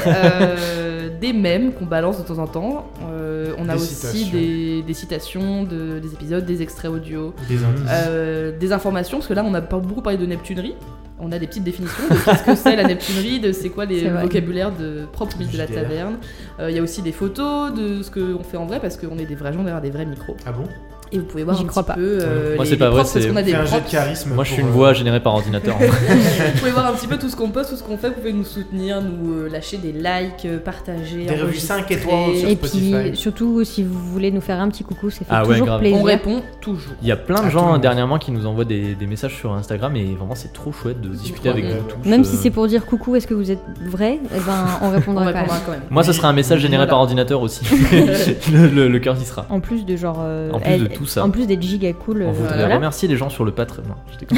C: euh, des mèmes qu'on balance de temps en temps. Euh, on a
A: Des
C: aussi
A: citations.
C: des, des citations, de- des épisodes, des extraits audio,
A: Des indices.
C: euh, des informations, parce que là, on a pas beaucoup parlé de Neptunerie. On a des petites définitions de qu'est-ce que c'est la Neptunerie, de c'est quoi les
B: C'est vrai.
C: vocabulaires de propre mythe de la
A: JDR.
C: taverne. Euh, Il y a aussi des photos de ce qu'on fait en vrai, parce qu'on est des vrais gens derrière des vrais micros.
A: Ah bon
C: Et vous pouvez voir
B: J'y
C: un
B: crois
C: petit
B: pas.
C: peu euh,
D: Moi,
C: les,
D: c'est pas
C: les
D: vrai,
C: props, parce
D: c'est-
C: qu'on a des
A: Fais un jet de
C: props.
A: charisme.
D: Moi, je suis
A: pour,
D: une
A: euh,
D: voix générée par ordinateur.
C: Vous pouvez voir un petit peu tout ce qu'on poste, tout ce qu'on fait. Vous pouvez nous soutenir, nous euh, lâcher des likes, euh, partager,
A: Des revues
C: enregistrer.
A: cinq étoiles sur-
B: Et puis,
A: Spotify.
B: surtout, si vous voulez nous faire un petit coucou, c'est fait
D: Ah ouais,
B: toujours
D: grave.
B: plaisir.
C: On répond toujours.
D: Il y a plein de
A: À tout le
D: gens
A: monde.
D: dernièrement qui nous envoient des, des messages sur Instagram et vraiment c'est trop chouette de discuter avec vous tous.
B: Même
D: euh.
B: si c'est pour dire coucou, est-ce que vous êtes vrai Eh ben, on
C: On
B: répondra quand
C: répondra
B: même.
C: quand même.
D: Moi, ce sera un message généré
C: Voilà.
D: par ordinateur aussi. le, le- le cœur y sera.
B: En plus de genre. euh,
D: En plus de tout ça.
B: En plus d'être giga cool.
D: On
B: euh,
D: voudrait
B: voilà.
D: remercier les gens sur le Patreon. Non, je déconne.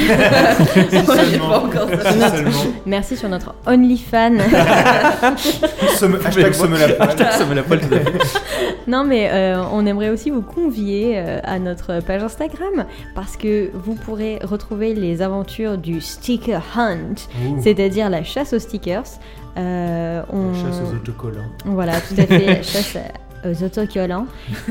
C: Seulement. Pas encore ça.
A: Si seulement.
B: Merci sur notre OnlyFan.
A: Se me- Hashtag se me la poêle.
D: Ça me la poêle tout à fait.
B: Non, mais euh, on aimerait aussi vous convier euh, à notre page Instagram parce que vous pourrez retrouver les aventures du sticker hunt,
A: Ouh.
B: c'est-à-dire la chasse aux stickers. Euh, on...
A: Chasse aux autocollants.
B: Voilà, tout à fait, la chasse à- aux autocollants.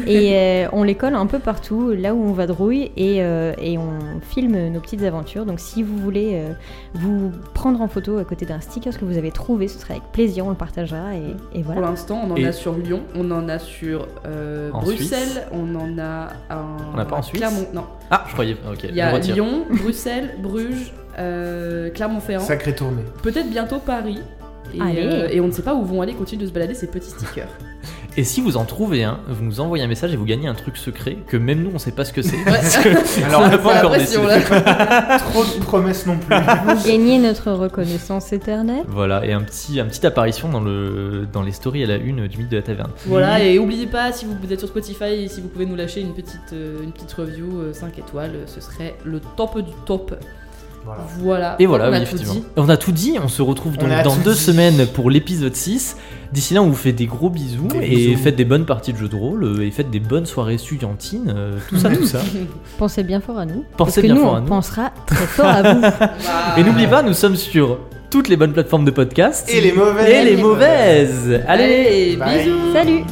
B: Et euh, on les colle un peu partout, là où on va vadrouille, et, euh, et on filme nos petites aventures. Donc si vous voulez euh, vous prendre en photo à côté d'un sticker que vous avez trouvé, ce sera avec plaisir, on le partagera, et, et
C: Pour
B: voilà.
C: l'instant, on en
D: Et-
C: a sur Lyon, on en a sur euh,
D: En
C: Bruxelles,
D: Suisse.
C: on en a un.
D: On n'a pas en Suisse
C: Clermont, non.
D: Ah, je croyais. Ok,
C: Il y
D: je me
C: a
D: retire.
C: Lyon, Bruxelles, Bruges, euh, Clermont-Ferrand,
A: Sacrée tournée.
C: peut-être bientôt Paris. Et,
B: Allez.
C: euh, et on ne sait pas où vont aller continuer de se balader ces petits stickers.
D: Et si vous en trouvez un, vous nous envoyez un message et vous gagnez un truc secret que même nous on sait pas ce que c'est.
C: Ouais.
D: Parce que
A: Alors,
D: on n'a
A: c'est
D: pas
C: la
D: encore
C: pression,
D: décidé.
C: là.
A: Trop de promesses non plus.
B: Vous gagnez notre reconnaissance éternelle.
D: Voilà, et un petit, un petit apparition dans, le, dans les stories à la une du mythe de la taverne.
C: Voilà, et oubliez pas, si vous êtes sur Spotify, si vous pouvez nous lâcher une petite, euh, une petite review 5 étoiles, euh, ce serait le top du top.
A: Voilà.
C: Voilà.
D: Et voilà,
C: on a
D: oui,
C: tout
D: effectivement.
C: dit.
D: On a tout dit, on se retrouve
A: On
D: donc
A: a
D: dans
A: tout
D: deux
A: dit.
D: semaines pour l'épisode 6. D'ici là, on vous fait des gros bisous
A: Des
D: et
A: bisous.
D: faites des bonnes parties de jeux de rôle euh, et faites des bonnes soirées studentines, euh, tout ça, tout ça.
B: Pensez bien fort à nous. parce
D: Pensez
B: que
D: bien
B: nous,
D: fort
B: on
D: à nous.
B: pensera très fort à vous.
C: Bah,
D: Et n'oubliez pas, nous sommes sur toutes les bonnes plateformes de podcast
A: Et les mauvaises.
D: et les mauvaises. Allez
C: Allez,
A: Bye.
C: bisous
B: Salut